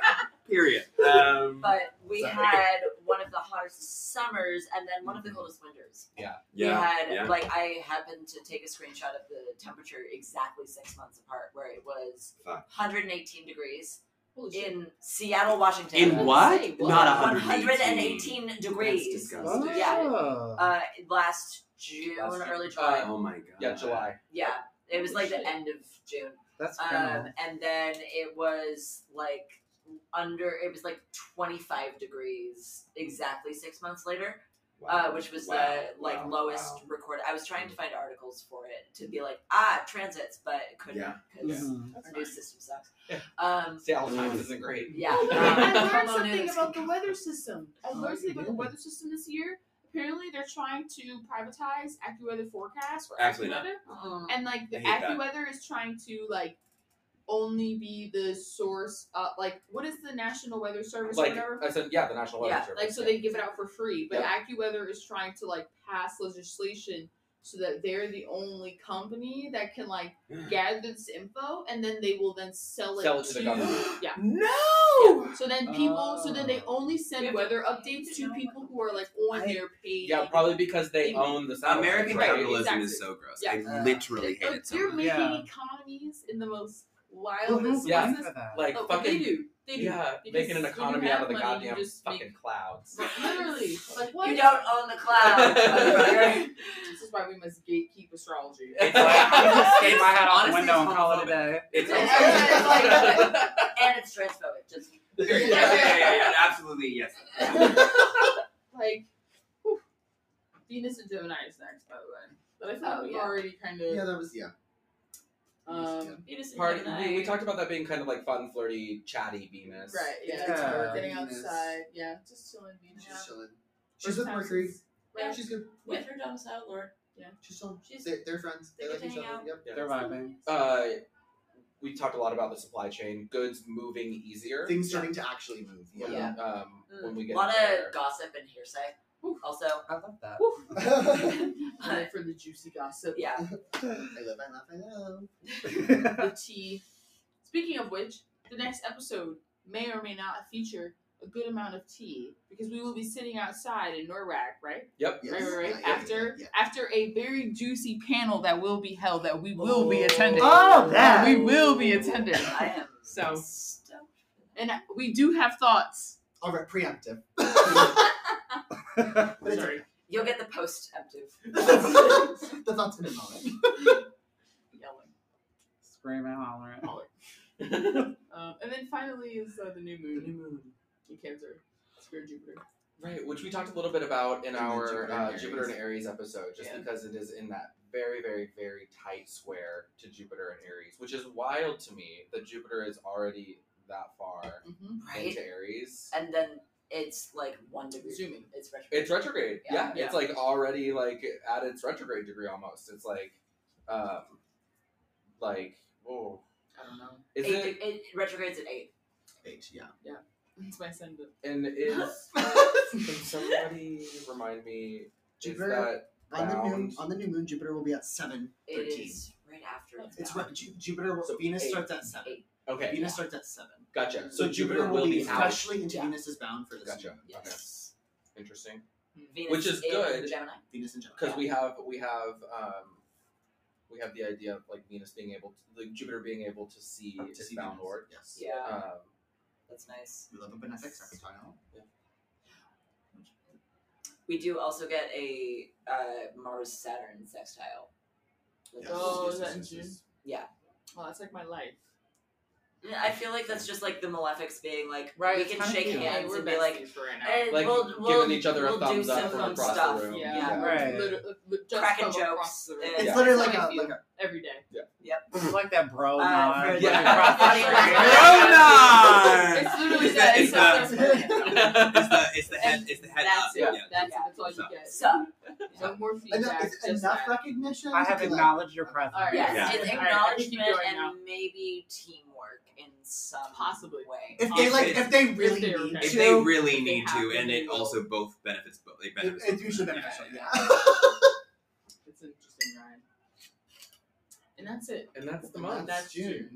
Speaker 4: period. Um,
Speaker 3: But we
Speaker 6: Sorry.
Speaker 3: had one of the hottest summers and then one of the coldest winters. we had
Speaker 4: yeah.
Speaker 3: like I happened to take a screenshot of the temperature exactly six months apart, where it was
Speaker 4: Fuck.
Speaker 3: 118 degrees
Speaker 7: Holy shit.
Speaker 3: in Seattle, Washington.
Speaker 4: in what?
Speaker 7: Say what?
Speaker 4: Not 118.
Speaker 3: 118
Speaker 4: That's
Speaker 3: degrees.
Speaker 4: disgusting.
Speaker 3: Yeah.
Speaker 5: Oh.
Speaker 3: Uh, last June,
Speaker 2: Last June.
Speaker 3: early July.
Speaker 2: Uh,
Speaker 4: Oh my god.
Speaker 2: Yeah, July.
Speaker 3: yeah, it was like the
Speaker 7: Shit.
Speaker 3: end of June.
Speaker 5: That's criminal.
Speaker 3: Um, and then it was like under. It was like 25 degrees exactly six months later. uh, which was
Speaker 4: Wow,
Speaker 3: the like
Speaker 4: wow,
Speaker 3: lowest
Speaker 4: wow.
Speaker 3: recorded. I was trying to find articles for it to be like ah transits, but couldn't
Speaker 4: Yeah.
Speaker 3: because
Speaker 1: Mm-hmm.
Speaker 5: Mhm.
Speaker 3: our news system sucks.
Speaker 2: Yeah.
Speaker 3: Um,
Speaker 2: Seattle times isn't great.
Speaker 3: yeah,
Speaker 1: Oh,
Speaker 3: um,
Speaker 1: wait, I
Speaker 6: Ah.
Speaker 1: learned
Speaker 3: Homo
Speaker 1: something
Speaker 3: News.
Speaker 1: about the weather system. I learned something about the
Speaker 6: Really?
Speaker 1: weather system this year. Apparently, they're trying to privatize AccuWeather forecast or
Speaker 4: Actually not.
Speaker 1: AccuWeather,
Speaker 3: Mm-mm.
Speaker 1: and like the
Speaker 4: I hate that.
Speaker 1: AccuWeather is trying to like only be the source. Uh, like, what is the National Weather Service or
Speaker 2: Like
Speaker 1: whatever?
Speaker 2: I said, yeah, the National Weather
Speaker 3: Yeah,
Speaker 2: Service.
Speaker 1: Like, so they give it out for free, but
Speaker 2: Yeah.
Speaker 1: AccuWeather is trying to like pass legislation so that they're the only company that can like gather this info, and then they will then sell it,
Speaker 2: Sell it to the government.
Speaker 1: Yeah.
Speaker 2: No.
Speaker 1: So then people, so then they
Speaker 5: Oh.
Speaker 1: only
Speaker 7: We
Speaker 1: send
Speaker 7: have to
Speaker 1: weather
Speaker 7: pay
Speaker 1: updates
Speaker 7: to
Speaker 1: to
Speaker 7: know
Speaker 1: people
Speaker 7: what
Speaker 1: who are like on their page.
Speaker 2: Yeah, probably because they own the satellite.
Speaker 4: American
Speaker 2: right?
Speaker 4: capitalism
Speaker 1: exactly.
Speaker 4: is so gross.
Speaker 3: Yeah. oh,
Speaker 4: I literally hate
Speaker 1: Like,
Speaker 4: it so
Speaker 1: they're
Speaker 4: much.
Speaker 1: making
Speaker 5: Yeah.
Speaker 1: economies in the most wildest
Speaker 2: Yeah.
Speaker 5: Thanks
Speaker 1: places.
Speaker 5: for that.
Speaker 2: Like
Speaker 1: Oh, but
Speaker 2: fucking
Speaker 7: they do. They do.
Speaker 2: yeah,
Speaker 7: Because
Speaker 2: making an
Speaker 7: when you
Speaker 2: economy out of
Speaker 7: have
Speaker 2: the
Speaker 7: money, you
Speaker 2: goddamn
Speaker 7: just make-
Speaker 2: fucking clouds.
Speaker 1: But Literally, like what?
Speaker 3: You don't own the cloud. motherfucker.
Speaker 1: This is why we must gatekeep astrology.
Speaker 2: It's like-
Speaker 4: I'm gonna
Speaker 5: Take my hat off the
Speaker 3: Honestly,
Speaker 5: window and
Speaker 3: it's
Speaker 5: call it
Speaker 3: homophobic.
Speaker 5: a day.
Speaker 4: It's
Speaker 3: and it's transphobic. Just
Speaker 4: yeah, yeah, yeah, yeah, yeah, absolutely yes.
Speaker 1: like whew. Venus and Gemini is next, by the way. But I thought
Speaker 3: Oh,
Speaker 1: we've
Speaker 3: yeah.
Speaker 1: already kind of
Speaker 6: Yeah, that was yeah.
Speaker 1: um
Speaker 7: Venus and
Speaker 2: Part
Speaker 7: Gemini.
Speaker 2: we, we talked about that being kind of like fun, flirty, chatty Venus.
Speaker 1: right. Yeah,
Speaker 5: Yeah.
Speaker 1: so we're getting
Speaker 6: Venus.
Speaker 1: outside. Yeah, just chilling Venus.
Speaker 6: She's chilling. She's with
Speaker 1: First
Speaker 6: Mercury.
Speaker 1: time
Speaker 6: Yeah,
Speaker 1: since-
Speaker 6: she's good.
Speaker 7: with her domicile lord.
Speaker 6: She's chilling.
Speaker 7: She's-
Speaker 6: They're, they're friends. They
Speaker 8: They
Speaker 6: like
Speaker 8: can
Speaker 6: each
Speaker 8: hang
Speaker 6: other.
Speaker 8: out.
Speaker 6: Yep.
Speaker 5: They're vibing.
Speaker 2: Uh, we talked a lot about the supply chain, goods moving easier.
Speaker 6: Things starting to actually move. Yeah.
Speaker 2: When,
Speaker 3: Yeah.
Speaker 2: Um, when we
Speaker 3: a
Speaker 2: get
Speaker 3: Mm. lot
Speaker 2: there.
Speaker 3: of gossip and hearsay.
Speaker 1: Oof.
Speaker 3: Also,
Speaker 5: I love that.
Speaker 1: I'm there for the juicy gossip.
Speaker 3: yeah,
Speaker 6: I love, I love, I love.
Speaker 1: the tea. Speaking of which, the next episode may or may not feature a good amount of tea because we will be sitting outside in Norwalk, right?
Speaker 2: Yep.
Speaker 6: Yes.
Speaker 1: Right, right, right.
Speaker 6: Yeah, yeah,
Speaker 1: after
Speaker 6: yeah,
Speaker 1: after a very juicy panel that will be held that we will be attending.
Speaker 5: Oh, that.
Speaker 1: we will be attending.
Speaker 3: I am
Speaker 1: So-
Speaker 3: stoked.
Speaker 1: And we do have thoughts.
Speaker 6: All right, preemptive. But it's-
Speaker 1: Sorry.
Speaker 3: You'll get the post-emptive
Speaker 6: the thoughts in a moment.
Speaker 3: yelling.
Speaker 5: Scream and holler it.
Speaker 1: Um, and then finally is uh, the new moon. new moon. In Cancer. Square Jupiter.
Speaker 2: Right, which we talked a little bit about in
Speaker 6: the
Speaker 2: our
Speaker 6: Jupiter and
Speaker 2: uh,
Speaker 6: Aries.
Speaker 2: Jupiter and Aries episode, just
Speaker 1: Yeah.
Speaker 2: because it is in that very, very, very tight square to Jupiter and Aries, which is wild to me that Jupiter is already that far
Speaker 1: Mm-hmm.
Speaker 3: Right? Uh,
Speaker 2: into Aries.
Speaker 3: And then it's like one degree.
Speaker 1: Zooming.
Speaker 3: It's retro.
Speaker 2: It's retrograde. Yeah,
Speaker 3: Yeah.
Speaker 2: it's like already like at its retrograde degree almost. It's like, um, like oh,
Speaker 6: I don't know.
Speaker 2: is it?
Speaker 3: eight, it retrogrades at eight.
Speaker 6: H, yeah.
Speaker 1: It's my ascendant.
Speaker 2: And is can somebody remind me? Is
Speaker 6: Jupiter
Speaker 2: that
Speaker 6: on the
Speaker 2: round?
Speaker 6: moon. On the new moon, Jupiter will be at seven.
Speaker 3: It
Speaker 6: 13.
Speaker 3: is right after it's,
Speaker 6: It's
Speaker 3: out.
Speaker 6: re- Ju- Jupiter. Will,
Speaker 2: So
Speaker 6: Venus
Speaker 2: eight.
Speaker 6: starts at seven.
Speaker 3: Eight.
Speaker 2: okay?
Speaker 6: Venus starts at seven.
Speaker 2: Gotcha.
Speaker 6: So, Jupiter, will be freshly into
Speaker 3: Yeah.
Speaker 6: Venus's bound for this.
Speaker 2: Gotcha.
Speaker 6: moon.
Speaker 3: Yes.
Speaker 2: Okay. Interesting.
Speaker 3: Venus
Speaker 2: Which is
Speaker 3: in
Speaker 2: good.
Speaker 3: Gemini.
Speaker 6: Venus and Gemini.
Speaker 2: because we have we have um, we have the idea of like Venus being able to like Jupiter being able to see
Speaker 6: To
Speaker 2: its
Speaker 6: see
Speaker 2: bound
Speaker 6: Venus.
Speaker 2: lord.
Speaker 6: Yes.
Speaker 3: Yeah,
Speaker 2: Um,
Speaker 3: that's nice.
Speaker 6: We love a benefic sextile.
Speaker 3: We do also get a uh, Mars Saturn sextile.
Speaker 6: Yes.
Speaker 1: Oh, is
Speaker 6: Yes,
Speaker 1: that in
Speaker 6: yes, yes,
Speaker 1: June?
Speaker 6: yes.
Speaker 1: Well, that's like my life.
Speaker 3: I feel like that's just like the malefics being like,
Speaker 7: Right,
Speaker 3: we
Speaker 7: it's
Speaker 3: can
Speaker 7: kind of
Speaker 3: shake
Speaker 7: cute.
Speaker 3: hands
Speaker 7: We're
Speaker 3: and be like,
Speaker 7: besties for right now.
Speaker 3: eh,
Speaker 2: Like,
Speaker 3: we'll, we'll,
Speaker 2: giving each other a
Speaker 3: we'll
Speaker 2: thumbs
Speaker 3: do
Speaker 2: up
Speaker 3: some
Speaker 2: from
Speaker 3: fun
Speaker 2: across
Speaker 3: stuff.
Speaker 2: the room.
Speaker 7: Yeah.
Speaker 5: Right.
Speaker 7: Lit-
Speaker 1: uh,
Speaker 7: li- just
Speaker 3: Cracking
Speaker 7: from across
Speaker 3: jokes.
Speaker 7: the room.
Speaker 3: It's
Speaker 7: That's how
Speaker 6: literally
Speaker 7: I
Speaker 6: like a-
Speaker 7: feel
Speaker 6: like a-
Speaker 7: every day.
Speaker 5: like that bro
Speaker 3: Uh,
Speaker 5: nod,
Speaker 3: for
Speaker 5: like,
Speaker 2: the-
Speaker 5: across the
Speaker 3: Yeah.
Speaker 5: street.
Speaker 7: Yeah.
Speaker 5: Bro nod!
Speaker 7: It's literally
Speaker 4: Is
Speaker 7: that.
Speaker 4: that-
Speaker 7: It's
Speaker 4: is
Speaker 7: not
Speaker 4: that- it's the it's the head it's the head
Speaker 7: That's
Speaker 4: up.
Speaker 7: it.
Speaker 4: Yeah.
Speaker 7: That's it.
Speaker 3: Yeah.
Speaker 7: That's all you
Speaker 4: So-
Speaker 7: get.
Speaker 3: So,
Speaker 7: No more
Speaker 6: Enough,
Speaker 7: feedback.
Speaker 6: it's
Speaker 7: just
Speaker 6: enough
Speaker 7: that.
Speaker 6: recognition.
Speaker 5: I
Speaker 6: to
Speaker 5: have
Speaker 6: be like,
Speaker 5: acknowledged your presence.
Speaker 7: All right.
Speaker 3: yes,
Speaker 4: Yeah.
Speaker 3: it's
Speaker 7: All right, I think
Speaker 3: acknowledgement
Speaker 7: you're going
Speaker 3: and
Speaker 7: now.
Speaker 3: maybe teamwork in some
Speaker 7: Possibly.
Speaker 3: way.
Speaker 6: if they like, if they really
Speaker 7: If they're
Speaker 6: need
Speaker 7: okay.
Speaker 4: If
Speaker 6: to,
Speaker 4: they really
Speaker 7: If they
Speaker 4: need
Speaker 7: have
Speaker 4: to,
Speaker 7: to,
Speaker 4: and
Speaker 7: they
Speaker 4: it
Speaker 7: will.
Speaker 4: also both benefits both. They
Speaker 6: it-
Speaker 4: benefit.
Speaker 6: it's
Speaker 4: both.
Speaker 6: usually
Speaker 4: Yeah,
Speaker 6: beneficial.
Speaker 4: yeah,
Speaker 6: Yeah.
Speaker 7: It's an interesting ride. And that's it.
Speaker 2: And that's the
Speaker 6: And
Speaker 2: month.
Speaker 7: That's
Speaker 6: June.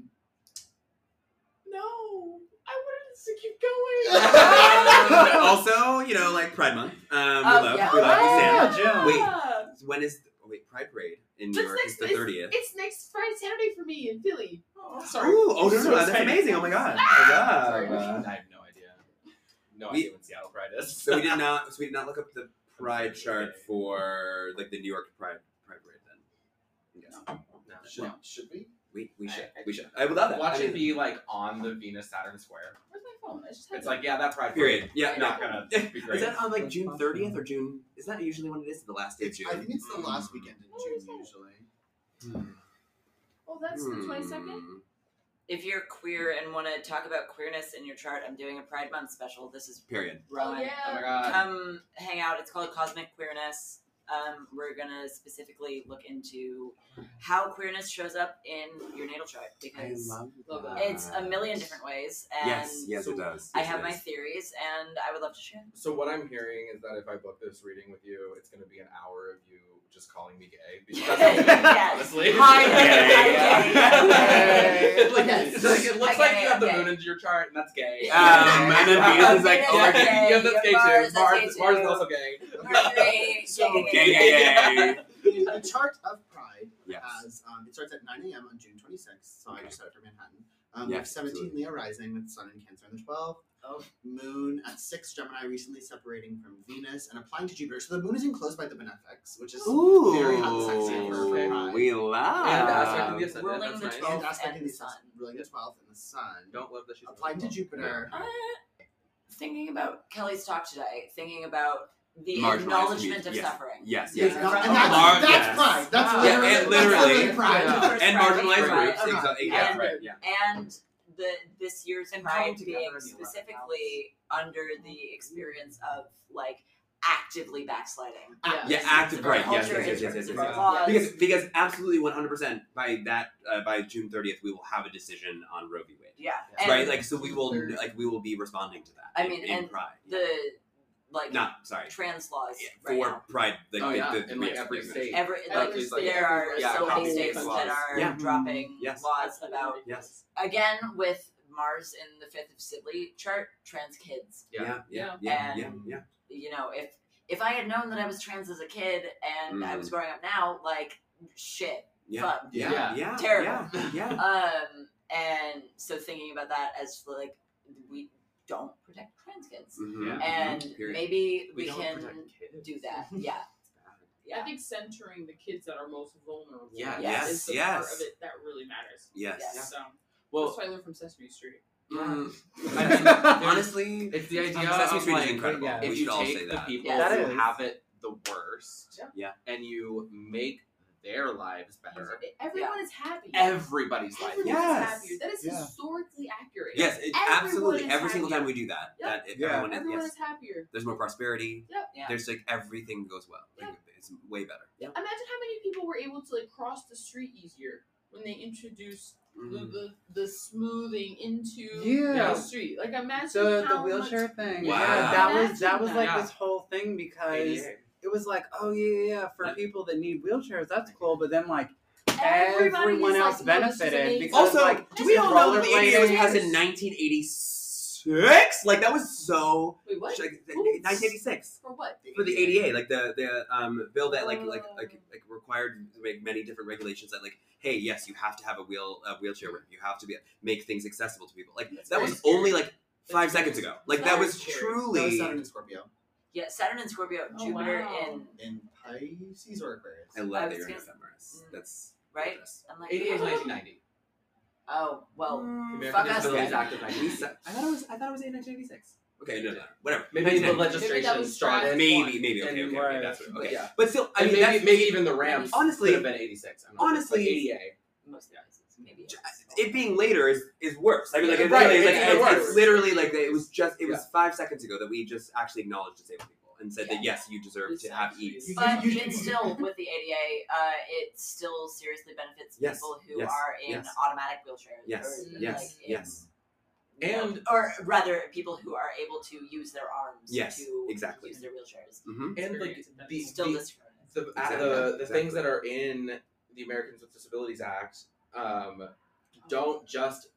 Speaker 1: No, I wanted us to keep going.
Speaker 4: yeah. also, you know, like Pride Month. Um, we
Speaker 3: Oh,
Speaker 4: love
Speaker 3: yeah.
Speaker 4: we love
Speaker 5: Oh,
Speaker 4: Santa.
Speaker 7: Ah!
Speaker 5: June.
Speaker 4: Wait. When is oh, wait Pride Parade in New
Speaker 1: That's
Speaker 4: York?
Speaker 1: next-
Speaker 4: It's the thirtieth.
Speaker 1: it's next Friday, Saturday for me in Philly.
Speaker 7: Oh,
Speaker 1: Sorry.
Speaker 4: Ooh, oh no, no,
Speaker 2: So
Speaker 4: no, that's
Speaker 2: excited.
Speaker 4: amazing! Oh my god, I love.
Speaker 2: Sorry,
Speaker 4: uh,
Speaker 2: I have no idea. No
Speaker 4: We-
Speaker 2: idea when Seattle Pride is.
Speaker 4: so we did not, so we did not look up the pride chart for like the New York Pride Pride Parade. Then, I guess.
Speaker 2: No.
Speaker 4: Should-
Speaker 6: Well, should we?
Speaker 4: we we
Speaker 2: I-
Speaker 4: should
Speaker 2: I-
Speaker 4: we should. I would love that.
Speaker 2: Watch
Speaker 4: I
Speaker 2: it
Speaker 4: mean,
Speaker 2: be like on the Venus Saturn square.
Speaker 7: Where's my phone? I just had
Speaker 2: It's like yeah, that Pride
Speaker 4: period. Yeah,
Speaker 2: Parade.
Speaker 4: no.
Speaker 2: Not gonna be great.
Speaker 4: Is that on like
Speaker 5: That's
Speaker 4: June
Speaker 5: possible.
Speaker 4: thirtieth or June? Is that usually when it is? The last day of
Speaker 6: It's,
Speaker 4: June.
Speaker 6: I think it's the last
Speaker 4: Mm.
Speaker 6: weekend in
Speaker 7: What
Speaker 6: June
Speaker 7: is that?
Speaker 6: usually.
Speaker 7: Oh, that's the
Speaker 4: Hmm.
Speaker 7: twenty second.
Speaker 3: If you're queer and want to talk about queerness in your chart, I'm doing a Pride Month special. This is
Speaker 4: Period.
Speaker 3: Rowan.
Speaker 2: Oh my god.
Speaker 3: Come hang out. It's called Cosmic Queerness. Um, we're gonna specifically look into how queerness shows up in your natal chart because
Speaker 7: Love that.
Speaker 3: it's a million different ways. And
Speaker 4: Yes, yes, it does.
Speaker 3: I
Speaker 4: Yes,
Speaker 3: have
Speaker 4: it
Speaker 3: my
Speaker 4: is.
Speaker 3: theories, and I would love to share. them.
Speaker 2: So what I'm hearing is that if I book this reading with you, it's gonna be an hour of you just calling me gay. Because that's what I'm doing,
Speaker 3: Yes.
Speaker 2: honestly.
Speaker 3: Hi,
Speaker 5: I'm gay.
Speaker 2: Yeah. like,
Speaker 6: Yes.
Speaker 2: it's like, it looks
Speaker 3: I
Speaker 2: like
Speaker 3: get
Speaker 2: you
Speaker 3: it,
Speaker 2: have the
Speaker 3: okay.
Speaker 2: moon into your chart, and that's gay.
Speaker 4: Um, and then Venus is like,
Speaker 3: Venus
Speaker 4: oh my
Speaker 3: is
Speaker 4: god.
Speaker 2: yeah, that's gay
Speaker 3: Mars
Speaker 2: too.
Speaker 3: is gay
Speaker 2: Mars,
Speaker 3: too.
Speaker 2: Mars is also gay.
Speaker 3: Mercury,
Speaker 6: So-
Speaker 3: yay,
Speaker 4: Gay,
Speaker 3: yay,
Speaker 4: gay,
Speaker 3: yay.
Speaker 4: gay.
Speaker 6: the chart of Pride
Speaker 4: Yes.
Speaker 6: has um, it starts at 9 a.m. on June 26th, so I just started for Manhattan. Um, we
Speaker 4: Yeah,
Speaker 6: have 17
Speaker 4: absolutely.
Speaker 6: Leo rising with Sun and Cancer on the 12th.
Speaker 3: Oh.
Speaker 6: Moon at 6 Gemini recently separating from Venus and applying to Jupiter. So the Moon is enclosed by the benefics, which is very hot and sexy for
Speaker 4: Ooh,
Speaker 6: Pride.
Speaker 4: we love.
Speaker 2: And aspect of the ascendant.
Speaker 3: Um, Ruling
Speaker 2: that's
Speaker 3: the
Speaker 2: nice.
Speaker 3: twelve.
Speaker 6: and aspecting
Speaker 3: and
Speaker 6: the
Speaker 3: Sun.
Speaker 6: sun, ruling the 12th and the sun.
Speaker 2: Don't love that she's
Speaker 6: Applying to Jupiter.
Speaker 3: Uh, thinking about Kelly's talk today, thinking about the
Speaker 4: Marginalized
Speaker 3: acknowledgement
Speaker 4: community,
Speaker 3: of
Speaker 4: yes.
Speaker 3: suffering.
Speaker 4: Yes,
Speaker 6: Yes,
Speaker 4: yes.
Speaker 3: Yeah.
Speaker 6: no,
Speaker 3: Mar-
Speaker 6: and that's,
Speaker 4: Mar-
Speaker 6: that's
Speaker 4: yes.
Speaker 6: Pride. That's
Speaker 7: Wow.
Speaker 6: literally,
Speaker 4: Yeah, and
Speaker 6: that's
Speaker 4: literally.
Speaker 6: literally Pride.
Speaker 2: Yeah.
Speaker 4: And
Speaker 3: Pride,
Speaker 4: marginalized
Speaker 3: Pride,
Speaker 4: groups.
Speaker 6: Pride.
Speaker 4: exa- Yeah,
Speaker 3: And-
Speaker 4: right. Yeah.
Speaker 3: and the this year's
Speaker 5: And
Speaker 3: pride
Speaker 5: come together
Speaker 3: being
Speaker 5: in the
Speaker 3: specifically under the experience of like actively backsliding.
Speaker 7: Yeah.
Speaker 4: Yeah, active
Speaker 3: Our
Speaker 4: right. Yes,
Speaker 3: culture, in
Speaker 4: yes, yes, yes, yes,
Speaker 3: terms of
Speaker 4: yes,
Speaker 3: our
Speaker 4: yes.
Speaker 3: laws.
Speaker 4: Because because absolutely one hundred percent by that uh, by June thirtieth we will have a decision on Roe v. Wade.
Speaker 3: yeah,
Speaker 2: Yeah.
Speaker 3: and
Speaker 4: right, like so we will like we will be responding to that.
Speaker 3: I
Speaker 4: in-
Speaker 3: mean,
Speaker 4: in,
Speaker 3: and
Speaker 4: Pride.
Speaker 3: the like
Speaker 4: no, sorry,
Speaker 3: trans laws
Speaker 4: Yeah,
Speaker 3: right
Speaker 4: for
Speaker 3: now.
Speaker 4: Pride. Like,
Speaker 2: Oh,
Speaker 4: the-
Speaker 2: yeah,
Speaker 4: the-
Speaker 2: in, like,
Speaker 4: yes,
Speaker 2: every
Speaker 4: yes,
Speaker 2: state.
Speaker 3: Every
Speaker 2: Yeah,
Speaker 3: like,
Speaker 2: it's like-
Speaker 3: there are
Speaker 2: yeah,
Speaker 3: so many
Speaker 2: copying
Speaker 3: states
Speaker 2: laws.
Speaker 3: that are
Speaker 4: Yeah. Mm-hmm.
Speaker 3: dropping
Speaker 4: Yes.
Speaker 3: laws about
Speaker 4: Yes.
Speaker 3: again with Mars in the fifth of Sibley chart trans kids.
Speaker 4: Yeah, yeah,
Speaker 7: Yeah.
Speaker 4: yeah,
Speaker 3: And-
Speaker 4: yeah, yeah.
Speaker 3: you know, if if I had known that I was trans as a kid and I was growing up now, like shit,
Speaker 4: Yeah.
Speaker 3: fuck.
Speaker 4: Yeah,
Speaker 2: Mm. Yeah.
Speaker 4: yeah, yeah,
Speaker 3: Terrible.
Speaker 4: Yeah, yeah.
Speaker 3: Um, and so thinking about that as like we don't protect trans kids,
Speaker 4: Mhm,
Speaker 2: Yeah.
Speaker 3: and
Speaker 4: mhm, period.
Speaker 3: maybe
Speaker 2: Mm-hmm. We,
Speaker 3: we,
Speaker 2: don't
Speaker 3: can
Speaker 2: protect kids.
Speaker 3: do that. Yeah,
Speaker 7: I
Speaker 3: yeah,
Speaker 7: think centering the kids that are most vulnerable.
Speaker 2: Yeah,
Speaker 3: yes,
Speaker 7: is the
Speaker 4: yes.
Speaker 7: part of it that really matters.
Speaker 4: Yes.
Speaker 3: Yeah.
Speaker 7: So that's
Speaker 2: Well,
Speaker 7: what I learned from Sesame Street.
Speaker 4: Mm,
Speaker 2: I mean, there's-
Speaker 4: honestly,
Speaker 2: it's the idea
Speaker 4: Sesame
Speaker 2: of
Speaker 4: Street
Speaker 2: like,
Speaker 4: is incredible.
Speaker 5: yeah.
Speaker 4: We
Speaker 2: if
Speaker 4: should
Speaker 2: you
Speaker 4: all
Speaker 2: take
Speaker 4: say
Speaker 2: the
Speaker 4: that.
Speaker 2: people
Speaker 3: Yes.
Speaker 5: That
Speaker 2: who
Speaker 5: is.
Speaker 2: have it the worst,
Speaker 7: Yeah.
Speaker 4: Yeah.
Speaker 2: and you make their lives better,
Speaker 1: Everyone is happy.
Speaker 2: everybody's life.
Speaker 1: Everyone
Speaker 4: Yeah.
Speaker 1: is
Speaker 4: Yes.
Speaker 1: happier. That is
Speaker 6: Yeah.
Speaker 1: historically accurate.
Speaker 4: Yes, it,
Speaker 1: Everyone
Speaker 4: absolutely.
Speaker 1: is
Speaker 4: Every single
Speaker 1: happier.
Speaker 4: time we do that,
Speaker 7: Yep.
Speaker 4: that it,
Speaker 5: Yeah.
Speaker 4: everyone,
Speaker 7: Everyone
Speaker 4: yes,
Speaker 7: is happier.
Speaker 4: there's more prosperity.
Speaker 3: yeah.
Speaker 4: There's like everything goes well. Like, It's way better. Yeah.
Speaker 1: Imagine how many people were able to like cross the street easier when they introduced
Speaker 4: Mm-hmm.
Speaker 1: the, the the smoothing into
Speaker 5: Yeah.
Speaker 1: the street. Like imagine
Speaker 5: The, the
Speaker 1: how
Speaker 5: wheelchair
Speaker 1: much
Speaker 5: thing.
Speaker 4: Wow.
Speaker 5: Yeah, that was that
Speaker 1: Imagine
Speaker 5: was like
Speaker 2: that.
Speaker 5: this whole thing because
Speaker 2: ADA.
Speaker 5: it was like, oh yeah, yeah, yeah, for
Speaker 4: That-
Speaker 5: people that need wheelchairs, that's cool. But then like
Speaker 1: Everybody
Speaker 5: everyone
Speaker 1: is
Speaker 5: else
Speaker 1: like, "No, this is
Speaker 5: benefited
Speaker 1: amazing."
Speaker 5: because
Speaker 4: Also,
Speaker 5: like
Speaker 4: do we all know that the ADA was
Speaker 5: rollerblading-
Speaker 4: passed in 1986? Like that was so.
Speaker 1: Wait, what?
Speaker 4: Like,
Speaker 1: Ooh.
Speaker 4: 1986
Speaker 1: For what?
Speaker 4: for the ADA, like the the um bill that like like like like required like many different regulations that like hey yes you have to have a wheel a wheelchair ramp you have to be make things accessible to people like
Speaker 7: That's
Speaker 4: that
Speaker 7: very
Speaker 4: was
Speaker 7: scary.
Speaker 4: only like five
Speaker 7: That's
Speaker 4: seconds
Speaker 7: very-
Speaker 4: ago like
Speaker 7: that's
Speaker 4: that was
Speaker 7: scary.
Speaker 6: That was
Speaker 4: truly
Speaker 6: Saturn and Scorpio.
Speaker 3: Yeah, Saturn and Scorpio,
Speaker 7: Oh,
Speaker 3: Jupiter
Speaker 7: wow.
Speaker 3: in
Speaker 6: In Pisces or Aquarius.
Speaker 4: I
Speaker 3: I
Speaker 4: love that
Speaker 3: was
Speaker 4: you're an
Speaker 3: gonna-
Speaker 4: ephemeris
Speaker 3: Mm.
Speaker 4: that's
Speaker 3: Right?
Speaker 4: gorgeous.
Speaker 3: I'm like,
Speaker 2: ADA is 1990.
Speaker 3: Oh well,
Speaker 7: Mm.
Speaker 2: American
Speaker 3: Fuck us,
Speaker 2: Disabilities
Speaker 3: guys.
Speaker 2: Act of 1986.
Speaker 4: I thought it was. I thought it was in 1986. Okay, no, no, whatever.
Speaker 2: Maybe the
Speaker 9: that
Speaker 2: legislation
Speaker 9: was
Speaker 2: started.
Speaker 4: Maybe, maybe.
Speaker 2: And
Speaker 4: Okay, okay,
Speaker 5: right.
Speaker 4: okay, that's what,
Speaker 2: But
Speaker 4: okay.
Speaker 2: yeah.
Speaker 4: But still, I
Speaker 2: And
Speaker 4: mean,
Speaker 2: maybe,
Speaker 4: that's,
Speaker 2: maybe even the ramps
Speaker 4: honestly-
Speaker 2: could have been 86. I'm not sure.
Speaker 4: honestly,
Speaker 2: Like 88.
Speaker 3: most guys maybe.
Speaker 4: it being later is is worse. I mean, like,
Speaker 2: Yeah,
Speaker 4: it's,
Speaker 2: right,
Speaker 4: it's,
Speaker 2: it's
Speaker 4: like,
Speaker 2: even
Speaker 4: it's-
Speaker 2: worse.
Speaker 4: it's literally like it was just. It was five seconds ago that we just actually acknowledged disabled people and said that yes, you deserve
Speaker 5: It's
Speaker 4: to have
Speaker 5: actually-
Speaker 4: eats.
Speaker 6: You-
Speaker 3: But
Speaker 6: you-
Speaker 3: even still, with the ADA, uh, it still seriously benefits
Speaker 4: Yes,
Speaker 3: people who
Speaker 4: yes,
Speaker 3: are in
Speaker 4: yes.
Speaker 3: automatic wheelchairs.
Speaker 4: Yes,
Speaker 3: or, like,
Speaker 4: yes,
Speaker 3: in-
Speaker 4: yes,
Speaker 2: And
Speaker 3: or rather, people who are able to use their arms
Speaker 4: Yes,
Speaker 3: to
Speaker 4: exactly.
Speaker 3: use their wheelchairs.
Speaker 4: hmm
Speaker 2: and like the,
Speaker 3: Still
Speaker 2: the,
Speaker 3: discriminate.
Speaker 2: the,
Speaker 4: Exactly,
Speaker 2: the, the
Speaker 4: exactly.
Speaker 2: things that are in the Americans with Disabilities Act um, don't just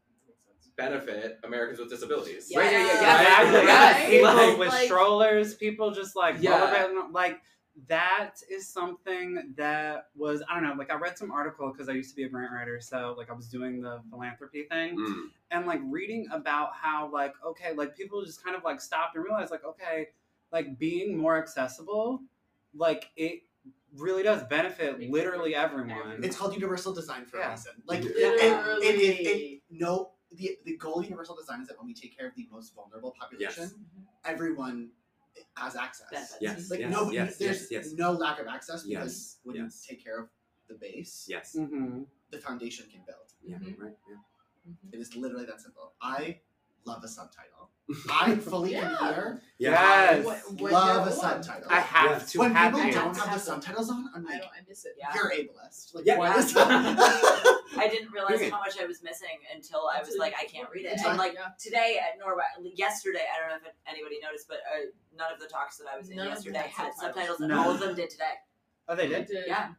Speaker 2: benefit Americans with disabilities.
Speaker 3: Right, yeah, yeah, yeah.
Speaker 2: Right?
Speaker 5: Exactly.
Speaker 2: Right?
Speaker 5: People
Speaker 2: Like-
Speaker 5: with
Speaker 1: like-
Speaker 5: strollers, people just like
Speaker 2: Yeah.
Speaker 5: rollerblading, like that is something that was I don't know. Like I read some article because I used to be a grant writer, so like I was doing the philanthropy thing
Speaker 4: Mm.
Speaker 5: and like reading about how like okay, like people just kind of like stopped and realized like okay, like being more accessible, like it really does benefit literally everyone.
Speaker 6: It's called universal design for
Speaker 5: Yeah.
Speaker 6: a reason. Like
Speaker 4: Yeah.
Speaker 6: it- it- it- it-
Speaker 10: Literally.
Speaker 6: no, the the goal of universal design is that when we take care of the most vulnerable population, everyone has access.
Speaker 3: Benefits.
Speaker 4: Yes,
Speaker 6: Like
Speaker 4: yes,
Speaker 6: no,
Speaker 4: yes,
Speaker 6: there's
Speaker 4: yes, yes.
Speaker 6: no lack of access
Speaker 4: Yes,
Speaker 6: because when
Speaker 4: yes.
Speaker 6: you take care of the base,
Speaker 4: Yes.
Speaker 5: hmm
Speaker 6: the foundation can build.
Speaker 4: Yeah. Right. Yeah.
Speaker 6: It is literally that simple. I love a subtitle. I fully in
Speaker 1: Yeah.
Speaker 6: here
Speaker 5: Yes,
Speaker 1: What- what
Speaker 6: love a
Speaker 1: y'all want?
Speaker 6: subtitle.
Speaker 5: I have
Speaker 4: Yes.
Speaker 5: to
Speaker 6: when
Speaker 5: have
Speaker 6: people
Speaker 5: it.
Speaker 6: don't have the subtitles on, I'm
Speaker 1: I
Speaker 6: like,
Speaker 1: don't. I miss it.
Speaker 3: Yeah.
Speaker 6: you're ableist. Like,
Speaker 4: Yeah.
Speaker 6: why is that?
Speaker 3: I didn't realize
Speaker 4: Period.
Speaker 3: how much I was missing until I was like, I can't read it.
Speaker 6: It's
Speaker 3: And
Speaker 6: fine,
Speaker 3: like today at Norway, yesterday, I don't know if anybody noticed, but uh, none of the talks that I was in
Speaker 1: None of
Speaker 3: yesterday
Speaker 1: them had
Speaker 3: had
Speaker 1: subtitles.
Speaker 3: subtitles, and
Speaker 5: No.
Speaker 3: all of them did today.
Speaker 5: Oh, they
Speaker 1: I
Speaker 5: did.
Speaker 1: did.
Speaker 3: Yeah.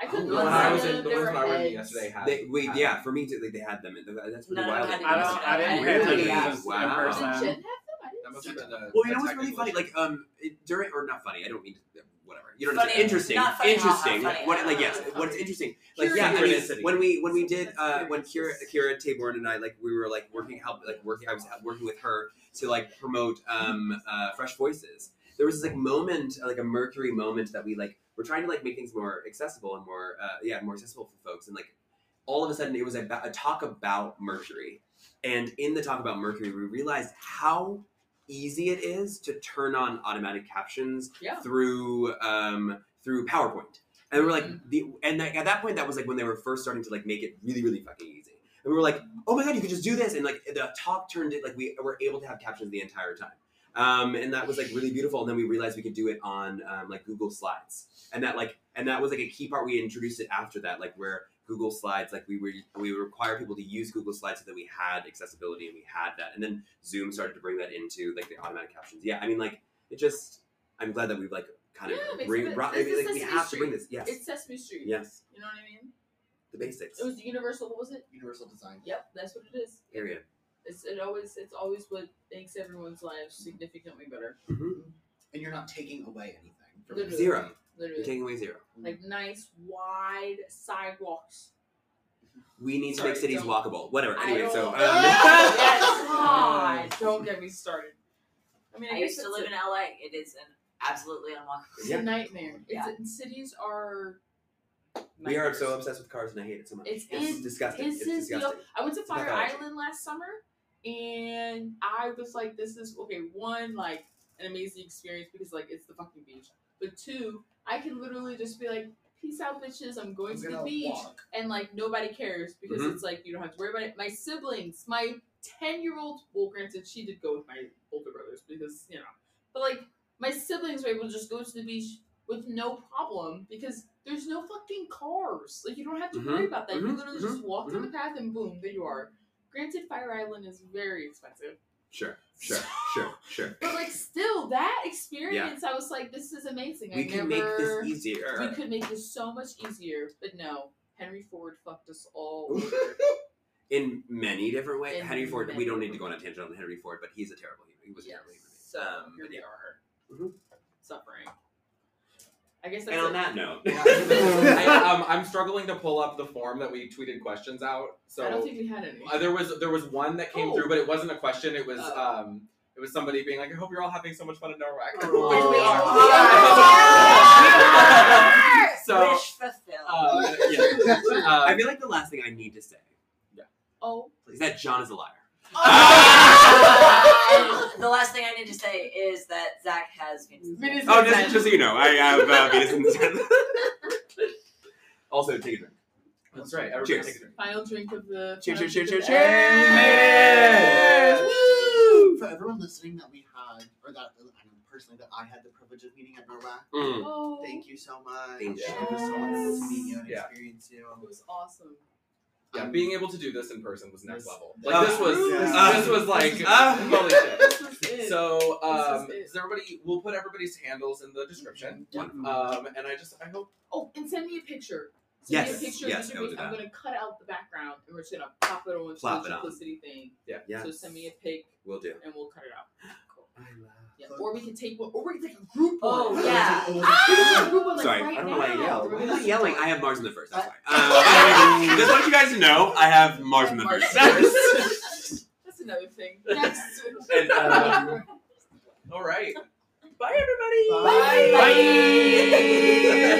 Speaker 1: I couldn't.
Speaker 2: The
Speaker 4: Oh,
Speaker 2: one I was in,
Speaker 1: there
Speaker 2: the ones
Speaker 1: were
Speaker 2: when I read
Speaker 1: heads.
Speaker 2: yesterday had.
Speaker 4: They, wait,
Speaker 2: had-
Speaker 4: yeah. For me, too, like they had them. In, that's pretty
Speaker 3: None of them
Speaker 4: wild.
Speaker 3: had it
Speaker 5: I don't. I didn't pay
Speaker 4: Really?
Speaker 5: attention to
Speaker 3: Yeah.
Speaker 5: this
Speaker 4: Wow.
Speaker 5: in person.
Speaker 4: Um,
Speaker 10: Did Jen have them?
Speaker 2: That
Speaker 10: I
Speaker 2: must
Speaker 10: didn't
Speaker 2: have
Speaker 10: see
Speaker 2: been
Speaker 10: them.
Speaker 2: a,
Speaker 4: Well, you
Speaker 2: a
Speaker 4: know what's really
Speaker 2: technical
Speaker 4: funny?
Speaker 2: issue.
Speaker 4: Like, um, it- during or not funny? I don't mean to, whatever. You know what I'm
Speaker 3: Funny.
Speaker 4: saying? Interesting.
Speaker 3: Not funny, haha,
Speaker 4: interesting.
Speaker 3: funny.
Speaker 4: What? Like yes.
Speaker 3: Funny.
Speaker 4: What's interesting? Like
Speaker 2: Curious.
Speaker 4: yeah. I
Speaker 2: Synchronicity.
Speaker 4: mean, when we when we did uh,
Speaker 1: Synchronicity.
Speaker 4: when Kira Kira Taborn and I like we were like working help like working I was working with her to like promote um uh, Fresh Voices. There was this like moment uh, like a Mercury moment that we like we're trying to like make things more accessible and more uh, yeah more accessible for folks and like all of a sudden it was about a talk about Mercury. And in the talk about Mercury, we realized how easy it is to turn on automatic captions
Speaker 1: Yeah.
Speaker 4: through um, through PowerPoint. And we were like, the, and that, at that point, that was like when they were first starting to like make it really, really fucking easy. And we were like, oh my god, you could just do this. And like the talk turned it like we were able to have captions the entire time. Um, and that was like really beautiful. And then we realized we could do it on um, like Google Slides. And that like and that was like a key part. We introduced it after that, like where Google Slides, like we were we require people to use Google Slides so that we had accessibility and we had that. And then Zoom started to bring that into like the automatic captions. Yeah, I mean like it just I'm glad that we've like kind of
Speaker 1: Yeah, it makes
Speaker 4: bring
Speaker 1: sense.
Speaker 4: brought,
Speaker 1: This is
Speaker 4: like, we
Speaker 1: Sesame
Speaker 4: have to bring
Speaker 1: Street.
Speaker 4: this. Yes.
Speaker 1: It's Sesame Street.
Speaker 4: Yes.
Speaker 1: You know what I mean?
Speaker 4: the basics.
Speaker 1: It was universal. What was it?
Speaker 6: Universal design.
Speaker 1: Yep. That's what it is.
Speaker 4: Period.
Speaker 1: It's it always it's always what makes everyone's lives significantly better.
Speaker 4: Mhm.
Speaker 6: And you're not taking away anything. from
Speaker 1: Literally.
Speaker 4: Zero. You're
Speaker 1: Literally.
Speaker 4: taking away zero.
Speaker 1: Like nice wide sidewalks.
Speaker 4: We need
Speaker 1: Sorry,
Speaker 4: to make cities
Speaker 1: don't-
Speaker 4: walkable. Whatever.
Speaker 1: I
Speaker 4: Anyway, so
Speaker 1: don't-
Speaker 4: um,
Speaker 1: yes, God, don't get me started. I mean, I,
Speaker 3: I
Speaker 1: guess
Speaker 3: used to
Speaker 1: that's
Speaker 3: live
Speaker 1: it.
Speaker 3: in LA. It is an absolutely unwalkable.
Speaker 1: It's
Speaker 4: Yeah.
Speaker 1: a nightmare.
Speaker 3: Yeah.
Speaker 1: It's cities are.
Speaker 4: we are
Speaker 1: nightmares.
Speaker 4: so obsessed with cars and I hate it so much.
Speaker 1: It's-
Speaker 4: it's
Speaker 1: it-
Speaker 4: disgusting.
Speaker 1: this
Speaker 4: it's
Speaker 1: is the-
Speaker 4: disgusting.
Speaker 1: I went to Fire
Speaker 4: pathology.
Speaker 1: Island last summer, and I was like, "This is okay." One, like, an amazing experience because like it's the fucking beach. But two, I can literally just be like, "Peace out, bitches! I'm going
Speaker 6: I'm
Speaker 1: to the
Speaker 6: gonna
Speaker 1: beach,"
Speaker 6: walk.
Speaker 1: and like nobody cares because
Speaker 4: Mhm.
Speaker 1: it's like you don't have to worry about it. My siblings, my ten-year-old, well, granted, she did go with my older brothers because you know, but like my siblings were able to just go to the beach with no problem because there's no fucking cars. Like you don't have to worry about that. you
Speaker 4: mhm,
Speaker 1: literally just walk down the path and boom, there you are. Granted, Fire Island is very expensive,
Speaker 4: Sure. Sure. Sure. Sure.
Speaker 1: but like still that experience, I was like, this is amazing.
Speaker 4: we
Speaker 1: I
Speaker 4: can make
Speaker 1: never.
Speaker 4: this easier.
Speaker 1: we could make this so much easier, but no. Henry Ford fucked us all
Speaker 4: in many different ways.
Speaker 1: In
Speaker 4: Henry Ford.
Speaker 1: many
Speaker 4: We don't need to go on a tangent on Henry Ford, but he's a terrible human. He was a
Speaker 1: Yes.
Speaker 4: terrible human. being.
Speaker 1: So
Speaker 4: Um,
Speaker 1: here
Speaker 4: but
Speaker 1: we
Speaker 4: yeah.
Speaker 1: are
Speaker 4: Mhm.
Speaker 1: suffering. I guess that's
Speaker 4: Um, And on
Speaker 1: it.
Speaker 4: that note,
Speaker 2: I, um, I'm struggling to pull up the form that we tweeted questions out. So
Speaker 1: I don't think we had any.
Speaker 2: Uh, there was there was one that came
Speaker 1: Oh.
Speaker 2: through, but it wasn't a question. It was
Speaker 1: Oh.
Speaker 2: um, it was somebody being like, "I hope you're all having so much fun in Norway."
Speaker 4: Oh.
Speaker 2: Which we are.
Speaker 3: We
Speaker 2: are.
Speaker 3: are.
Speaker 2: so,
Speaker 3: Wish fulfilled.
Speaker 2: um, yeah. Um,
Speaker 4: I feel like the last thing I need to say
Speaker 1: Oh.
Speaker 4: Is that John is a liar?
Speaker 3: Um, uh, the last thing I need to say is that Zach has Venus. in
Speaker 1: Venus
Speaker 3: his
Speaker 1: in
Speaker 4: Oh,
Speaker 3: hand.
Speaker 4: just, just so you know, I have uh, Venus in this hand. also, take a drink.
Speaker 2: That's right. Everybody
Speaker 4: Cheers.
Speaker 2: take a drink.
Speaker 1: Final drink of the.
Speaker 4: Cheers,
Speaker 1: final
Speaker 4: cheers,
Speaker 1: drink
Speaker 4: cheers,
Speaker 1: of the-
Speaker 4: cheers.
Speaker 5: Hey,
Speaker 4: we made it!
Speaker 6: For everyone listening that we had, or that I know personally that I had the privilege of meeting at Norwalk,
Speaker 4: Mm.
Speaker 1: Oh.
Speaker 6: thank you so much.
Speaker 4: Thank you.
Speaker 6: It was so wonderful to meet you and
Speaker 2: Yeah.
Speaker 6: experience you.
Speaker 7: It was awesome.
Speaker 2: Yeah,
Speaker 6: Um,
Speaker 2: being able to do this in person was next
Speaker 6: This-
Speaker 2: level. Like this
Speaker 4: Uh,
Speaker 2: was
Speaker 6: Yeah.
Speaker 2: this was like
Speaker 4: Ah.
Speaker 2: holy shit.
Speaker 7: This was it.
Speaker 2: So um,
Speaker 7: This is it.
Speaker 2: does everybody? We'll put everybody's handles in the description.
Speaker 4: Wonderful.
Speaker 2: Um, and I just I hope
Speaker 1: Oh, and send me a picture. Send
Speaker 4: Yes,
Speaker 1: me a picture
Speaker 4: yes,
Speaker 1: of
Speaker 4: I
Speaker 1: the
Speaker 4: will
Speaker 1: drink.
Speaker 4: do
Speaker 1: I'm
Speaker 4: that.
Speaker 1: gonna cut out the background and we're just gonna pop it on
Speaker 4: Plop
Speaker 1: the
Speaker 4: it on.
Speaker 1: duplicity thing.
Speaker 4: Yeah,
Speaker 1: So send me a pic
Speaker 4: we'll do.
Speaker 1: and we'll cut it out. Cool.
Speaker 5: I love.
Speaker 1: Yeah. Or we can take one. Or we can take a group one.
Speaker 3: Oh, yeah.
Speaker 1: We can take a group one, like,
Speaker 4: Sorry,
Speaker 1: right
Speaker 4: I don't know why I
Speaker 1: now.
Speaker 4: yelled. Why am I yelling? I have Mars in the first. That's why.
Speaker 1: Uh,
Speaker 4: Um, just want you guys to know, I have Mars in the
Speaker 1: Mars
Speaker 4: first.
Speaker 1: in the That's another thing. uh, Next.
Speaker 2: And, um, all right. Bye everybody.
Speaker 6: Bye.
Speaker 1: Bye.
Speaker 4: Bye.